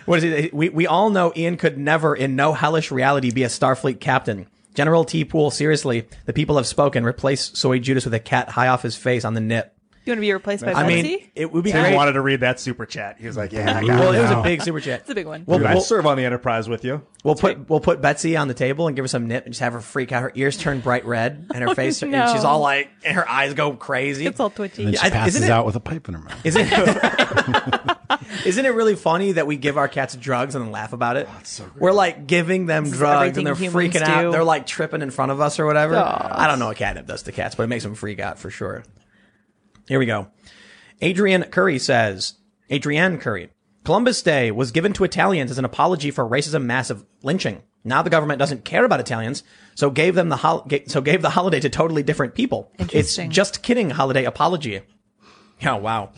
What is it? We, we all know Ian could never, in no hellish reality, be a Starfleet captain. General T. Pool, seriously, the people have spoken. Replace Soy Judas with a cat high off his face on the nip. you want to be replaced by I Betsy? mean, it would be Tim great. wanted to read that super chat. He was like, "Yeah, I got well, it. it was a now. big super chat. it's a big one. We'll, Dude, I we'll, serve on the Enterprise with you." we'll put we'll put Betsy on the table and give her some nip and just have her freak out. Her ears turn bright red and (laughs) her face, and Oh, no. she's all like, and her eyes go crazy. it's all twitchy. And Yeah, she I- passes isn't it- out with a pipe in her mouth. Isn't it, (laughs) (laughs) isn't it really funny that we give our cats drugs and then laugh about it? We're like giving them drugs and everything they're freaking humans out. do. They're like tripping in front of us or whatever. Aw. I don't know what catnip does to cats, but it makes them freak out for sure. Here we go. Adrian Curry says, Adrienne Curry, Columbus Day was given to Italians as an apology for racism massive lynching. Now the government doesn't care about Italians, so gave them the hol- ga- so gave the holiday to totally different people. It's Interesting. just kidding holiday apology. Yeah, wow.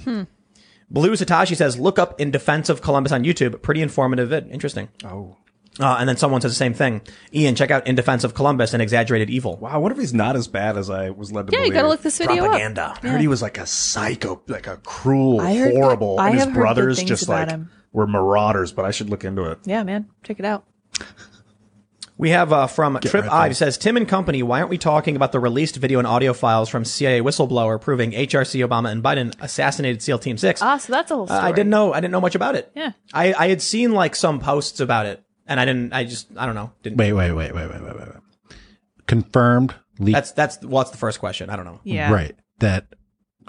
Blue Satoshi says, look up in defense of Columbus on YouTube. Pretty informative vid. Interesting. Oh, Uh, and then someone says the same thing. Ian, check out in defense of Columbus and exaggerated evil. wow. I wonder if he's not as bad as I was led to yeah, believe. you gotta look this video up. Propaganda. I heard he was like a psycho, like a cruel, I heard good- horrible, I and his have heard good brothers things just about like him. were marauders. But I should look into it. Yeah, man, check it out. We have uh, from Trip right there. Ive says, Tim and company, why aren't we talking about the released video and audio files from CIA whistleblower proving HRC Obama and Biden assassinated SEAL Team 6? Ah, so that's a whole story. Uh, I didn't know. I didn't know much about it. Yeah. I, I had seen like some posts about it and I didn't, I just, I don't know. Didn't. Wait, wait, wait, wait, wait, wait, wait. wait. Confirmed leak. That's, that's, what's the first question? I don't know. (laughs) Yeah, Right. That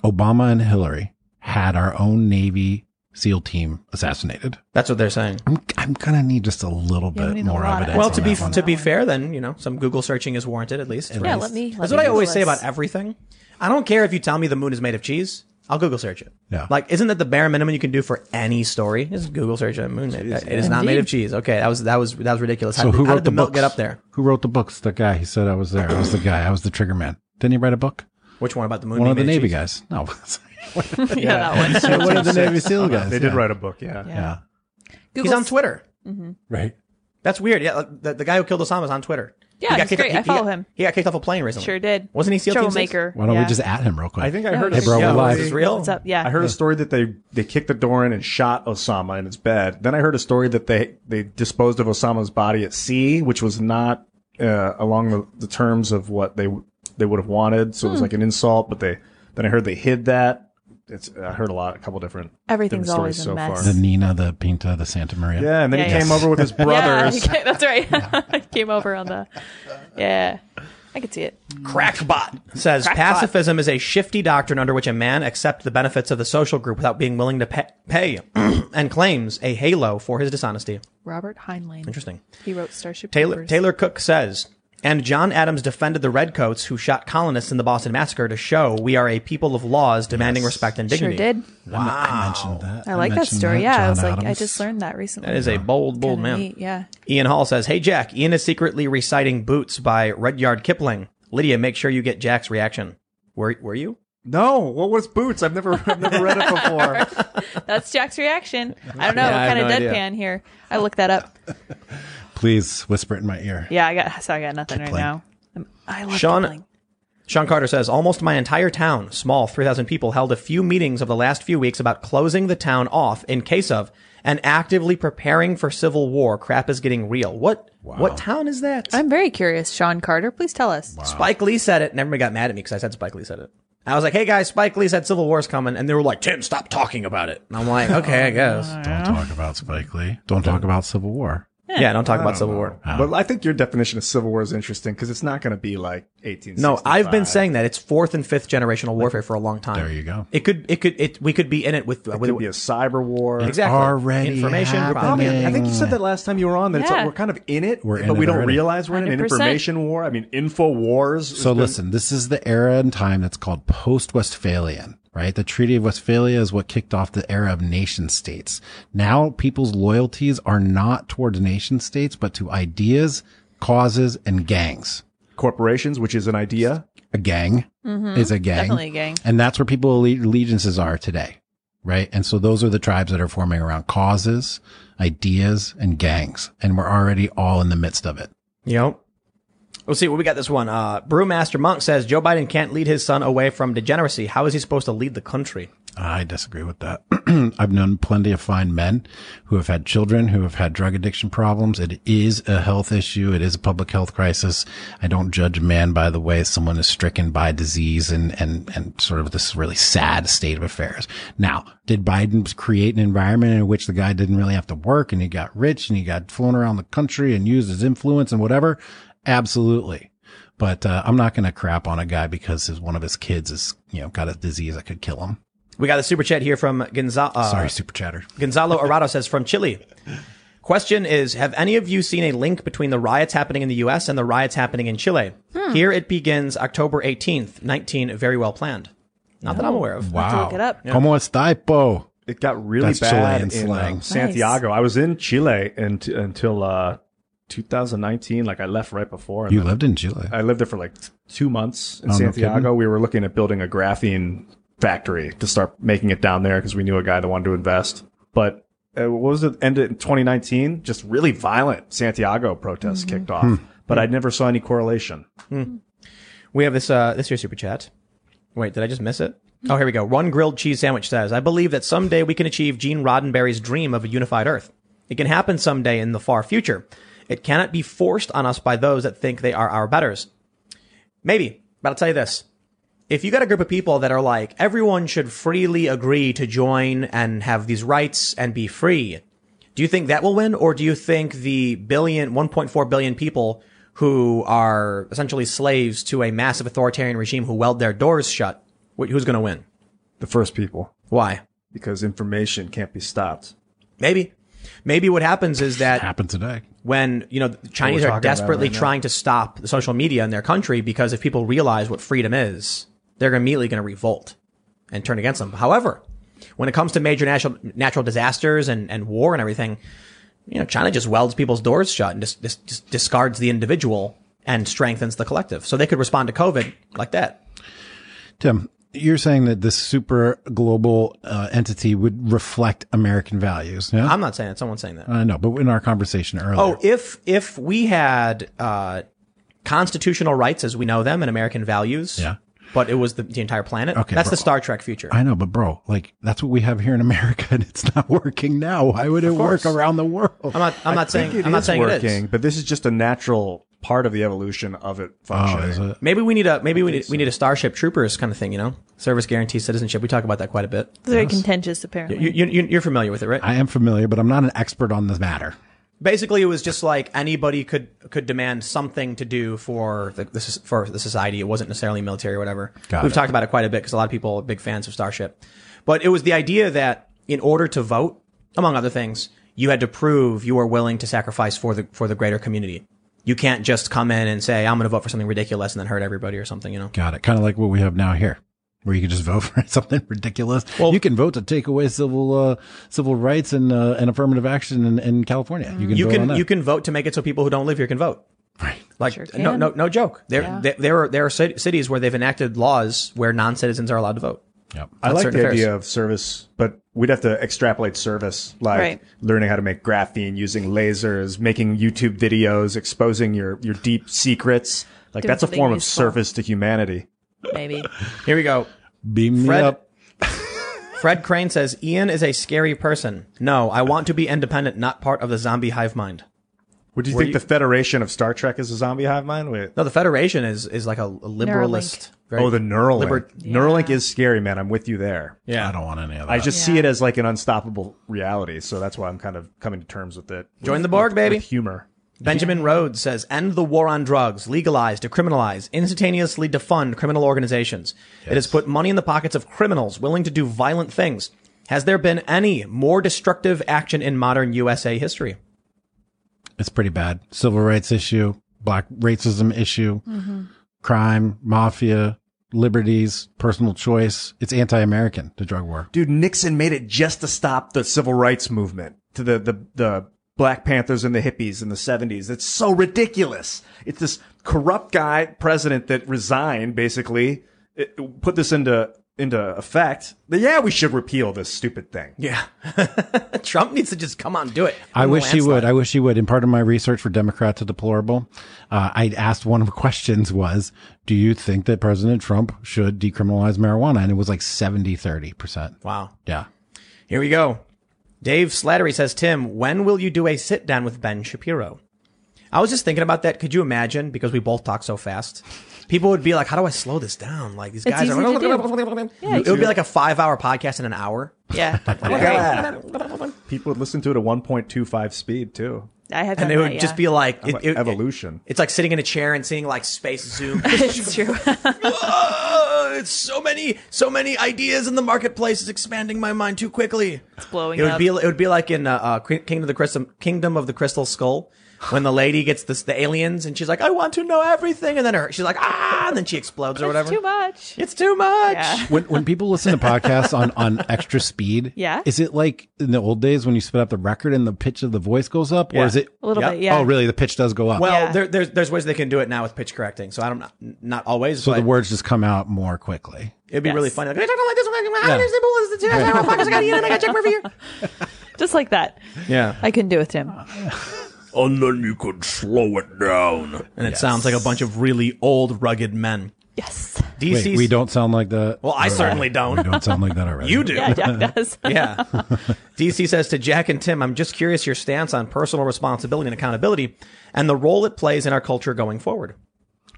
Obama and Hillary had our own Navy SEAL team assassinated. That's what they're saying. I'm, I'm going to need just a little Yeah, we bit need a more lot of evidence. Well, on to be that one. to be fair, then you know some Google searching is warranted at least. Yeah, let me. That's let what me I always Google say this. about everything. I don't care if you tell me the moon is made of cheese. I'll Google search it. Yeah. Like, isn't that the bare minimum you can do for any story? Is Google search a moon? Made, it is not made of cheese. Okay, that was that was that was ridiculous. So how, did- who how wrote did the the milk books? get up there? Who wrote the books? The guy who said I was there. I was the guy. I was the trigger man. Didn't he write a book? Which one about the moon? One being of the made Navy cheese? guys. No. (laughs) (laughs) (laughs) yeah, that one. one of the Navy Uh-huh. SEAL guys. They did yeah. write a book. Yeah. Yeah. Google's, He's on Twitter. Right. That's weird. Yeah, like, the, the guy who killed Osama is on Twitter. He Yeah, got he's kicked great. he- I he follow got- him. He got kicked off a plane recently. Sure did. Wasn't he SEAL Team Six? troublemaker? Why don't yeah. we just at him real quick? I think I Yeah, heard. we a Hey, bro, we're story- live. This is real. What's up? Yeah, I heard a story that they they kicked the door in and shot Osama in his bed. Then I heard a story that they they disposed of Osama's body at sea, which was not uh, along the, the terms of what they w- they would have wanted. So it was Hmm. like an insult. But they then I heard they hid that. It's I heard a lot, a couple different Everything's different always stories a mess. The Nina, the Pinta, the Santa Maria. Yeah, and then he (laughs) Yeah, yeah. came over with his brothers. Yeah, that's right. (laughs) (laughs) I came over on the. Yeah, I could see it. Crackbot says pacifism is a shifty doctrine under which a man accepts the benefits of the social group without being willing to pa- pay (clears throat) and claims a halo for his dishonesty. Robert Heinlein. Interesting. He wrote Starship Taylor, Troopers. Taylor Cook says, and John Adams defended the redcoats who shot colonists in the Boston Massacre to show we are a people of laws demanding respect and sure dignity. did. I mentioned that. I like that mentioned story. that. Yeah, I John was like, I Adams. just learned that recently. That is a bold, bold Kinda man. neat, Yeah. Ian Hall says, Hey, Jack, Ian is secretly reciting Boots by Rudyard Kipling. Lydia, make sure you get Jack's reaction. Were, were you? No, what was Boots? I've never I've never read it before. That's Jack's reaction. I don't know. Yeah, I kind of have no idea. deadpan here. I looked that up. Please whisper it in my ear. Yeah, I got so I got nothing right Kipling. now. Um, I love Sean Kipling. Sean Carter says almost my entire town, small 3,000 people, held a few meetings of the last few weeks about closing the town off in case of and actively preparing for civil war. Crap is getting real. What what town is that? I'm very curious, Sean Carter. Please tell us. Spike Lee said it, and everybody got mad at me because I said Spike Lee said it. I was like, "Hey guys, Spike Lee said Civil War's coming," and they were like, "Tim, stop talking about it." And I'm like, "Okay, I guess." Don't talk about Spike Lee. Don't talk about Civil War. yeah, don't talk about Civil War. But I think your definition of civil war is interesting because it's not going to be like 18. No, I've been saying that it's fourth and fifth generational warfare for a long time. There you go. It could, it could, it. We could be in it with. it with could be a cyber war. Exactly. Already Information, happening. propaganda. I think you said that last time you were on. That it's Yeah. like we're kind of in it, We're in but it we don't already. realize we're in an 100%. information war. I mean, info wars. So listen, this is the era and time that's called post-Westphalian, right? The Treaty of Westphalia is what kicked off the era of nation states. Now people's loyalties are not towards nation states, but to ideas, causes, and gangs. corporations, which is an idea. A gang is a gang. Mm-hmm. Definitely a gang. And that's where people alle- allegiances are today, right? And so those are the tribes that are forming around causes, ideas, and gangs. And we're already all in the midst of it. Yep. Let's see what we got this one. Uh, Brewmaster Monk says Joe Biden can't lead his son away from degeneracy. How is he supposed to lead the country? I disagree with that. (clears throat) I've known plenty of fine men who have had children who have had drug addiction problems. It is a health issue. It is a public health crisis. I don't judge a man by the way someone is stricken by disease and, and, and sort of this really sad state of affairs. Now, did Biden create an environment in which the guy didn't really have to work and he got rich and he got flown around the country and used his influence and whatever? Absolutely. But uh, I'm not going to crap on a guy because his, one of his kids is, you know, got a disease that could kill him. We got a super chat here from Gonzalo. Uh, Sorry, super chatter. Gonzalo Arado says from Chile. Question is, have any of you seen a link between the riots happening in the U.S. and the riots happening in Chile? Here it begins October 18th, 19, very well planned. Not that I'm aware of. Wow. look it up. Yeah. Como estapo? It got really That's bad Chilean in slang. um, Santiago. I was in Chile and, until uh, 2019. Like I left right before. and You then lived in Chile. I lived there for like two months in Oh, no Santiago. we were looking at building a graphene factory to start making it down there because we knew a guy that wanted to invest. But uh, what was it? Ended in 2019. Just really violent Santiago protests Mm-hmm. kicked off. Hmm. But I never saw any correlation. We have this uh this here super chat. Wait, did I just miss it? Oh, here we go. One grilled cheese sandwich says, "I believe that someday we can achieve Gene Roddenberry's dream of a unified Earth. It can happen someday in the far future. It cannot be forced on us by those that think they are our betters. Maybe, but I'll tell you this: if you got a group of people that are like everyone should freely agree to join and have these rights and be free, do you think that will win, or do you think the billion, 1.4 billion people who are essentially slaves to a massive authoritarian regime who weld their doors shut, wh- who's going to win? The first people, Why? because information can't be stopped. Maybe. Maybe what happens is that Happened today. when you know the Chinese are talking about desperately right now. trying to stop the social media in their country because if people realize what freedom is, they're immediately going to revolt and turn against them. However, when it comes to major natural natural disasters and, and war and everything, you know China just welds people's doors shut and just, just, just discards the individual and strengthens the collective. So they could respond to COVID like that. Tim, you're saying that this super global uh, entity would reflect American values. Yeah. I'm not saying it. Someone's saying that. I know, but in our conversation earlier, Oh, if if we had uh, constitutional rights as we know them and American values, Yeah. But it was the, the entire planet. Okay, that's bro. the Star Trek future. I know, but bro, like that's what we have here in America, (laughs) and it's not working now. Why would it work around the world? I'm not. I'm not I think saying. it I'm not is saying working, it is. but this is just a natural part of the evolution of it oh, functioning. is it? Maybe we need a. Maybe we need, we need a Starship Troopers kind of thing. You know, service guarantee citizenship. We talk about that quite a bit. It's very contentious, apparently. You, you, you- you're familiar with it, right? I am familiar, but I'm not an expert on this matter. Basically, it was just like anybody could could demand something to do for the, the soc- for the society. It wasn't necessarily military or whatever. Got We've it. talked about it quite a bit because a lot of people are big fans of Starship. But it was the idea that in order to vote, among other things, you had to prove you were willing to sacrifice for the for the greater community. You can't just come in and say I'm going to vote for something ridiculous and then hurt everybody or something. You know. Got it. Kind of like what we have now here, where you can just (laughs) vote for something ridiculous. you can vote to take away civil uh, civil rights and uh, and affirmative action in, in California. You can You vote on can that. you can vote to make it so people who don't live here can vote. Right. Like Sure no can. no no joke. There Yeah. there, there are there are cit- cities where they've enacted laws where non citizens are allowed to vote. Yep. I on like certain the affairs. idea of service, but we'd have to extrapolate service, like Right. learning how to make graphene, using lasers, making YouTube videos, exposing your, your deep secrets. Like Doing that's a something form of useful. service to humanity. maybe. Here we go. Beam Fred, me up. (laughs) Fred Crane says Ian is a scary person. No, I want to be independent, not part of the zombie hive mind. Would you think the Federation of Star Trek is a zombie hive mind? Wait. No, the Federation is is like a, a liberalist. very- Oh, the Neuralink. Liber- Neuralink is scary, man. I'm with you there. yeah. I don't want any of that. I just see Yeah. it as like an unstoppable reality, so that's why I'm kind of coming to terms with it. Join the With- Borg, with- baby. With humor. Benjamin Rhodes says, end the war on drugs, legalize, decriminalize, instantaneously defund criminal organizations. It has put money in the pockets of criminals willing to do violent things. Has there been any more destructive action in modern USA history? it's pretty bad. Civil rights issue, black racism issue, crime, mafia, liberties, personal choice. It's anti-American. The drug war. Dude, Nixon made it just to stop the civil rights movement to the the the Black Panthers and the hippies in the 70s. It's so ridiculous. It's this corrupt guy president that resigned basically it- put this into into effect. But yeah, we should repeal this stupid thing. Yeah. (laughs) Trump needs to just come on, do it. I wish he Landslide. would. I wish he would. In part of my research for Democrats are deplorable, uh, I asked one of the (laughs) questions was, do you think that President Trump should decriminalize marijuana? And it was like 70, 30%. Wow. Yeah. Here we go. Dave Slattery says, Tim, when will you do a sit down with Ben Shapiro? I was just thinking about that. Could you imagine? Because we both talk so fast. People would be like, how do I slow this down? Like these It's guys easy are. to do. Yeah, it would be like a five hour podcast in an hour. Yeah. People would listen to it at 1.25 speed too. I have done And it would that, just yeah. be like, it- Like it- evolution. it's like sitting in a chair and seeing like space zoom. (laughs) (laughs) (laughs) it's true. Whoa, it's so many, so many ideas in the marketplace. It's expanding my mind too quickly. It's blowing It would up. be, it would be like in uh, uh, Kingdom of the Crystal, Kingdom of the Crystal Skull, when the lady gets this, the aliens, and she's like, "I want to know everything," and then her, she's like, "Ah!" and then she explodes or whatever. It's too much. It's too much. Yeah. When, when people listen to podcasts on, (laughs) on extra speed, Yeah. is it like in the old days when you spit up the record and the pitch of the voice goes up or Yeah. is it? A little Yep. bit, yeah. Oh, really? The pitch does go up. Well, Yeah. there, there's there's ways they can do it now with pitch correcting. So I don't not always, so but the words just come out more quickly. it'd be really Yes. funny. Like, I don't like this one. I don't like this one. I don't like this one. I got Ian and I got Jack Murphy here. Just like that. Yeah, I couldn't do with him. and then you could slow it down. and it sounds like a bunch of really old, rugged men. Yes. (laughs) DC. Wait, we don't sound like that. Well, I already. certainly don't. (laughs) We don't sound like that already. (laughs) You do. Yeah, (laughs) Jack does. Yeah. DC says to Jack and Tim, I'm just curious your stance on personal responsibility and accountability and the role it plays in our culture going forward.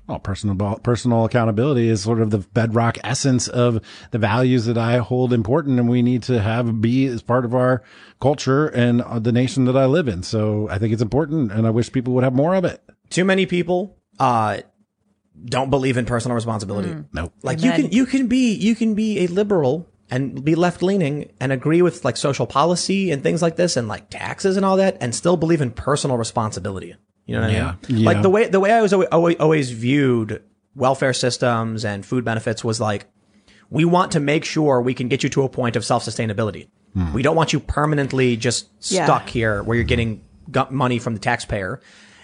Well, personal personal accountability is sort of the bedrock essence of the values that I hold important, and we need to have be as part of our culture and uh, the nation that I live in. So I think it's important, and I wish people would have more of it. Too many people uh, don't believe in personal responsibility. Hmm. Nope. Like you can you can be you can be a liberal and be left leaning and agree with like social policy and things like this and like taxes and all that and still believe in personal responsibility. You know what Yeah. I mean? Like Yeah. the way the way I was always, always, always viewed welfare systems and food benefits was like we want to make sure we can get you to a point of self sustainability. Hmm. We don't want you permanently just Yeah. stuck here where you're getting gu- money from the taxpayer,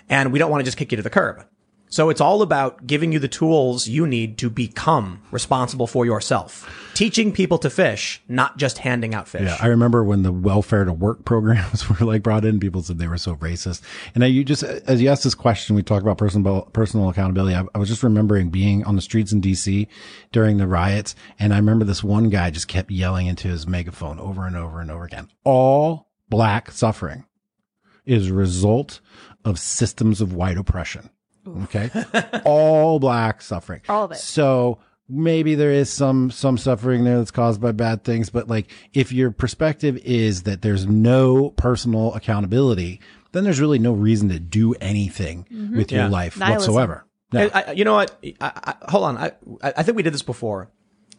and we don't want to just kick you to the curb. So it's all about giving you the tools you need to become responsible for yourself. Teaching people to fish, not just handing out fish. Yeah, I remember when the welfare to work (laughs) programs were like brought in, people said they were so racist. And I, you just, as you asked this question, we talked about personal, personal accountability. I, I was just remembering being on the streets in DC during the riots. And I remember this one guy just kept yelling into his megaphone over and over and over again. All black suffering is a result of systems of white oppression. Okay. (laughs) All black suffering. All of it. So maybe there is some some suffering there that's caused by bad things, but like if your perspective is that there's no personal accountability, then there's really no reason to do anything with your life Mm-hmm. Nihilism. whatsoever. No. I, I, you know what? I, I, I- hold on. I, I I think we did this before.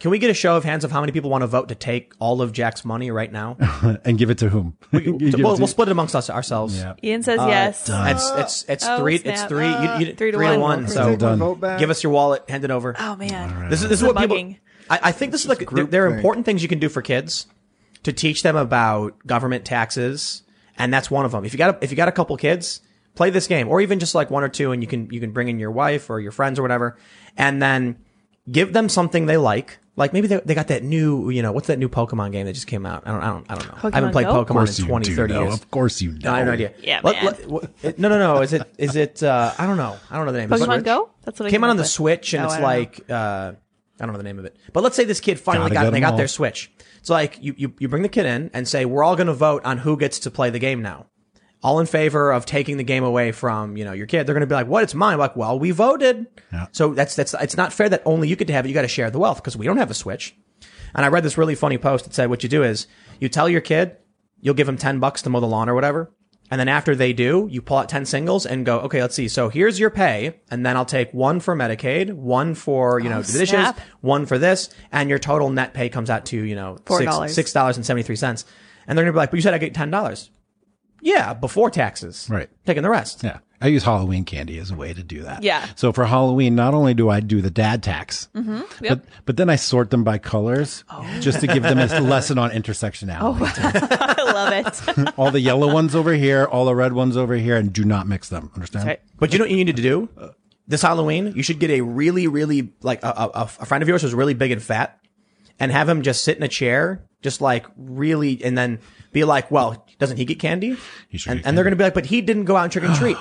Can we get a show of hands of how many people want to vote to take all of Jack's money right now? and give it to whom? (laughs) You (laughs) give it we'll, to- we'll split it amongst us ourselves. Yeah. Ian Uh, says yes. It's it's it's Oh, three it's snap. three you, you, three to one. so Take my vote give us your wallet, hand it over. Oh, man. This is this is It's what people. mugging. I, I think this is like there, there are important things you can do for kids to teach them about government taxes, and that's one of them. If you got a, if you got a couple kids, play this game, or even just like one or two, and you can you can bring in your wife or your friends or whatever, and then give them something they like. Like maybe they, they got that new you know what's that new Pokemon game that just came out? I don't I don't I don't know. I haven't Pokemon played Go? Of Of course Pokemon in you 20, do 30 know. years. Of course you know. I have no idea. Yeah, man. what- it- no, no, no. Is it? Is it? Uh, I don't know. I don't know the name. of it. Pokemon Go? That's what I Came came out up on the with. Switch, and Oh, it's I don't like know. uh, I don't know the name of it. But let's say this kid finally Gotta got get they them got their all. switch. It's like you, you you bring the kid in and say we're all going to vote on who gets to play the game now. All in favor of taking the game away from you know your kid. They're going to be like, "What? It's mine." like, well, we voted. So that's that's it's not fair that only you get to have it. You got to share the wealth because we don't have a switch. And I read this really funny post that said what you do is you tell your kid you'll give them 10 bucks to mow the lawn or whatever. And then after they do, you pull out 10 singles and go, okay, let's see. So here's your pay. And then I'll take one for Medicaid, one for, you know, the dishes, snap. one for this. And your total net pay comes out to, you know, $4. six dollars and 73 cents. And they're going to be like, but you said I get $10. Yeah, before taxes. Right. Taking the rest. Yeah. I use Halloween candy as a way to do that. Yeah. Mm-hmm. So for Halloween, not only do I do the dad tax, but, but then I sort them by colors Oh. just to give them a lesson on intersectionality. (laughs) I love it. (laughs) All the yellow ones over here, all the red ones over here, and do not mix them. Understand? right. But you know what you needed to do? This Halloween, you should get a really, really, like, a, a, a friend of yours who's really big and fat and have him just sit in a chair, just like really, and then be like, well, doesn't he get candy? He should and, get and they're going to be like, but he didn't go out and trick and (gasps) treat.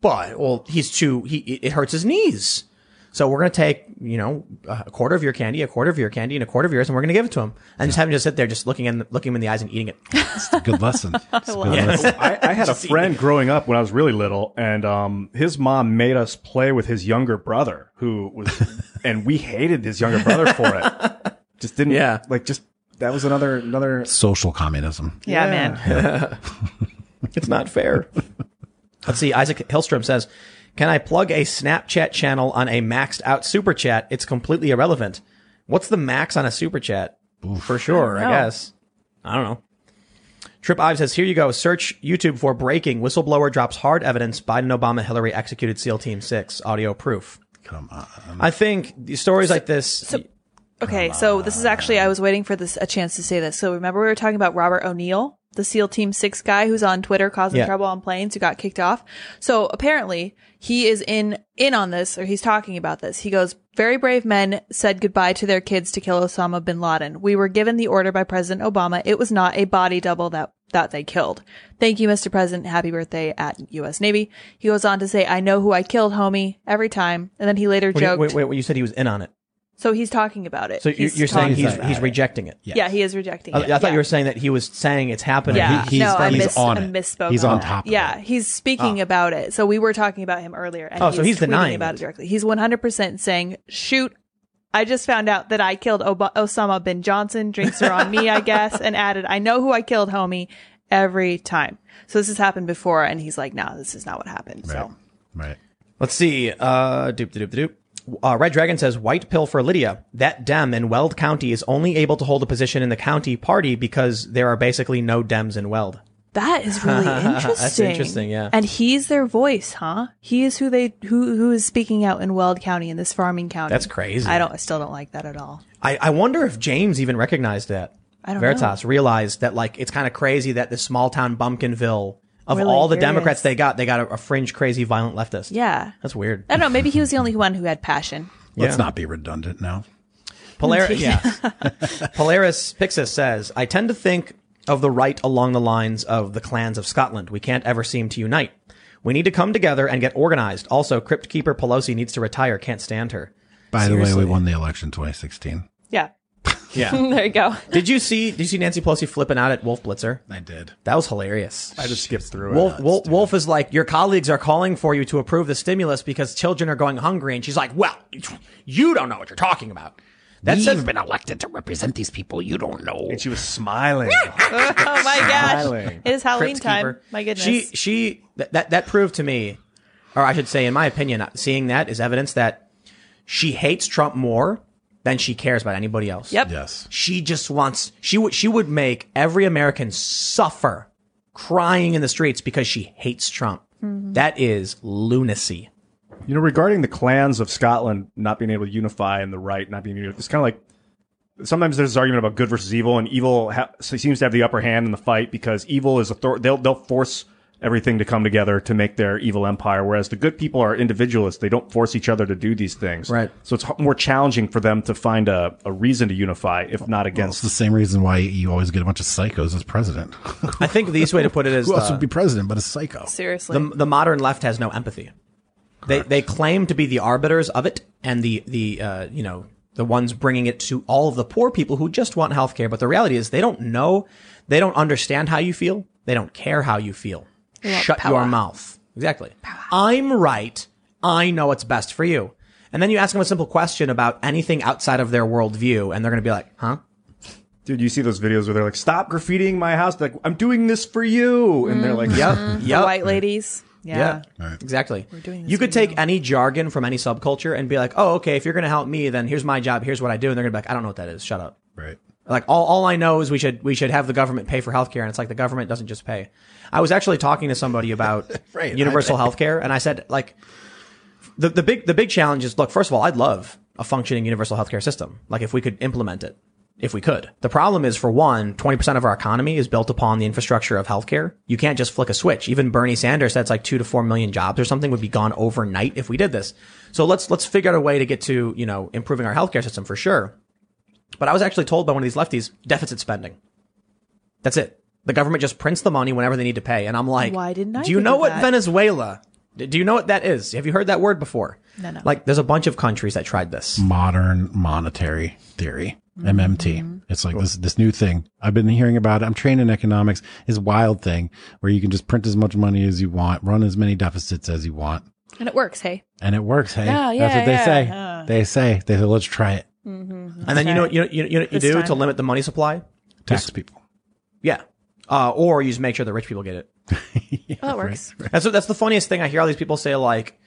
but, well, he's too, he, it hurts his knees. So we're going to take, you know, a quarter of your candy, a quarter of your candy, and a quarter of yours, and we're going to give it to him. And just have him just sit there, just looking in, looking him in the eyes and eating it. It's a good (laughs) lesson. It's a good lesson. Oh, I, I (laughs) had a friend growing up when I was really little, and um, his mom made us play with his younger brother, who was, (laughs) and we hated his younger brother for it. Just didn't, Yeah. Like, just that was another another. Social communism. Yeah, man. It's not fair. (laughs) Let's see. Isaac Hillstrom says, "Can I plug a Snapchat channel on a maxed out super chat? It's completely irrelevant. What's the max on a super chat? For sure, I, know. guess. I don't know." Trip Ives says, "Here you go. Search YouTube for breaking whistleblower drops hard evidence. Biden, Obama, Hillary executed SEAL Team Six. Audio proof." Come on. I think the stories like this. Okay, so this is actually I was waiting for this a chance to say this. So remember we were talking about Robert O'Neill, the SEAL Team Six guy who's on Twitter causing Yeah. trouble on planes who got kicked off. So apparently he is in in on this or he's talking about this. He goes, Very brave men said goodbye to their kids to kill Osama bin Laden. We were given the order by President Obama. It was not a body double that that they killed. Thank you, Mr. President. Happy birthday at U.S. Navy. He goes on to say, I know who I killed, homie, every time. And then he later wait, joked. wait, wait, wait, You said he was in on it. So he's talking about it. So you're, He's you're saying talking he's about he's it. rejecting it. Yeah, he is rejecting I, it. I thought yeah. you were saying that he was saying it's happening. Yeah, He- he's- no, I, he's mis- on I it. misspoke. He's on top of Yeah, it. he's speaking about it. So we were talking about him earlier. And Oh, so he's tweeting denying about it. it directly. He's 100% saying, shoot, I just found out that I killed Ob- Osama bin Johnson. Drinks are on me, I guess. And added, I know who I killed, homie, every time. So this has happened before. And he's like, nah, this is not what happened. So Right. Let's see. Uh, doop doop doop. doop. Uh, Red Dragon says white pill for Lydia. That Dem in Weld County is only able to hold a position in the county party because there are basically no Dems in Weld. that (laughs) is really interesting. interesting, yeah. And he's their voice, huh? He is who they, who, who is speaking out in Weld County in this farming county. That's crazy. I don't, I still don't like that at all. I, I wonder if James even recognized that. I don't Veritas realized that like it's kind of crazy that this small town Bumpkinville of Really all the curious. Democrats they got, they got a, a fringe crazy violent leftist. Yeah. that's weird. I don't know. Maybe he was the only one who had passion. Let's not be redundant now. Polaris, yeah. Polaris Pixis says, I tend to think of the right along the lines of the clans of Scotland. We can't ever seem to unite. We need to come together and get organized. Also, Crypt Keeper Pelosi needs to retire. Can't stand her. By the way, Seriously. we won the election 2016. Yeah. Yeah. (laughs) there (laughs) you go. did you see? Did you see Nancy Pelosi flipping out at Wolf Blitzer? I did. That was hilarious. I just skipped through Wolf, Wolf, Wolf is like, your colleagues are calling for you to approve the stimulus because children are going hungry, and she's like, well, you don't know what you're talking about. That That's says You've been elected to represent these people you don't know. And she was smiling. Oh my gosh. Smiling. It is Halloween Crypt time. Keeper. My goodness. She she that, that that proved to me, or I should say, in my opinion, uh, seeing that is evidence that she hates Trump more than she cares about anybody else. yep. Yes. She just wants she would she would make every American suffer, crying in the streets because she hates Trump. Mm-hmm. That is lunacy. You know, regarding the clans of Scotland not being able to unify and the right not being able to, it's kind of like sometimes there's this argument about good versus evil, and evil ha- seems to have the upper hand in the fight because evil is author- they'll they'll force everything to come together to make their evil empire, whereas the good people are individualists. They don't force each other to do these things. Right. So it's h- more challenging for them to find a, a reason to unify, if not It's against. the same reason why you always get a bunch of psychos as president. (laughs) I think the easiest way to put it is Who else the, would be president but a psycho? Seriously. the, the modern left has no empathy. They they claim to be the arbiters of it and the the uh, you know the ones bringing it to all of the poor people who just want healthcare. But the reality is they don't know, they don't understand how you feel, they don't care how you feel. Shut your power. mouth. Exactly. I'm right. I know what's best for you. And then you ask them a simple question about anything outside of their worldview, and they're going to be like, huh? Dude, you see those videos where they're like, "Stop graffitiing my house." They're like, "I'm doing this for you," and they're like, Yep. The Yep. white ladies. Oh. Yeah. Exactly. you could take any jargon from any subculture and be like, oh, okay, if you're going to help me, then here's my job. Here's what I do. And they're going to be like, I don't know what that is. Shut up. Right. Like all, all I know is we should we should have the government pay for healthcare, and it's like the government doesn't just pay. I was actually talking to somebody about Right, universal healthcare, and I said like the the big the big challenge is look. First of all, I'd love a functioning universal healthcare system. Like if we could implement it, if we could. The problem is for one, 20 percent of our economy is built upon the infrastructure of healthcare. You can't just flick a switch. Even Bernie Sanders said it's like two to four million jobs or something would be gone overnight if we did this. So let's let's figure out a way to get to you know improving our healthcare system for sure. But I was actually told by one of these lefties, deficit spending. That's it. The government just prints the money whenever they need to pay. And I'm like, Why didn't I Do you think know of what that? Venezuela? d- Do you know what that is? Have you heard that word before? No, no. Like, there's a bunch of countries that tried this. Modern monetary theory, Mm-hmm. MMT. It's like this this new thing. I've been hearing about it. I'm trained in economics. Is wild thing where you can just print as much money as you want, run as many deficits as you want, And it works, hey? and it works. Hey, Yeah, that's yeah, what they yeah, Uh. say. yeah. They say they say let's try it. and then you know, what- you know, you know, you know what you This do time. to limit the money supply? Tax people. Yeah. Uh, or you just make sure the rich people get it. Oh, that works. That's that's the funniest thing I hear all these people say like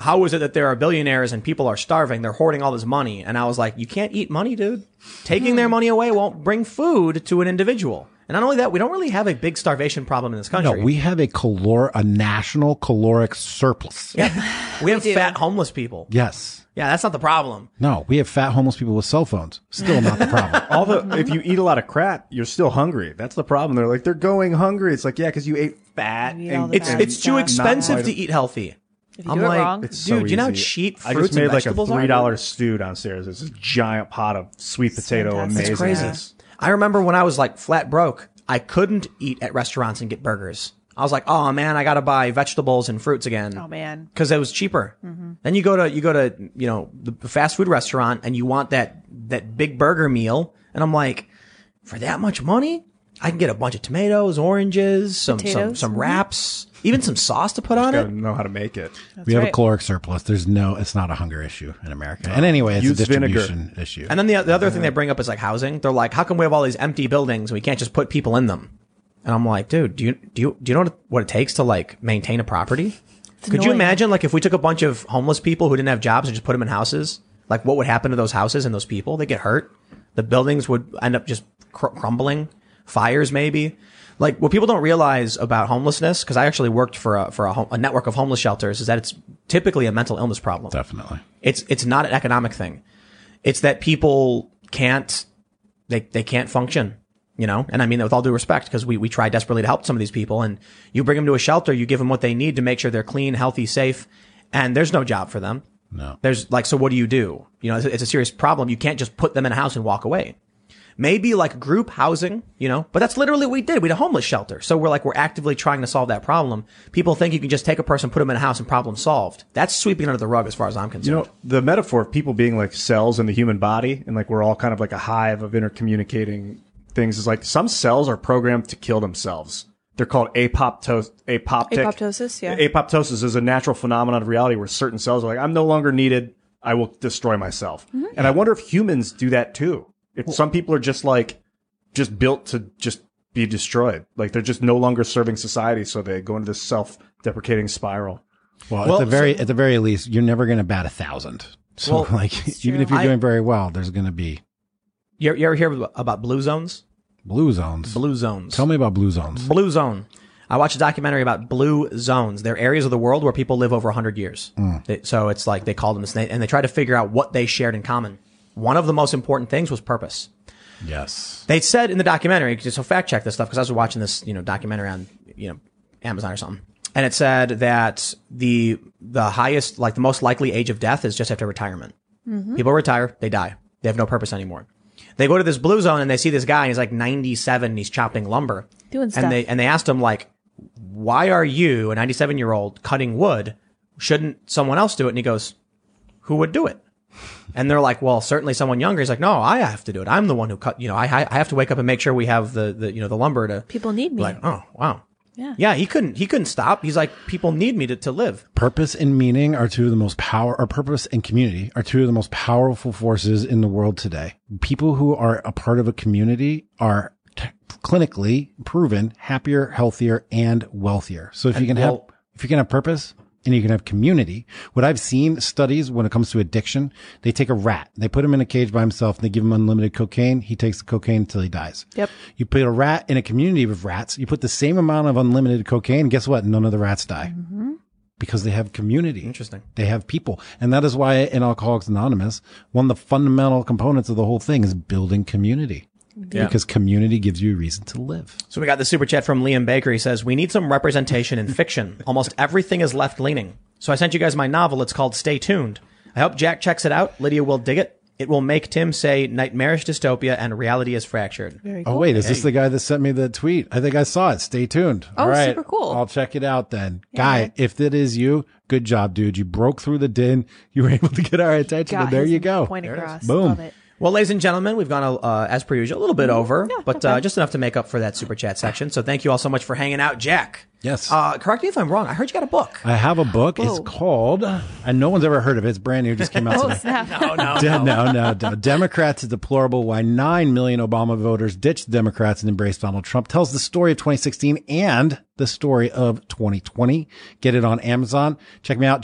how is it that there are billionaires and people are starving? They're hoarding all this money. And I was like, you can't eat money, dude. Taking their money away won't bring food to an individual. And not only that, we don't really have a big starvation problem in this No, country. we have a calor a national caloric surplus. we have fat homeless people. Yes. Yeah, that's not the problem. No, we have fat homeless people with cell phones. Still not the problem. (laughs) All the if you eat a lot of crap, you're still hungry. That's the problem. They're like they're going hungry. It's like yeah, because you ate fat. You eat all and the It's bad it's too stuff. expensive Not to eat healthy. If you I'm do it like, wrong, dude, It's so you know how easy. cheap I fruits just made and like a vegetables three are? dollar stew downstairs. It's this giant pot of sweet potato fantastic. amazing. That's crazy. I remember when I was like flat broke, I couldn't eat at restaurants and get burgers. I was like, oh man, I gotta buy vegetables and fruits again. Oh, man. Mm-hmm. because it was cheaper. Then you go to you go to you know the fast food restaurant and you want that that big burger meal, and I'm like, for that much money, I can get a bunch of tomatoes, oranges, some some Potatoes, Mm-hmm. some wraps, even some sauce to put on Gotta it. know how to make it. we have a right. caloric surplus. There's no it's not a hunger issue in America. And anyway, it's Use a vinegar. distribution issue. And then the, the other thing they bring up is like housing. They're like, how come we have all these empty buildings and we can't just put people in them? And I'm like, dude, do you do you do you know what- what it takes to like maintain a property? Could you annoying. imagine like if we took a bunch of homeless people who didn't have jobs and just put them in houses? Like what would happen to those houses and those people? They get hurt. The buildings would end up just cr- crumbling. Fires maybe. Like what people don't realize about homelessness, because I actually worked for a, for a, home, a network of homeless shelters, is that it's typically a mental illness problem Definitely. it's it's not an economic thing. It's that people can't they they can't function, you know. And I mean that with all due respect, because we we try desperately to help some of these people, and you bring them to a shelter, you give them what they need to make sure they're clean, healthy, safe, and there's no job for them. No. There's like, so what do you do? You know, it's, it's a serious problem. You can't just put them in a house and walk away. Maybe like group housing, you know, but that's literally what we did. We had a homeless shelter. So we're like, we're actively trying to solve that problem. People think you can just take a person, put them in a house and problem solved. That's sweeping under the rug as far as I'm You concerned. know, the metaphor of people being like cells in the human body and like we're all kind of like a hive of intercommunicating things is like some cells are programmed to kill themselves. They're called apoptos- apoptic. Apoptosis, yeah. Apoptosis is a natural phenomenon of reality where certain cells are like, I'm no longer needed. I will destroy myself. Mm-hmm. And I wonder if humans do that too. If some people are just like, just built to just be destroyed. Like they're just no longer serving society. So they go into this self deprecating spiral. Well, Well, at the very at the very least, you're never gonna bat a thousand. (laughs) So Well, like even if you're I- doing very well, there's gonna be You, you ever hear about blue zones? blue zones. Blue zones. Tell me about blue zones. Blue zone. I watched a documentary about blue zones. They're areas of the world where people live over 100 years. They- so it's like they called them, this- and they try to figure out what they shared in common. One of the most important things was purpose. Yes. They said in the documentary, so fact check this stuff because I was watching this, you know, documentary on, you know, Amazon or something, and it said that the the highest, like the most likely age of death is just after retirement. Mm-hmm. People retire, they die, they have no purpose anymore. They go to this blue zone and they see this guy, and he's like 97, and he's chopping lumber, Doing stuff. and they and they asked him like, why are you a 97 year old cutting wood? Shouldn't someone else do it? And he goes, who would do it? And they're like, well, certainly someone younger. He's like, no, I have to do it. I'm the one who cut. You know, I I I have to wake up and make sure we have the the you know the lumber to. People need me. like, oh wow. Yeah. Yeah, he couldn't. He couldn't stop. He's like, people need me to, to live. Purpose and meaning are two of the most power, or purpose and community are two of the most powerful forces in the world today. People who are a part of a community are t- clinically proven happier, healthier, and wealthier. So if you can have, well- if you can have purpose and you can have community, what I've seen studies when it comes to addiction, they take a rat, they put him in a cage by himself and they give him unlimited cocaine. He takes the cocaine until he dies. Yep. You put a rat in a community of rats, you put the same amount of unlimited cocaine. Guess what? None of the rats die because they have community. Interesting. They have people. And that is why in Alcoholics Anonymous, one of the fundamental components of the whole thing is building community. Because community gives you a reason to live. So we got the super chat from Liam Baker. He says, "We need some representation in fiction. (laughs) Almost everything is left leaning." So I sent you guys my novel. It's called Stay Tuned. I hope Jack checks it out. Lydia will dig it. It will make Tim say nightmarish dystopia and reality is fractured. Very Oh, cool. wait, is this the guy that sent me the tweet? I think I saw it. Stay tuned. Oh, All right. super cool. I'll check it out then. Guy, if that is you, good job, dude. You broke through the din. (laughs) You were able to get our attention. Got and there his you go. Point across. Boom. Love it. Well, ladies and gentlemen, we've gone, uh, as per usual, a little bit over, but uh, bad. just enough to make up for that super chat section. So thank you all so much for hanging out, Jack. Yes. Uh, correct me if I'm wrong. I heard you got a book. I have a book. Whoa. It's called, and no one's ever heard of it. It's brand new. Just came out (laughs) Oh today. (laughs) snap! Oh no. De- no, no, no. Democrats is deplorable. Why 9 million Obama voters ditched Democrats and embraced Donald Trump tells the story of 2016 and the story of 2020. Get it on Amazon. Check me out,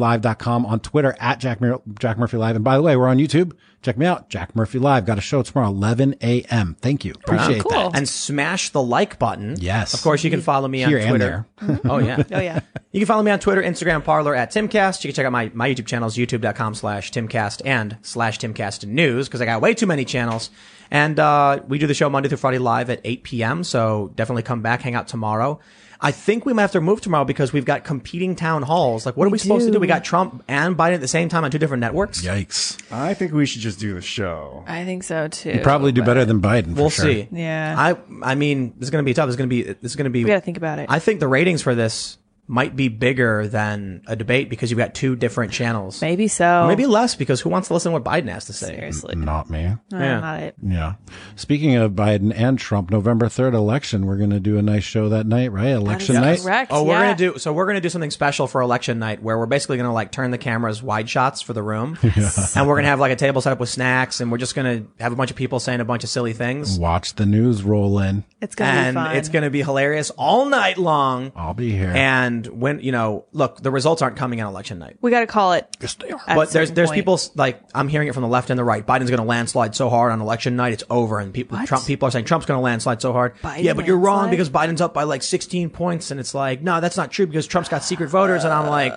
jackmurphylive.com on Twitter at Jack, Mur- Jack Murphy Live. And by the way, we're on YouTube. Check me out, Jack Murphy Live. Got a show tomorrow, 11 a.m. Thank you. Appreciate cool. that. and smash the like button. Yes. Of course, you can follow me Here on and Twitter. (laughs) oh yeah. Oh yeah. You can follow me on Twitter, Instagram, Parlor at Timcast. You can check out my, my YouTube channels, youtube.com slash Timcast and slash Timcast News, because I got way too many channels. And uh, we do the show Monday through Friday live at 8 p.m. So definitely come back, hang out tomorrow. I think we might have to move tomorrow because we've got competing town halls. Like, what are we, supposed to do? We got Trump and Biden at the same time on two different networks. Yikes. I think we should just do the show. I think so too. You probably do better than Biden. for We'll sure. see. Yeah. I I mean, this is going to be tough. This is going to be this is going to be. We gotta think about it. I think the ratings for this might be bigger than a debate because you've got two different channels. Maybe so. Maybe less because who wants to listen to what Biden has to say? Seriously. Not me. No, Yeah. not it. Yeah. Speaking of Biden and Trump, November 3rd election, we're going to do a nice show that night, right? Election That night. is correct. Oh, we're yeah. gonna do so. We're gonna do something special for election night, where we're basically gonna like turn the cameras wide shots for the room, and we're gonna have like a table set up with snacks, and we're just gonna have a bunch of people saying a bunch of silly things, Watch the news roll in. It's gonna be and fun. it's gonna be hilarious all night long. I'll be here. And when you know, look, the results aren't coming on election night. we gotta call it. at But a there's certain there's point. people s- like I'm hearing it from the left and the right. Biden's going to landslide so hard on election night, it's over. And people Trump people are saying Trump's going to landslide so hard. Biden yeah, but you're wrong landslide? because Biden's up by like 16 points, and it's like no, that's not true because Trump's got secret voters. And I'm like,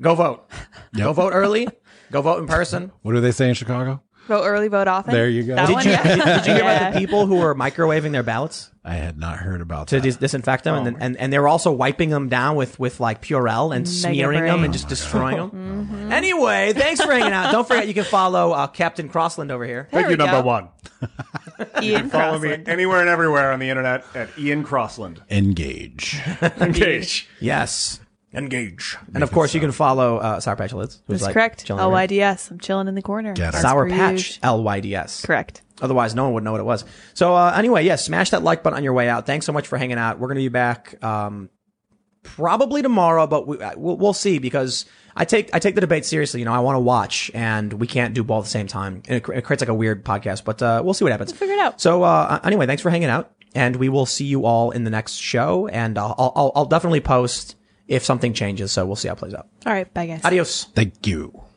go vote, go vote early, go vote in person. what do they say in Chicago? vote early, vote often. There you go. That Did (laughs) one, you- yeah. Did you hear (laughs) Yeah. about the people who were microwaving their ballots I had not heard about to that. dis- disinfect them, and, then, and and they were also wiping them down with with like Purell and smearing them brain. and just destroying them. Mm-hmm. Anyway, thanks for hanging out. Don't forget you can follow uh, Captain Crossland over here. There Thank you, we go. number one. Ian Follow me Crossland. anywhere and everywhere on the internet at Ian Crossland. Engage. Engage. Yes. Engage. And of course, you can follow uh, Sour Patch Lids. Who's That's correct. chilling over here. LYDS. I'm chilling in the corner. Get it. Sour Scrooge. Patch LYDS. Correct. Otherwise, no one would know what it was. So uh, anyway, yeah, smash that like button on your way out. Thanks so much for hanging out. We're going to be back um, probably tomorrow, but we, uh, we'll, we'll see because I take I take the debate seriously. You know, I want to watch, and we can't do both at the same time. And it, cr- it creates like a weird podcast, but uh, we'll see what happens. figure it out. So uh, anyway, thanks for hanging out, and we will see you all in the next show. And I'll I'll, I'll definitely post if something changes. So we'll see how it plays out. All right. Bye, guys. Adios. Thank you.